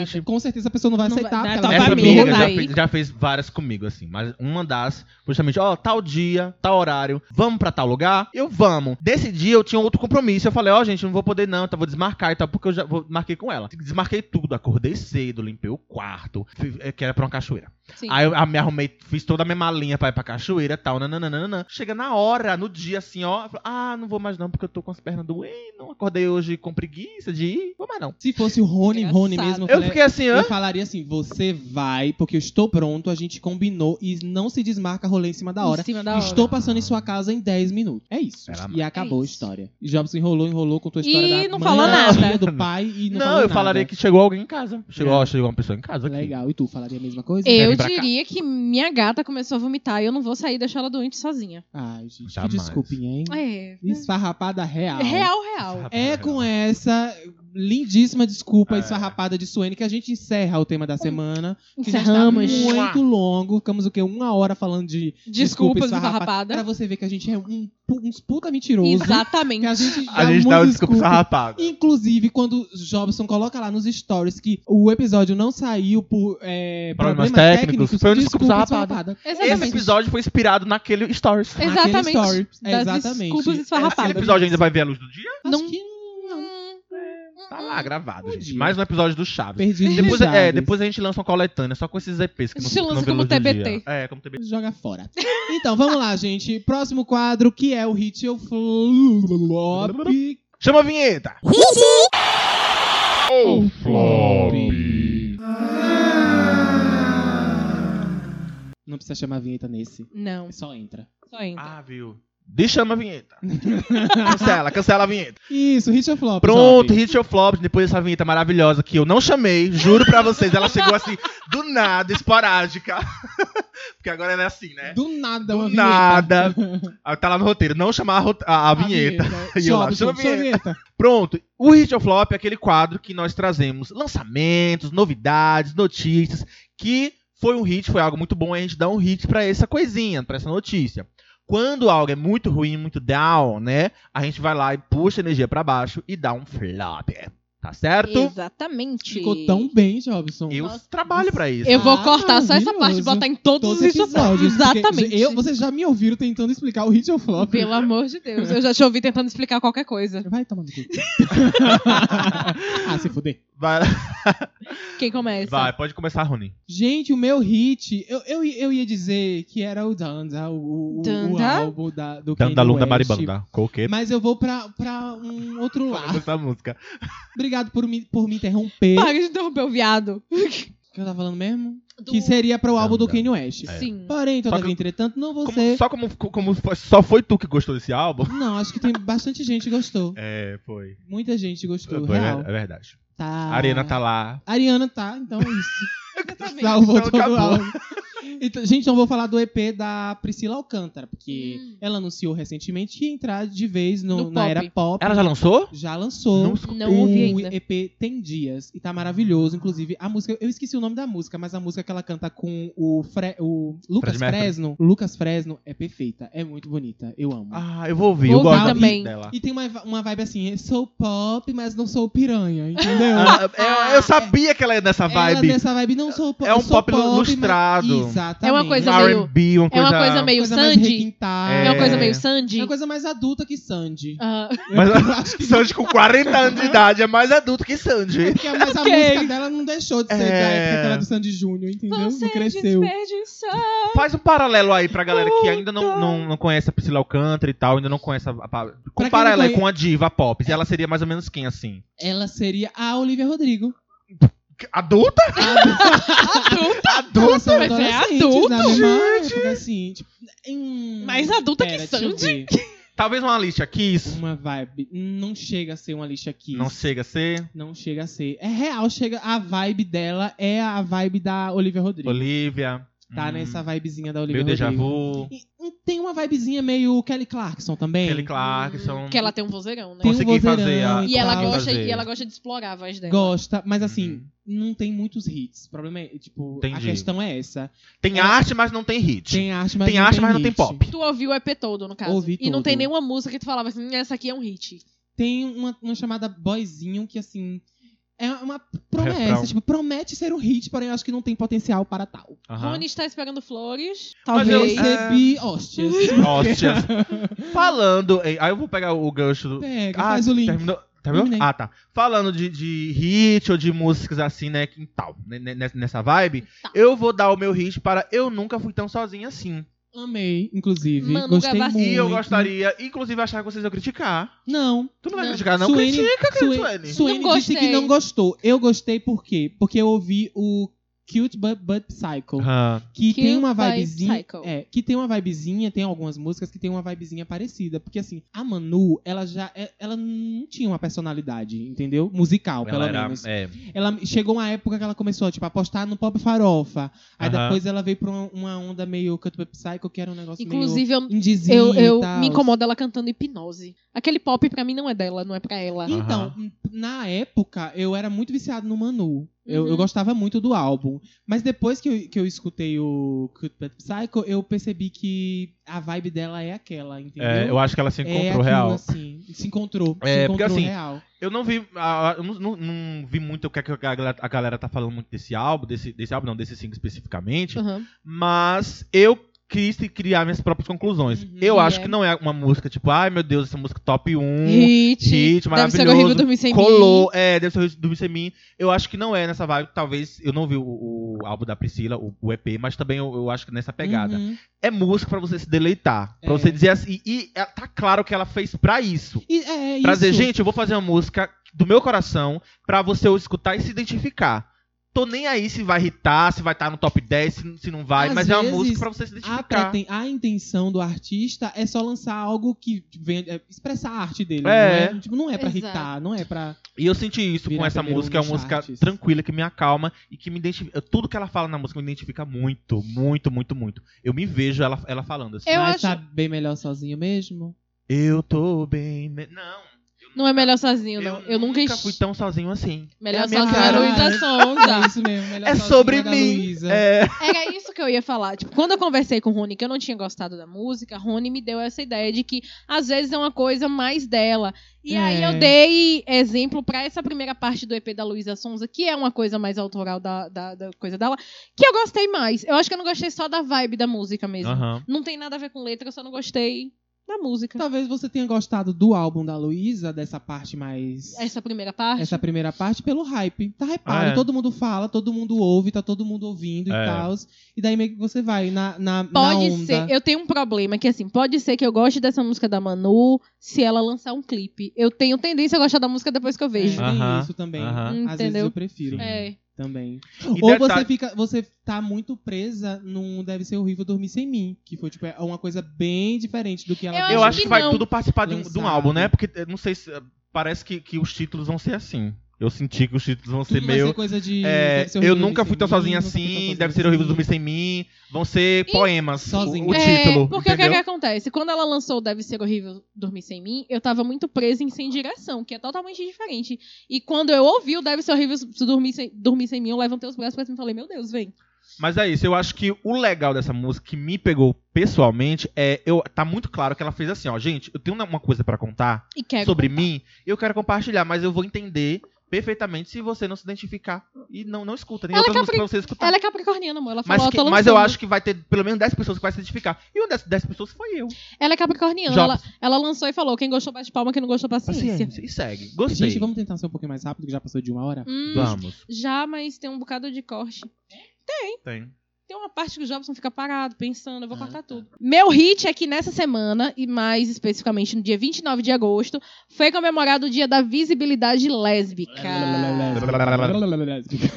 Speaker 3: Gente,
Speaker 2: Com certeza a pessoa não vai
Speaker 1: Não vai-
Speaker 2: aceitar.
Speaker 1: dá
Speaker 2: porque
Speaker 1: tua
Speaker 2: ela
Speaker 3: essa
Speaker 2: vai
Speaker 1: família
Speaker 3: amiga
Speaker 2: ver.
Speaker 1: tá
Speaker 3: já,
Speaker 1: aí.
Speaker 3: fez, já fez várias comigo, assim. Mas uma das, justamente, ó, tal dia, tal horário, vamos pra tal lugar? Eu vamos. Desse dia eu tinha outro compromisso. Eu falei, ó, gente, não vou poder não, tá, vou desmarcar e tal, porque eu já vou, marquei com ela. Desmarquei tudo, acordei cedo, limpei o quarto, fui- eh, que era pra uma cachoeira.
Speaker 1: Sim.
Speaker 3: Aí eu a- me arrumei, fiz toda a minha malinha pra ir pra cachoeira e tal, nananana. Chega na hora, no dia assim, ó. eu falo, Ah, não vou mais não, porque eu tô com as pernas doendo. Não acordei hoje com preguiça de ir. Vou mais não.
Speaker 2: Se fosse o Rony,
Speaker 1: Engraçado.
Speaker 2: Rony mesmo,
Speaker 3: Eu
Speaker 2: eu, falei-
Speaker 3: fiquei assim, hã?
Speaker 2: eu falaria assim: você vai, porque eu estou pronto, a gente combinou e não se desmarca rolê em cima da hora.
Speaker 1: Em cima da hora.
Speaker 2: Estou passando em sua casa em 10 minutos. É isso.
Speaker 3: Ela-
Speaker 2: E acabou
Speaker 1: É
Speaker 2: a
Speaker 1: isso.
Speaker 2: história. Jobs enrolou, enrolou, contou a história
Speaker 1: E
Speaker 2: da
Speaker 1: não
Speaker 2: mãe,
Speaker 1: falou
Speaker 2: da
Speaker 1: nada.
Speaker 2: tia, do pai e não,
Speaker 3: Não,
Speaker 2: falou
Speaker 3: eu
Speaker 2: nada.
Speaker 3: falaria que chegou alguém em casa. Chegou,
Speaker 2: É.
Speaker 3: ó, chegou uma pessoa em casa aqui.
Speaker 2: Legal. E tu falaria a mesma coisa?
Speaker 1: Eu
Speaker 3: vir pra cá.
Speaker 1: diria que minha gata começou a vomitar e eu não vou sair e deixar ela doente sozinha.
Speaker 2: Ai, gente,
Speaker 3: Jamais.
Speaker 2: que desculpinha, hein?
Speaker 1: É.
Speaker 2: Esfarrapada real.
Speaker 1: Real, real.
Speaker 2: É com essa lindíssima desculpa
Speaker 3: É.
Speaker 2: esfarrapada de Suene que a gente encerra o tema da semana. Que já está
Speaker 1: Encerramos.
Speaker 2: muito longo. Ficamos o quê? Uma hora falando de
Speaker 1: Desculpas
Speaker 2: esfarrapada.
Speaker 1: esfarrapada.
Speaker 2: Pra você ver que a gente é um, pu- uns puta mentiroso. Que
Speaker 1: Exatamente.
Speaker 2: a gente dá um
Speaker 3: A gente dá
Speaker 2: muita
Speaker 3: uma desculpa sarrapada.
Speaker 2: Inclusive, quando Jobson coloca lá nos stories que o episódio não saiu por é,
Speaker 3: Problemas
Speaker 2: problemas,
Speaker 3: técnicos,
Speaker 2: técnicos,
Speaker 3: foi um desculpa
Speaker 2: desculpa
Speaker 3: esfarrapada.
Speaker 2: esfarrapada.
Speaker 3: Esse
Speaker 1: Exatamente.
Speaker 3: episódio foi inspirado naquele Stories.
Speaker 1: É,
Speaker 3: Esse
Speaker 2: Naquele
Speaker 1: Exatamente.
Speaker 2: story. É,
Speaker 1: Das
Speaker 2: Exatamente.
Speaker 1: desculpas esfarrapadas.
Speaker 2: Esse
Speaker 3: episódio ainda vai ver a luz do dia?
Speaker 2: Acho
Speaker 1: Não-
Speaker 2: que
Speaker 1: Hum,
Speaker 3: Tá lá gravado,
Speaker 2: Um
Speaker 3: gente.
Speaker 2: dia.
Speaker 3: Mais um episódio do Chaves.
Speaker 2: perdi
Speaker 3: Depois,
Speaker 2: nos
Speaker 3: é,
Speaker 2: Chaves.
Speaker 3: depois a gente lança uma coletânea só com esses EPs que
Speaker 1: A
Speaker 3: não,
Speaker 1: gente
Speaker 3: não
Speaker 1: lança
Speaker 3: vê a
Speaker 1: como
Speaker 3: luz do
Speaker 1: TBT.
Speaker 3: Dia. É, como TBT.
Speaker 2: Joga fora. Então, vamos lá, gente. Próximo quadro, que é o Hit ou Flop.
Speaker 3: Chama a vinheta!
Speaker 2: Não precisa chamar a vinheta nesse.
Speaker 1: Não,
Speaker 2: Só entra.
Speaker 1: só entra.
Speaker 3: Ah, viu. Deixa a
Speaker 2: [laughs]
Speaker 3: vinheta. cancela, cancela a vinheta.
Speaker 2: Isso, Hit ou Flop.
Speaker 3: Pronto,
Speaker 2: Hit.
Speaker 3: hit your flops, depois dessa vinheta maravilhosa que eu não chamei, juro pra vocês, ela chegou assim, do nada, esporádica. [laughs] Porque agora ela é assim, né?
Speaker 2: Do nada,
Speaker 3: Do
Speaker 2: uma vinheta.
Speaker 3: nada. Ah, Tá lá no roteiro, não chamar a, rot- a- a vinheta. E eu lá,
Speaker 2: Jobson,
Speaker 3: chama a
Speaker 2: sua
Speaker 3: vinheta.
Speaker 2: vinheta.
Speaker 3: Pronto, o Hit or Flop é aquele quadro que nós trazemos lançamentos, novidades, notícias, que foi um hit, foi algo muito bom, a gente dá um hit pra essa coisinha, pra essa notícia. Quando algo é muito ruim, muito down, né? A gente vai lá e puxa a energia pra baixo e dá um flop. Tá certo?
Speaker 1: Exatamente.
Speaker 2: Ficou tão bem, Jobson.
Speaker 3: Eu
Speaker 1: Nossa.
Speaker 3: trabalho pra isso.
Speaker 1: Eu vou
Speaker 2: Ah,
Speaker 1: cortar só essa parte e
Speaker 2: maravilhoso.
Speaker 1: botar em todos,
Speaker 2: Todos
Speaker 1: os
Speaker 2: os
Speaker 1: episódios.
Speaker 2: episódios. porque
Speaker 1: Exatamente.
Speaker 2: Eu, vocês já me ouviram tentando explicar o Hit ou Flop.
Speaker 1: Pelo amor de Deus. Eu já te ouvi tentando explicar qualquer coisa.
Speaker 2: Vai tomar no cu. [laughs] ah, se fuder.
Speaker 3: Vai,
Speaker 1: Quem começa?
Speaker 3: [laughs] vai, pode começar, Rony.
Speaker 2: Gente, o meu hit, eu, eu, eu ia dizer que era o Danda, o, o, o
Speaker 1: Danda?
Speaker 2: álbum da, do Kanye
Speaker 3: Dandalum da
Speaker 2: West.
Speaker 3: Maribanda. Coqueta.
Speaker 2: Mas eu vou pra, pra um outro
Speaker 1: tá.
Speaker 2: lado.
Speaker 3: Essa música.
Speaker 2: Obrigado por me, por me interromper.
Speaker 1: Para de interromper o viado.
Speaker 2: O que eu tava falando mesmo?
Speaker 1: Do-
Speaker 2: Que seria pro álbum do
Speaker 3: Danda.
Speaker 2: Kanye West.
Speaker 3: É.
Speaker 1: Sim.
Speaker 2: Porém,
Speaker 3: Só
Speaker 2: todavia,
Speaker 3: que-
Speaker 2: entretanto, não
Speaker 3: Como-
Speaker 2: você...
Speaker 3: só como, como foi- só foi tu que gostou desse
Speaker 2: [laughs]
Speaker 3: álbum?
Speaker 2: Não, acho que tem bastante gente que gostou.
Speaker 3: É, foi.
Speaker 2: Muita gente gostou,
Speaker 3: Foi,
Speaker 2: real.
Speaker 3: é verdade.
Speaker 2: Tá.
Speaker 1: Ah.
Speaker 3: A Arena tá lá.
Speaker 2: Ariana tá, então é isso.
Speaker 1: Exatamente.
Speaker 2: Salvou
Speaker 3: Então
Speaker 2: todo o
Speaker 3: acabou.
Speaker 2: álbum. Então, gente, então eu vou falar do EP da Priscila Alcântara, porque
Speaker 1: Hum.
Speaker 2: ela anunciou recentemente que ia entrar de vez no-
Speaker 1: No
Speaker 2: na
Speaker 1: pop.
Speaker 2: era pop.
Speaker 3: Ela já lançou?
Speaker 2: já lançou.
Speaker 1: Não ouvi
Speaker 2: o
Speaker 1: ainda.
Speaker 2: EP tem dias e tá maravilhoso. Inclusive, a música. Eu esqueci o nome da música, mas a música que ela canta com o, Fre- o Lucas
Speaker 3: Fred Mercury.
Speaker 2: Fresno. Lucas Fresno é perfeita. É muito bonita. Eu amo.
Speaker 3: Ah, eu vou ouvir.
Speaker 1: Vou
Speaker 3: eu
Speaker 1: ouvir
Speaker 3: gosto
Speaker 1: também.
Speaker 3: dela.
Speaker 2: E tem uma, uma vibe assim: sou pop, mas não sou piranha, entendeu?
Speaker 3: Ah, eu, eu Ah, sabia que ela é dessa
Speaker 2: Ela
Speaker 3: vibe.
Speaker 2: nessa vibe não sou pop.
Speaker 3: É um
Speaker 2: sou
Speaker 3: pop ilustrado.
Speaker 2: mas- Exatamente.
Speaker 1: É uma coisa
Speaker 3: um
Speaker 1: meio-
Speaker 3: R&B, uma
Speaker 1: é
Speaker 3: coisa...
Speaker 1: uma coisa meio
Speaker 2: mais
Speaker 1: Sandy.
Speaker 2: requintada.
Speaker 1: É uma coisa
Speaker 3: É.
Speaker 1: meio Sandy.
Speaker 2: É uma coisa mais adulta que Sandy.
Speaker 1: Ah,
Speaker 3: [laughs]
Speaker 1: [laughs]
Speaker 3: Mas a Sandy com 40 anos de idade é mais adulto que
Speaker 1: [laughs]
Speaker 2: É
Speaker 3: Sandy.
Speaker 2: porque, mas a
Speaker 1: Ok.
Speaker 2: música dela não deixou de ser
Speaker 3: É.
Speaker 2: da época aquela do Sandy Júnior, entendeu?
Speaker 1: você
Speaker 2: não cresceu.
Speaker 1: desperdiçou.
Speaker 3: Faz um paralelo aí pra galera que ainda não, não, não conhece a Priscila Alcântara e tal, ainda não conhece a... a compara
Speaker 2: não
Speaker 3: ela aí
Speaker 2: conhe-
Speaker 3: com a diva pop. E ela seria mais ou menos quem, assim?
Speaker 2: Ela seria a Olivia
Speaker 3: [laughs]
Speaker 2: Rodrigo.
Speaker 3: Adulta?
Speaker 2: Tá Ela são
Speaker 1: mas é
Speaker 2: adolescentes
Speaker 1: adulto,
Speaker 2: na mesma época, assim. Tipo, hum,
Speaker 1: Mais adulta que
Speaker 2: pera, deixa eu
Speaker 1: Sandy.
Speaker 2: ver.
Speaker 3: Talvez uma Alicia Keys.
Speaker 2: Uma vibe. Não chega a ser uma lixa aqui.
Speaker 3: Não chega a ser.
Speaker 2: Não chega a ser. É real, chega. A vibe dela é a vibe da Olivia Rodrigo.
Speaker 3: Olivia.
Speaker 2: Tá
Speaker 3: Hum,
Speaker 2: nessa vibezinha da Olivia
Speaker 3: Meio déjà
Speaker 2: Rodrigo.
Speaker 3: vu.
Speaker 2: E- e tem uma vibezinha meio Kelly Clarkson também.
Speaker 3: Kelly Clarkson.
Speaker 1: Que ela tem um vozeirão, né?
Speaker 2: Tem um
Speaker 3: Consegui
Speaker 2: vozeirão
Speaker 3: fazer a...
Speaker 1: E ela,
Speaker 2: Claro.
Speaker 3: consegui
Speaker 1: gosta,
Speaker 3: fazer.
Speaker 1: e ela gosta de explorar a voz dela.
Speaker 2: Gosta, mas assim,
Speaker 3: Uhum.
Speaker 2: não tem muitos hits. O problema é, tipo, a
Speaker 3: Entendi.
Speaker 2: questão é essa.
Speaker 3: Tem
Speaker 2: ela-
Speaker 3: arte, mas não tem hit.
Speaker 2: Tem arte, mas
Speaker 3: Tem
Speaker 2: não
Speaker 3: arte,
Speaker 2: tem
Speaker 3: mas não tem
Speaker 2: hit.
Speaker 3: pop.
Speaker 1: Tu ouviu o EP todo, no caso.
Speaker 2: Ouvi
Speaker 1: E não
Speaker 2: todo.
Speaker 1: tem nenhuma música que tu falava assim, "Hum, essa aqui é um hit.
Speaker 2: Tem uma, uma chamada Boyzinho que, assim, é uma promessa.
Speaker 3: Refrão.
Speaker 2: Tipo, promete ser um hit, porém eu acho que não tem potencial para tal.
Speaker 3: Aham.
Speaker 1: Rony está esperando flores.
Speaker 3: Mas
Speaker 2: Talvez
Speaker 3: eu- É.
Speaker 2: recebi hóstias.
Speaker 3: Hóstias. Falando. em- Aí eu vou pegar o gancho do.
Speaker 2: [laughs] Pega,
Speaker 3: Ah,
Speaker 2: faz o link.
Speaker 3: terminou. Terminou?
Speaker 2: Terminei.
Speaker 3: Ah, tá. Falando de, de hit ou de músicas assim, né? Que tal, né, né, nessa vibe,
Speaker 1: Tal.
Speaker 3: eu vou dar o meu hit para Eu Nunca Fui Tão Sozinha Assim.
Speaker 2: Amei, inclusive.
Speaker 1: Manu
Speaker 2: Gostei
Speaker 1: Gavassi.
Speaker 2: muito.
Speaker 3: E eu gostaria, inclusive, achar que vocês iam criticar.
Speaker 2: Não.
Speaker 3: Tu não vai
Speaker 1: Não.
Speaker 3: criticar, não?
Speaker 2: Suene-
Speaker 3: Critica, cara,
Speaker 2: Suene-
Speaker 3: Suene.
Speaker 2: Suene
Speaker 1: Não
Speaker 2: disse
Speaker 1: gostei.
Speaker 2: que não gostou. Eu gostei por quê? Porque eu ouvi o Cute But, But Psycho.
Speaker 3: Aham.
Speaker 2: Que
Speaker 1: Cute
Speaker 2: tem uma
Speaker 1: But
Speaker 2: vibezinha.
Speaker 1: Psycho.
Speaker 2: É, que tem uma vibezinha, tem algumas músicas que tem uma vibezinha parecida. Porque assim, a Manu, ela já. é- Ela não tinha uma personalidade, entendeu? Musical, pelo
Speaker 3: Ela era.
Speaker 2: menos.
Speaker 3: é,
Speaker 2: Ela chegou uma época que ela começou, tipo, a apostar no pop farofa. Aí
Speaker 3: Aham.
Speaker 2: depois ela veio pra uma, uma onda meio Cut But Psycho, que era um negócio meio.
Speaker 1: Inclusive, eu,
Speaker 2: Indizinho
Speaker 1: eu,
Speaker 2: e
Speaker 1: eu
Speaker 2: tal.
Speaker 3: tá.
Speaker 1: me incomodo ela cantando hipnose. Aquele pop pra mim não é dela, não é pra ela.
Speaker 3: Aham.
Speaker 2: Então, na época, eu era muito viciado no Manu. Eu,
Speaker 1: Uhum.
Speaker 2: eu gostava muito do álbum. Mas depois que eu, que eu escutei o Cute But Psycho, eu percebi que a vibe dela é aquela, entendeu?
Speaker 3: é, eu acho que ela se
Speaker 2: É
Speaker 3: encontrou
Speaker 2: aquilo,
Speaker 3: real.
Speaker 2: assim. Se encontrou.
Speaker 3: É,
Speaker 2: se
Speaker 3: porque
Speaker 2: encontrou
Speaker 3: assim,
Speaker 2: real.
Speaker 3: Eu não vi, ah, eu não, não- não vi muito o que que a galera, a galera tá falando muito desse álbum, desse, desse álbum não, desse single especificamente,
Speaker 1: Aham.
Speaker 3: mas eu quis criar minhas próprias conclusões.
Speaker 2: Uhum.
Speaker 3: eu acho
Speaker 1: É.
Speaker 3: que não é uma música tipo, ai meu Deus, essa música top 1,
Speaker 1: Hit.
Speaker 3: Hum, hit,
Speaker 1: Deve ser horrível
Speaker 3: maravilhoso,
Speaker 1: dormir sem
Speaker 3: colou, é, deve ser horrível dormir sem mim. Eu acho que não é nessa vibe, talvez, eu não vi o, o álbum da Priscila, o, o EP, mas também eu, eu acho que nessa pegada.
Speaker 2: Uhum.
Speaker 3: É música pra você se deleitar, pra
Speaker 2: É.
Speaker 3: você dizer assim, e, e tá claro que ela fez pra isso.
Speaker 2: E, é, é
Speaker 3: Pra
Speaker 2: isso.
Speaker 3: dizer, gente, eu vou fazer uma música do meu coração pra você escutar e se identificar. Tô nem aí se vai irritar, se vai estar no top 10, se, se não vai,
Speaker 2: Às
Speaker 3: mas é uma
Speaker 2: vezes,
Speaker 3: música pra você se
Speaker 2: A,
Speaker 3: identificar.
Speaker 2: preten- a intenção do artista é só lançar algo que venha, é, expressar a arte dele.
Speaker 3: É.
Speaker 2: Não é, tipo, não é pra
Speaker 1: Exato.
Speaker 2: irritar, não é pra.
Speaker 3: E eu senti isso com
Speaker 2: Vira
Speaker 3: essa
Speaker 2: primeiro um
Speaker 3: música. É uma
Speaker 2: nos
Speaker 3: música
Speaker 2: charts.
Speaker 3: tranquila, que me acalma e que me identifica. Tudo que ela fala na música me identifica muito, muito, muito, muito. Eu me vejo ela, ela falando assim.
Speaker 1: Eu
Speaker 2: mas
Speaker 1: acho-
Speaker 2: tá bem melhor sozinho mesmo.
Speaker 3: Eu tô bem. me- Não. eu
Speaker 1: Não é
Speaker 3: nunca-
Speaker 1: melhor sozinho, não. Eu, nunca est-
Speaker 3: fui tão sozinho assim. é
Speaker 1: Melhor
Speaker 3: a minha
Speaker 1: sozinho é
Speaker 2: cara,
Speaker 1: Luísa
Speaker 3: né?
Speaker 2: É
Speaker 1: Sonza.
Speaker 2: isso mesmo, melhor
Speaker 3: É
Speaker 2: sozinho
Speaker 3: sobre
Speaker 2: da
Speaker 3: mim.
Speaker 2: Luísa.
Speaker 3: É.
Speaker 1: Era isso que eu ia falar. Tipo, quando eu conversei com o Rony, que eu não tinha gostado da música, Rony me deu essa ideia de que às vezes é uma coisa mais dela. E aí
Speaker 2: É.
Speaker 1: eu dei exemplo pra essa primeira parte do EP da Luísa Sonza, que é uma coisa mais autoral da, da- da coisa dela, que eu gostei mais. Eu acho que eu não gostei só da vibe da música mesmo.
Speaker 3: Aham.
Speaker 1: Não tem nada a ver com letra, eu só não gostei da música.
Speaker 2: Talvez você tenha gostado do álbum da Luísa, dessa parte mais.
Speaker 1: Essa primeira parte.
Speaker 2: Essa primeira parte pelo hype. Tá hypado,
Speaker 3: Ah, é.
Speaker 2: todo mundo fala, todo mundo ouve, tá todo mundo ouvindo
Speaker 3: É.
Speaker 2: e tal. E daí meio que você vai na, na, na
Speaker 1: Pode
Speaker 2: onda. É,
Speaker 1: ser, eu tenho um problema que assim, pode ser que eu goste dessa música da Manu se ela lançar um clipe. Eu tenho tendência a gostar da música depois que eu
Speaker 2: É,
Speaker 1: vejo.
Speaker 2: tem
Speaker 3: Aham,
Speaker 2: isso também.
Speaker 3: aham.
Speaker 2: Às vezes
Speaker 1: Entendeu?
Speaker 2: eu prefiro
Speaker 3: Sim.
Speaker 1: É.
Speaker 2: também.
Speaker 3: E
Speaker 2: Ou
Speaker 3: detalhe-
Speaker 2: você fica, você tá muito presa num Deve Ser Horrível Dormir Sem Mim, que foi tipo é uma coisa bem diferente do que ela
Speaker 1: Eu
Speaker 3: Eu acho que, vai
Speaker 1: não.
Speaker 3: tudo participar de um, de um
Speaker 2: Lançado.
Speaker 3: álbum, né? Porque eh, não sei se. eh, Parece que, que os títulos vão ser assim. Eu senti que os títulos vão
Speaker 2: tudo
Speaker 3: ser
Speaker 2: vai
Speaker 3: meio.
Speaker 2: ser coisa de
Speaker 3: eh,
Speaker 2: Deve Ser
Speaker 3: eu
Speaker 2: Horrível
Speaker 3: nunca
Speaker 2: Dormir
Speaker 3: fui tão
Speaker 2: Sem Mim,
Speaker 3: sozinho
Speaker 2: nunca fui tão
Speaker 3: assim,
Speaker 2: sozinho
Speaker 3: deve ser horrível
Speaker 2: assim.
Speaker 3: dormir sem mim. Vão ser
Speaker 1: E-
Speaker 3: poemas.
Speaker 2: Sozinho.
Speaker 3: O, o
Speaker 1: É,
Speaker 3: título.
Speaker 1: porque o que, que
Speaker 3: entendeu?
Speaker 1: acontece? Quando ela lançou Deve Ser Horrível Dormir Sem Mim, eu tava muito presa em Sem Direção, que é totalmente diferente. E quando eu ouvi o Deve Ser Horrível Dormir Sem, Dormir Sem Mim, eu levantei os braços pra cima e falei, meu Deus, vem.
Speaker 3: Mas é isso, eu acho que o legal dessa música que me pegou pessoalmente é. Eu, tá muito claro que ela fez assim, ó, gente, eu tenho uma- uma coisa pra contar
Speaker 1: E quero.
Speaker 3: sobre mim, eu quero compartilhar, mas eu vou entender perfeitamente se você não se identificar e não, não escuta. Tem
Speaker 1: Ela é
Speaker 3: outras músicas pra
Speaker 1: capri-
Speaker 3: você escutar.
Speaker 1: Ela é capricorniana, amor. Ela falou,
Speaker 3: mas,
Speaker 1: ó,
Speaker 3: que-
Speaker 1: tô lançando.
Speaker 3: mas eu acho que vai ter pelo menos 10 pessoas que vai se identificar. E uma dessas 10 pessoas foi eu.
Speaker 1: Ela é capricorniana. Ela,
Speaker 3: Jobs.
Speaker 1: ela lançou e falou, quem gostou bate palma, quem não gostou paciência.
Speaker 3: Paciência. E segue. Gostei.
Speaker 2: Gente, vamos tentar ser um pouquinho mais rápido, que já passou de uma hora.
Speaker 1: Hum,
Speaker 3: Vamos.
Speaker 1: já, mas tem um bocado de corte.
Speaker 3: Tem.
Speaker 1: Tem uma parte que o Jobson fica parado, pensando, eu vou
Speaker 2: Ah,
Speaker 1: cortar
Speaker 2: tá.
Speaker 1: tudo. Meu hit é que nessa semana, e mais especificamente no dia 29 de agosto, foi comemorado o dia da visibilidade lésbica.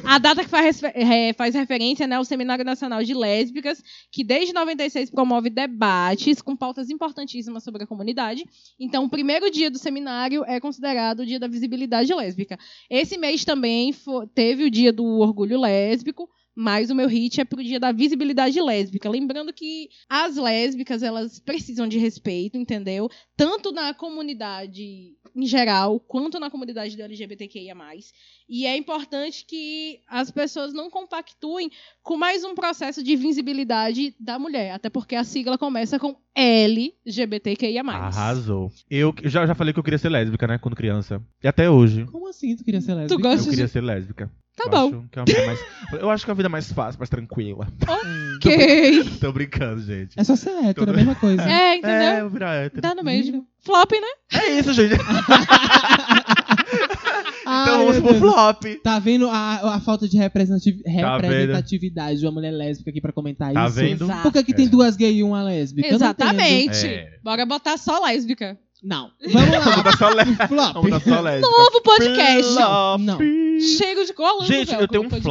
Speaker 1: A data que faz, resfe- eh, faz referência né, ao Seminário Nacional de Lésbicas, que desde 96 promove debates com pautas importantíssimas sobre a comunidade. Então, o primeiro dia do seminário é considerado o dia da visibilidade lésbica. Esse mês também fo- teve o dia do orgulho lésbico. Mas o meu hit é pro dia da visibilidade lésbica. Lembrando que as lésbicas, elas precisam de respeito, entendeu? Tanto na comunidade em geral, quanto na comunidade do LGBTQIA. E é importante que as pessoas não compactuem com mais um processo de visibilidade da mulher, até porque a sigla começa com LGBTQIA.
Speaker 3: Arrasou. Eu eu já, já falei que eu queria ser lésbica, né? Quando criança. E até hoje.
Speaker 2: Como assim tu queria ser lésbica?
Speaker 1: Tu gosta
Speaker 3: Eu queria ser lésbica.
Speaker 1: Tá
Speaker 3: eu
Speaker 1: bom.
Speaker 3: Acho que é uma vida mais, [laughs] eu acho que é uma vida mais fácil, mais tranquila.
Speaker 1: Ok.
Speaker 3: [laughs] Tô brincando, gente.
Speaker 2: É só ser hétero, a mesma coisa.
Speaker 1: É, entendeu?
Speaker 3: É, eu vou virar hétero.
Speaker 1: Tá no mesmo. Flop, né?
Speaker 3: É isso, gente.
Speaker 2: Ai,
Speaker 3: então vamos
Speaker 2: meu
Speaker 3: pro
Speaker 2: Deus.
Speaker 3: flop.
Speaker 2: Tá vendo a, a falta de representati-
Speaker 3: Tá vendo?
Speaker 2: representatividade de uma mulher lésbica aqui pra comentar
Speaker 3: Tá
Speaker 2: isso?
Speaker 3: vendo?
Speaker 1: Exato.
Speaker 2: Por que, que
Speaker 3: É.
Speaker 2: tem duas gays e uma lésbica? Eu não entendo.
Speaker 1: Exatamente.
Speaker 3: É.
Speaker 1: Bora botar só lésbica.
Speaker 2: Não. Vamos
Speaker 3: Vamos [laughs]
Speaker 2: lá. Um
Speaker 3: dar
Speaker 1: [laughs]
Speaker 3: só lésbica.
Speaker 2: Flop.
Speaker 3: Vamos dar só lésbica.
Speaker 1: Novo podcast.
Speaker 3: Flop.
Speaker 2: Não.
Speaker 1: Cheio de colando.
Speaker 3: Gente,
Speaker 1: velcro
Speaker 3: eu tenho
Speaker 1: no
Speaker 3: um
Speaker 1: podcast.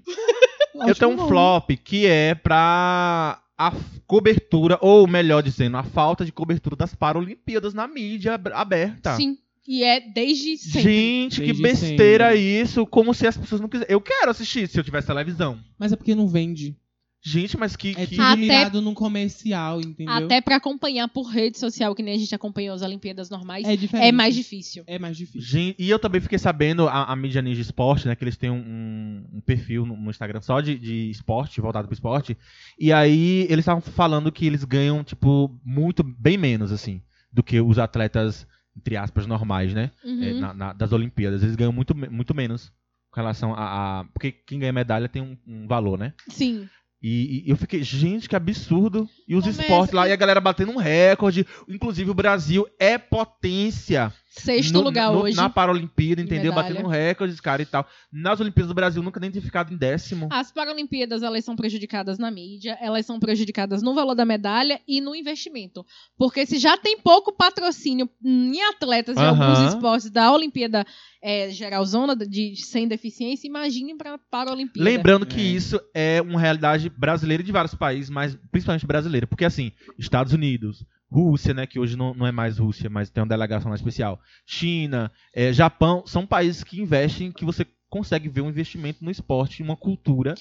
Speaker 3: flop. Eu tenho um flop que é pra a f- cobertura, ou melhor dizendo, a falta de cobertura das Paralimpíadas na mídia ab- aberta.
Speaker 1: Sim. E é desde sempre.
Speaker 3: Tá. Gente, que
Speaker 2: Desde
Speaker 3: besteira
Speaker 2: sempre.
Speaker 3: isso, como se as pessoas não quisessem. Eu quero assistir se eu tivesse televisão.
Speaker 2: Mas é porque não vende.
Speaker 3: Gente, mas que.
Speaker 2: É
Speaker 3: que-
Speaker 2: tudo
Speaker 1: Até-
Speaker 2: mirado num comercial, entendeu?
Speaker 1: Até pra acompanhar por rede social, que nem a gente acompanhou as Olimpíadas normais,
Speaker 2: É diferente.
Speaker 1: é, mais difícil.
Speaker 2: É mais difícil.
Speaker 3: Gente, e eu também fiquei sabendo, a, a mídia Ninja Esporte, né? Que eles têm um- um, um perfil no, no Instagram só de, de esporte, voltado pro esporte. E aí eles estavam falando que eles ganham, tipo, muito, bem menos, assim, do que os atletas, entre aspas, normais, né?
Speaker 1: Uhum.
Speaker 3: é, na- na- das Olimpíadas. Eles ganham muito, me- muito menos com relação a, a- Porque quem ganha medalha tem um, um valor, né?
Speaker 1: Sim.
Speaker 3: E, e eu fiquei, gente, que absurdo. E os
Speaker 1: Começa-
Speaker 3: esportes lá, e a galera batendo um recorde. Inclusive, o Brasil é potência
Speaker 1: Sexto
Speaker 3: no-
Speaker 1: lugar
Speaker 3: no-
Speaker 1: hoje.
Speaker 3: Na Paralimpíada,
Speaker 1: Em
Speaker 3: entendeu?
Speaker 1: medalha.
Speaker 3: Batendo recordes, cara, e tal. Nas Olimpíadas do Brasil nunca nem tinha ficado em décimo.
Speaker 1: As Paralimpíadas, elas são prejudicadas na mídia, elas são prejudicadas no valor da medalha e no investimento. Porque se já tem pouco patrocínio em atletas em
Speaker 3: Aham.
Speaker 1: alguns esportes da Olimpíada é, Geralzona, de, de sem deficiência, imagine pra Paralimpíada.
Speaker 3: Lembrando que
Speaker 2: É.
Speaker 3: isso é uma realidade brasileira e de vários países, mas principalmente brasileira. Porque, assim, Estados Unidos, Rússia, né, que hoje não, não é mais Rússia, mas tem uma delegação lá especial, China, eh, Japão, são países que investem, que você consegue ver um investimento no esporte, uma cultura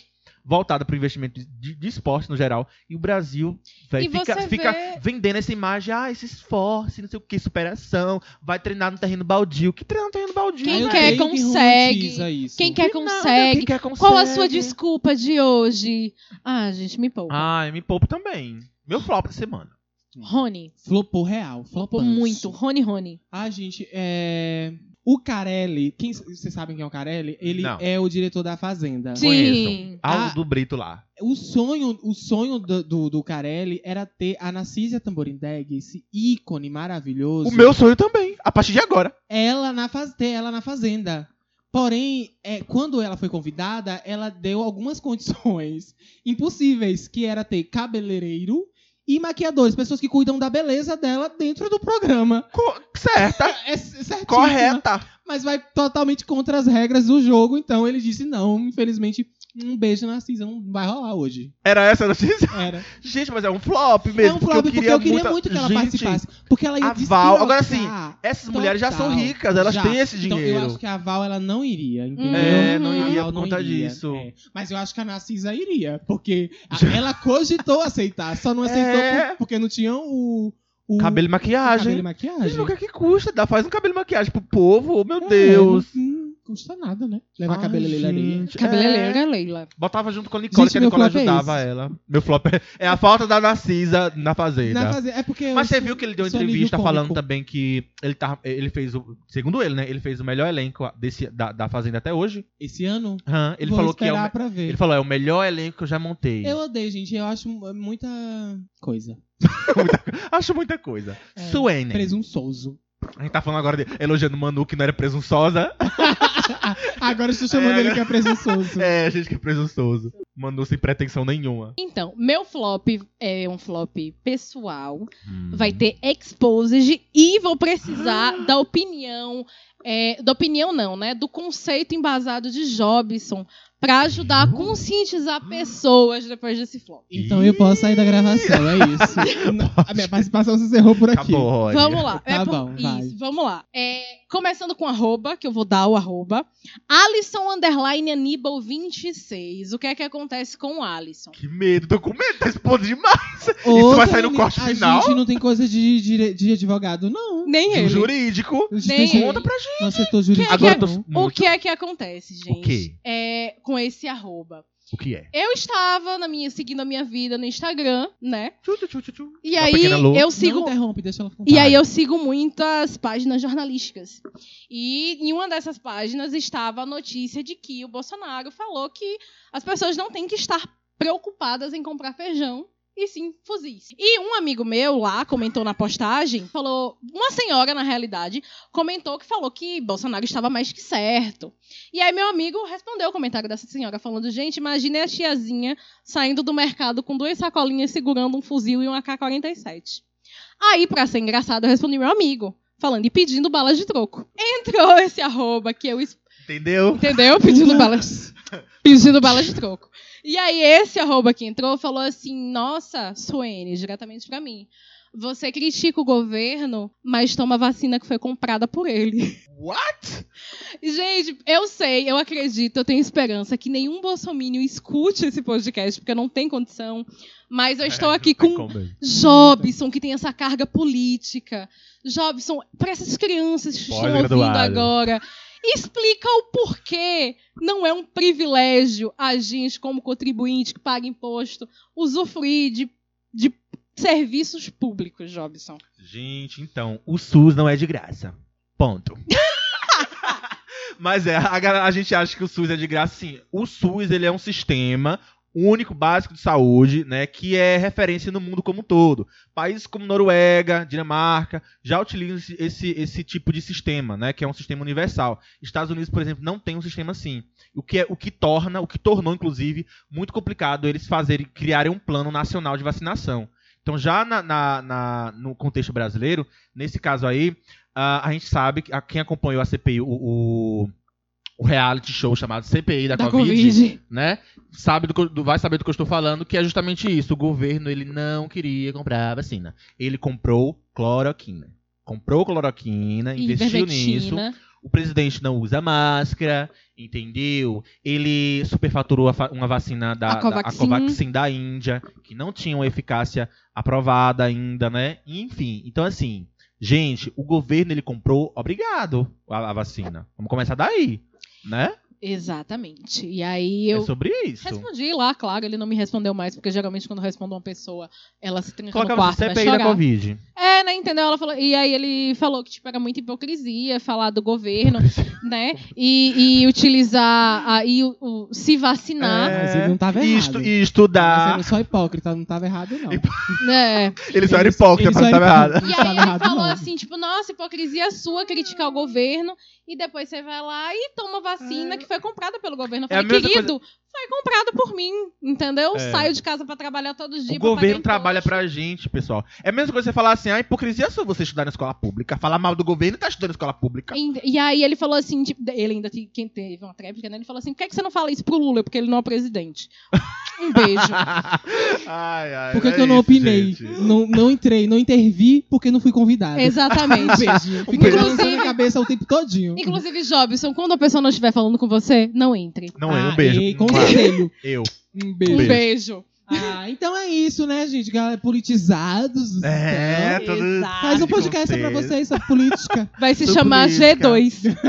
Speaker 3: voltada para o investimento de, de esporte no geral. E o Brasil véi,
Speaker 1: E
Speaker 3: fica,
Speaker 1: você
Speaker 3: fica
Speaker 1: vê-
Speaker 3: vendendo essa imagem, ah, esse esforço, não sei o que, superação, vai treinar no terreno baldio. Que treinar no terreno baldio?
Speaker 1: Quem
Speaker 2: Aí eu
Speaker 3: véi?
Speaker 1: quer
Speaker 2: tenho que
Speaker 1: consegue.
Speaker 2: romantiza Isso.
Speaker 1: Quem quer
Speaker 3: Que nada,
Speaker 1: consegue.
Speaker 3: quem quer
Speaker 1: Qual a sua
Speaker 3: consegue?
Speaker 1: desculpa de hoje? Ah, gente, me poupa.
Speaker 3: Ah, eu me poupo também. Meu flop da semana.
Speaker 1: Rony.
Speaker 2: Flopou real.
Speaker 1: Flopou
Speaker 2: Flopou
Speaker 1: muito. Rony, Rony.
Speaker 2: Ah, gente, é... O Carelli, quem, vocês sabem quem é o Carelli? Ele
Speaker 3: Não.
Speaker 2: é o diretor da Fazenda.
Speaker 1: Sim.
Speaker 3: Conheçam.
Speaker 2: Ah.
Speaker 3: Aldo do Brito lá.
Speaker 2: O sonho, o sonho do, do, do Carelli era ter a Narcísia Tamborindeg, esse ícone maravilhoso.
Speaker 3: O meu sonho também. A partir de agora.
Speaker 2: ela na faz, ter ela na fazenda. Porém, é, quando ela foi convidada, ela deu algumas [laughs] condições impossíveis, que era ter cabeleireiro e maquiadores, pessoas que cuidam da beleza dela dentro do programa.
Speaker 3: Co- certa.
Speaker 2: É c- certíssima,
Speaker 3: correta.
Speaker 2: Mas vai totalmente contra as regras do jogo, então ele disse não, infelizmente, um beijo na cinza, não vai rolar hoje.
Speaker 3: Era essa a notícia?
Speaker 2: Era.
Speaker 3: Gente, mas é um flop mesmo.
Speaker 2: é um flop, porque eu queria muito que ela
Speaker 3: Gente,
Speaker 2: participasse, porque ela ia
Speaker 3: a Val- agora
Speaker 2: despirocar.
Speaker 3: Essas mulheres já são
Speaker 2: Total.
Speaker 3: ricas, elas
Speaker 2: Já.
Speaker 3: têm esse
Speaker 2: Então,
Speaker 3: dinheiro.
Speaker 2: eu acho que a Val ela não iria, entendeu?
Speaker 1: É, não
Speaker 2: A
Speaker 3: iria
Speaker 2: Val
Speaker 3: por conta
Speaker 2: iria,
Speaker 3: disso.
Speaker 2: é. Mas eu acho que a Narcisa iria, porque a- ela cogitou aceitar, só não aceitou
Speaker 3: É.
Speaker 2: por- porque não tinha o,
Speaker 3: Cabelo e
Speaker 2: o o é cabelo
Speaker 3: maquiagem.
Speaker 2: e
Speaker 3: Gente,
Speaker 2: maquiagem.
Speaker 3: o que é que custa? Dá, faz um cabelo e maquiagem pro povo, oh, meu
Speaker 2: É,
Speaker 3: Deus.
Speaker 2: não- não- custa nada, né? Levar
Speaker 3: Ai,
Speaker 2: cabeleireiro ali.
Speaker 3: gente, é.
Speaker 1: Cabeleleira, Leila.
Speaker 3: Botava junto com a Nicole,
Speaker 2: Gente,
Speaker 3: que a
Speaker 2: meu
Speaker 3: Nicole
Speaker 2: flop é
Speaker 3: ajudava ela. Meu flop é, é a falta da Narcisa na Fazenda.
Speaker 2: Na faze- É porque
Speaker 3: Mas
Speaker 2: eu
Speaker 3: você
Speaker 2: sou-
Speaker 3: viu que ele deu uma
Speaker 2: sou nível
Speaker 3: entrevista falando
Speaker 2: cômico.
Speaker 3: também que ele, tá, ele fez, o, segundo ele, né? Ele fez o melhor elenco desse, da, da Fazenda até hoje.
Speaker 2: Esse ano,
Speaker 3: Aham, ele
Speaker 2: vou
Speaker 3: falou que é
Speaker 2: esperar
Speaker 3: o, me-
Speaker 2: pra ver.
Speaker 3: ele falou, é o melhor elenco que eu já montei.
Speaker 2: Eu odeio, gente. Eu acho muita coisa.
Speaker 3: Acho muita coisa.
Speaker 2: É.
Speaker 3: Suene.
Speaker 2: Presunçoso.
Speaker 3: A gente tá falando agora de, elogiando Manu, que não era presunçosa.
Speaker 2: Agora estou chamando
Speaker 3: É,
Speaker 2: ele
Speaker 3: [laughs]
Speaker 2: que é presunçoso.
Speaker 3: É, gente que é presunçoso. Manu sem pretensão nenhuma.
Speaker 1: Então, meu flop é um flop pessoal.
Speaker 3: Hum.
Speaker 1: Vai ter exposed e vou
Speaker 2: Ah!
Speaker 1: precisar da opinião. é, da opinião, não, né? Do conceito embasado de Jobson pra ajudar a conscientizar pessoas depois desse flop.
Speaker 2: Então eu posso sair da gravação, é
Speaker 3: [laughs]
Speaker 2: isso. Não, A minha participação se encerrou por aqui.
Speaker 3: Acabou, Rony.
Speaker 1: Vamos lá. é
Speaker 2: Tá
Speaker 1: por-
Speaker 2: bom, vai.
Speaker 1: Isso, vamos lá. É, começando com arroba, que eu vou dar o arroba. Alisson Underline Aníbal 26. O que é que acontece com o Alisson?
Speaker 3: Que medo, tô com medo, tá expondo demais.
Speaker 2: Outra
Speaker 3: vai sair no
Speaker 2: menina-
Speaker 3: corte
Speaker 2: a
Speaker 3: final?
Speaker 2: gente não tem coisa de, dire- de advogado, não.
Speaker 1: Nem ele.
Speaker 3: Jurídico.
Speaker 2: A gente
Speaker 1: Nem
Speaker 2: tem-
Speaker 1: ele.
Speaker 3: Conta pra gente. é
Speaker 2: Nosso setor jurídico.
Speaker 1: Agora
Speaker 2: não.
Speaker 3: eu tô-
Speaker 1: O que é
Speaker 2: Hum.
Speaker 1: que acontece, gente?
Speaker 3: O quê?
Speaker 1: É, com esse arroba.
Speaker 3: O que é?
Speaker 1: Eu estava na minha, seguindo a minha vida no Instagram, né?
Speaker 3: Tchu, tchu, tchu, tchu, tchu.
Speaker 1: E
Speaker 3: Uma
Speaker 1: aí
Speaker 3: pequena louca.
Speaker 1: eu sigo.
Speaker 2: Não interrompe, deixa ela contar.
Speaker 1: E aí eu sigo muitas páginas jornalísticas. E em uma dessas páginas estava a notícia de que o Bolsonaro falou que as pessoas não têm que estar preocupadas em comprar feijão. E sim, fuzis. E um amigo meu lá comentou na postagem, falou, uma senhora na realidade, comentou que falou que Bolsonaro estava mais que certo. E aí meu amigo respondeu o comentário dessa senhora falando, gente, imagine a tiazinha saindo do mercado com duas sacolinhas segurando um fuzil e um AK-47. Aí, pra ser engraçado, eu respondi meu amigo, falando e pedindo balas de troco. Entrou esse arroba que eu. es-
Speaker 3: Entendeu?
Speaker 1: Entendeu? Pedindo balas. Pedindo balas de troco. E aí, esse arroba que entrou falou assim: Nossa, Suene, diretamente pra mim. Você critica o governo, mas toma vacina que foi comprada por ele.
Speaker 3: What?
Speaker 1: Gente, eu sei, eu acredito, eu tenho esperança que nenhum bolsomínio escute esse podcast, porque não tem condição. Mas
Speaker 3: [laughs]
Speaker 1: eu estou aqui com Jobson, que tem essa carga política. Jobson, para essas crianças que estão ouvindo
Speaker 3: Pós-graduado.
Speaker 1: agora, explica o porquê não é um privilégio a gente, como contribuinte que paga imposto, usufruir de, de serviços públicos, Jobson.
Speaker 3: Gente, então, o SUS não é de graça.
Speaker 1: [laughs]
Speaker 3: Ponto. Mas é, a, galera- a gente acha que o SUS é de graça, sim. O SUS, ele é um sistema um único, básico de saúde, né, que é referência no mundo como um todo. Países como Noruega, Dinamarca, já utilizam esse, esse, esse tipo de sistema, né, que é um sistema universal. Estados Unidos, por exemplo, não tem um sistema assim. O que, é, o que torna, o que tornou, inclusive, muito complicado eles fazerem, criarem um plano nacional de vacinação. Então, já na- na- na- no contexto brasileiro, nesse caso aí, ah, a gente sabe, que- a, quem acompanhou a CPI, o, o- o reality show chamado CPI da, COVID, né? Sabe do, que eu- do- vai saber do que eu estou falando, que é justamente isso. O governo, ele não queria comprar a vacina. Ele comprou cloroquina. Comprou cloroquina, investiu nisso.
Speaker 1: Ivermectina.
Speaker 3: O presidente não usa máscara, entendeu? Ele superfaturou a fa- uma vacina da
Speaker 1: A
Speaker 3: da-
Speaker 1: Covaxin.
Speaker 3: Covaxin da Índia, que não tinha uma eficácia aprovada ainda, né? Enfim, então assim, gente, o governo ele comprou, obrigado, a, a vacina. Vamos começar daí, né?
Speaker 1: Exatamente. E aí
Speaker 3: É
Speaker 1: eu.
Speaker 3: sobre isso.
Speaker 1: Respondi lá, claro, ele não me respondeu mais, porque geralmente quando eu respondo uma pessoa, ela se tranca no
Speaker 3: Colocava
Speaker 1: quarto,
Speaker 3: assim,
Speaker 1: vai
Speaker 3: CPI da
Speaker 1: chorar.
Speaker 3: Covid.
Speaker 1: É, né, entendeu? Ela falou, e aí ele falou que tipo, era muita hipocrisia falar do
Speaker 3: [laughs]
Speaker 1: governo, né? E, e utilizar aí o, o- se vacinar,
Speaker 2: mas ele não tava errado.
Speaker 3: Isto,
Speaker 2: Mas
Speaker 3: É, e estudar.
Speaker 2: eu não sou hipócrita, não tava errado, não.
Speaker 3: [laughs]
Speaker 1: né?
Speaker 3: Ele só era
Speaker 2: Ele-
Speaker 3: hipócrita
Speaker 2: ele
Speaker 3: pra
Speaker 2: só
Speaker 3: não tava É.
Speaker 2: era
Speaker 3: errado.
Speaker 1: E
Speaker 2: hipócrita. Não
Speaker 1: aí
Speaker 2: tava
Speaker 1: ele
Speaker 2: errado,
Speaker 1: falou
Speaker 2: não.
Speaker 1: assim, tipo, nossa, hipocrisia sua criticar o governo e depois você vai lá e toma vacina que foi comprada pelo governo. Eu
Speaker 3: É a
Speaker 1: falei,
Speaker 3: mesma
Speaker 1: querido, foi comprada por mim, entendeu?
Speaker 3: É.
Speaker 1: Saio de casa pra trabalhar todo dia.
Speaker 3: O
Speaker 1: pra pagar
Speaker 3: governo
Speaker 1: imposto.
Speaker 3: trabalha pra gente, pessoal. É a mesma coisa você falar assim, a hipocrisia é só você estudar na escola pública. Falar mal do governo e tá estudando na escola pública.
Speaker 1: E, e aí ele falou assim, tipo, ele ainda te- quem teve uma tréplica, né? Ele falou assim, por que, que você não fala isso pro Lula? Porque ele não é o
Speaker 3: [laughs]
Speaker 1: presidente. Um beijo.
Speaker 3: ai, ai,
Speaker 2: Por que,
Speaker 3: é
Speaker 2: que eu não
Speaker 3: isso,
Speaker 2: opinei?
Speaker 3: gente.
Speaker 2: Não, não entrei, não intervi porque não fui convidado. Um
Speaker 1: Exatamente. [laughs]
Speaker 2: beijo.
Speaker 3: [laughs]
Speaker 2: Fiquei
Speaker 3: beijo.
Speaker 2: balançando a cabeça o tempo todinho.
Speaker 1: Inclusive, Jobson, quando a pessoa não estiver falando com você, não entre.
Speaker 3: Não, eu,
Speaker 2: Ah,
Speaker 3: um beijo.
Speaker 2: e conselho.
Speaker 3: Eu.
Speaker 2: Um
Speaker 1: Um
Speaker 2: beijo.
Speaker 1: beijo.
Speaker 3: Beijo.
Speaker 2: Ah, então é isso, né, gente? Galera, politizados.
Speaker 3: É,
Speaker 2: então.
Speaker 3: tudo.
Speaker 1: Exato.
Speaker 2: Faz um
Speaker 3: de
Speaker 2: podcast pra
Speaker 3: vocês. [laughs]
Speaker 2: vocês sobre política.
Speaker 1: Vai se
Speaker 3: Tô
Speaker 1: chamar
Speaker 3: política.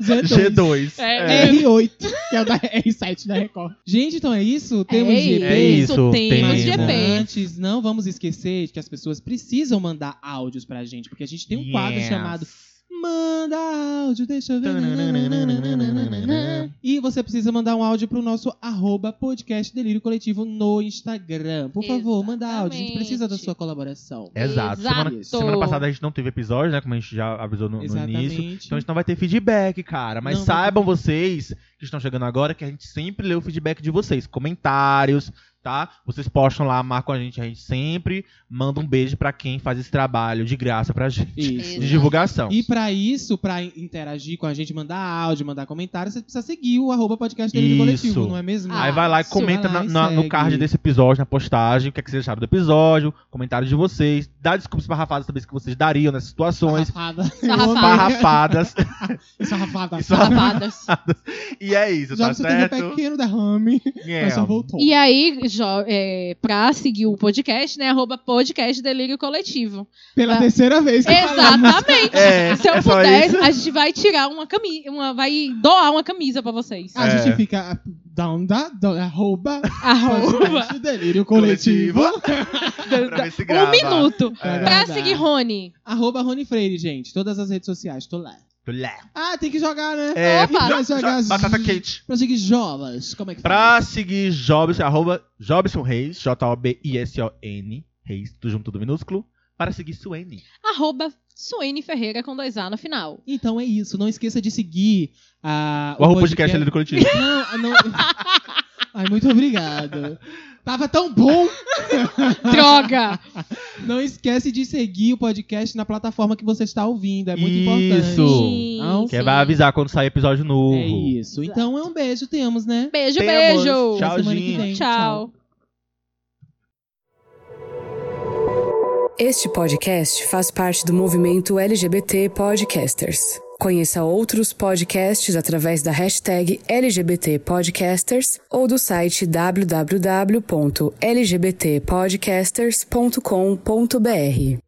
Speaker 1: G2.
Speaker 2: G2.
Speaker 3: G2.
Speaker 1: É.
Speaker 2: R8, que é o da R7 da Record. Gente, então é isso? Temos
Speaker 1: é
Speaker 2: GP.
Speaker 3: isso,
Speaker 1: isso, temos
Speaker 3: temos. [laughs]
Speaker 1: GP.
Speaker 2: Antes, não vamos esquecer que as pessoas precisam mandar áudios pra gente, porque a gente tem um quadro
Speaker 3: Yes.
Speaker 2: chamado Manda áudio, deixa eu ver.
Speaker 3: Tananana.
Speaker 2: E você precisa mandar um áudio pro nosso arroba podcast Delírio Coletivo no Instagram. Por favor, manda áudio. A gente precisa da sua colaboração.
Speaker 3: Exato. Semana,
Speaker 1: Exato.
Speaker 3: semana passada a gente não teve episódio, né? Como a gente já avisou no, no início.
Speaker 2: Exatamente.
Speaker 3: Então a gente não vai ter feedback, cara. Mas
Speaker 2: Não vai
Speaker 3: saibam vocês que estão chegando agora que a gente sempre lê o feedback de vocês. Comentários, tá? Vocês postam lá, marcam a gente. A gente sempre manda um beijo pra quem faz esse trabalho de graça pra gente.
Speaker 2: Isso.
Speaker 3: De divulgação.
Speaker 2: E pra isso, pra interagir com a gente, mandar áudio, mandar comentário, você precisa seguir o arroba podcast Delírio
Speaker 3: Isso.
Speaker 2: Coletivo, não é mesmo?
Speaker 1: Ah,
Speaker 3: Aí vai lá e
Speaker 2: isso,
Speaker 3: comenta
Speaker 2: vai lá
Speaker 3: na-
Speaker 2: e
Speaker 3: na- no
Speaker 2: segue.
Speaker 3: card desse episódio, na postagem, o que, é que vocês acharam do episódio, comentário de vocês, dá desculpas barrafadas também que vocês dariam nessas
Speaker 2: [laughs]
Speaker 3: situações.
Speaker 2: Sarrafada.
Speaker 1: Sarrafada.
Speaker 2: [laughs]
Speaker 3: Barrafadas.
Speaker 2: Sarrafada.
Speaker 3: Isso.
Speaker 1: Safadas.
Speaker 3: [laughs] e é isso,
Speaker 2: Já
Speaker 3: tá
Speaker 2: você teve um
Speaker 3: certo?
Speaker 2: pequeno derrame,
Speaker 3: É.
Speaker 2: mas só voltou.
Speaker 1: E aí, jo- é, pra seguir o podcast, né? Arroba podcast Delírio Coletivo.
Speaker 2: Pela
Speaker 1: Ah.
Speaker 2: terceira vez que falamos.
Speaker 1: Exatamente. [laughs]
Speaker 2: [laughs]
Speaker 3: É,
Speaker 1: Se eu
Speaker 3: é só
Speaker 1: puder,
Speaker 3: isso.
Speaker 1: a gente vai tirar uma camisa, uma, vai doar uma camisa pra vocês.
Speaker 2: A
Speaker 3: É.
Speaker 2: gente fica "Ah, down da, down, arroba,
Speaker 1: Arroba.
Speaker 2: podcast delírio coletivo.
Speaker 3: [laughs] pra ver se
Speaker 1: Um
Speaker 3: grava.
Speaker 1: minuto.
Speaker 3: É.
Speaker 1: Pra
Speaker 2: Verdade.
Speaker 1: seguir Rony.
Speaker 2: Arroba Rony Freire, gente. Todas as redes sociais, tô lá.
Speaker 3: Lé.
Speaker 2: Ah, tem que jogar, né?
Speaker 3: É,
Speaker 1: Opa!
Speaker 2: Pra
Speaker 3: jo-
Speaker 2: jogar as-
Speaker 3: batata quente.
Speaker 2: Pra seguir jovens, como é que
Speaker 3: Pra
Speaker 2: faz?
Speaker 3: seguir Jobson, arroba Jobson Reis, J-O-B-I-S-O-N, Reis, tudo junto, tudo minúsculo. Para seguir Suene.
Speaker 1: Arroba Suene Ferreira com dois A no final.
Speaker 2: Então é isso. Não esqueça de seguir a...
Speaker 3: O arroba
Speaker 2: é
Speaker 3: podcast ali do coletivo.
Speaker 2: [laughs] Não, não... Ai, muito obrigado. Tava tão bom.
Speaker 3: [laughs]
Speaker 1: Droga!
Speaker 2: Não esquece de seguir o podcast na plataforma que você está ouvindo. É muito
Speaker 3: Isso.
Speaker 2: importante.
Speaker 1: Sim,
Speaker 2: Não?
Speaker 3: Que
Speaker 1: sim.
Speaker 3: vai avisar quando sair episódio novo.
Speaker 2: É isso. Então é um beijo, temos, né?
Speaker 1: Beijo,
Speaker 3: Temos.
Speaker 1: beijo.
Speaker 3: Tchau,
Speaker 2: Até semana que
Speaker 3: gente.
Speaker 2: vem.
Speaker 1: Tchau.
Speaker 4: Este podcast faz parte do movimento LGBT Podcasters. Conheça outros podcasts através da hashtag LGBT Podcasters ou do site www.lgbtpodcasters.com.br.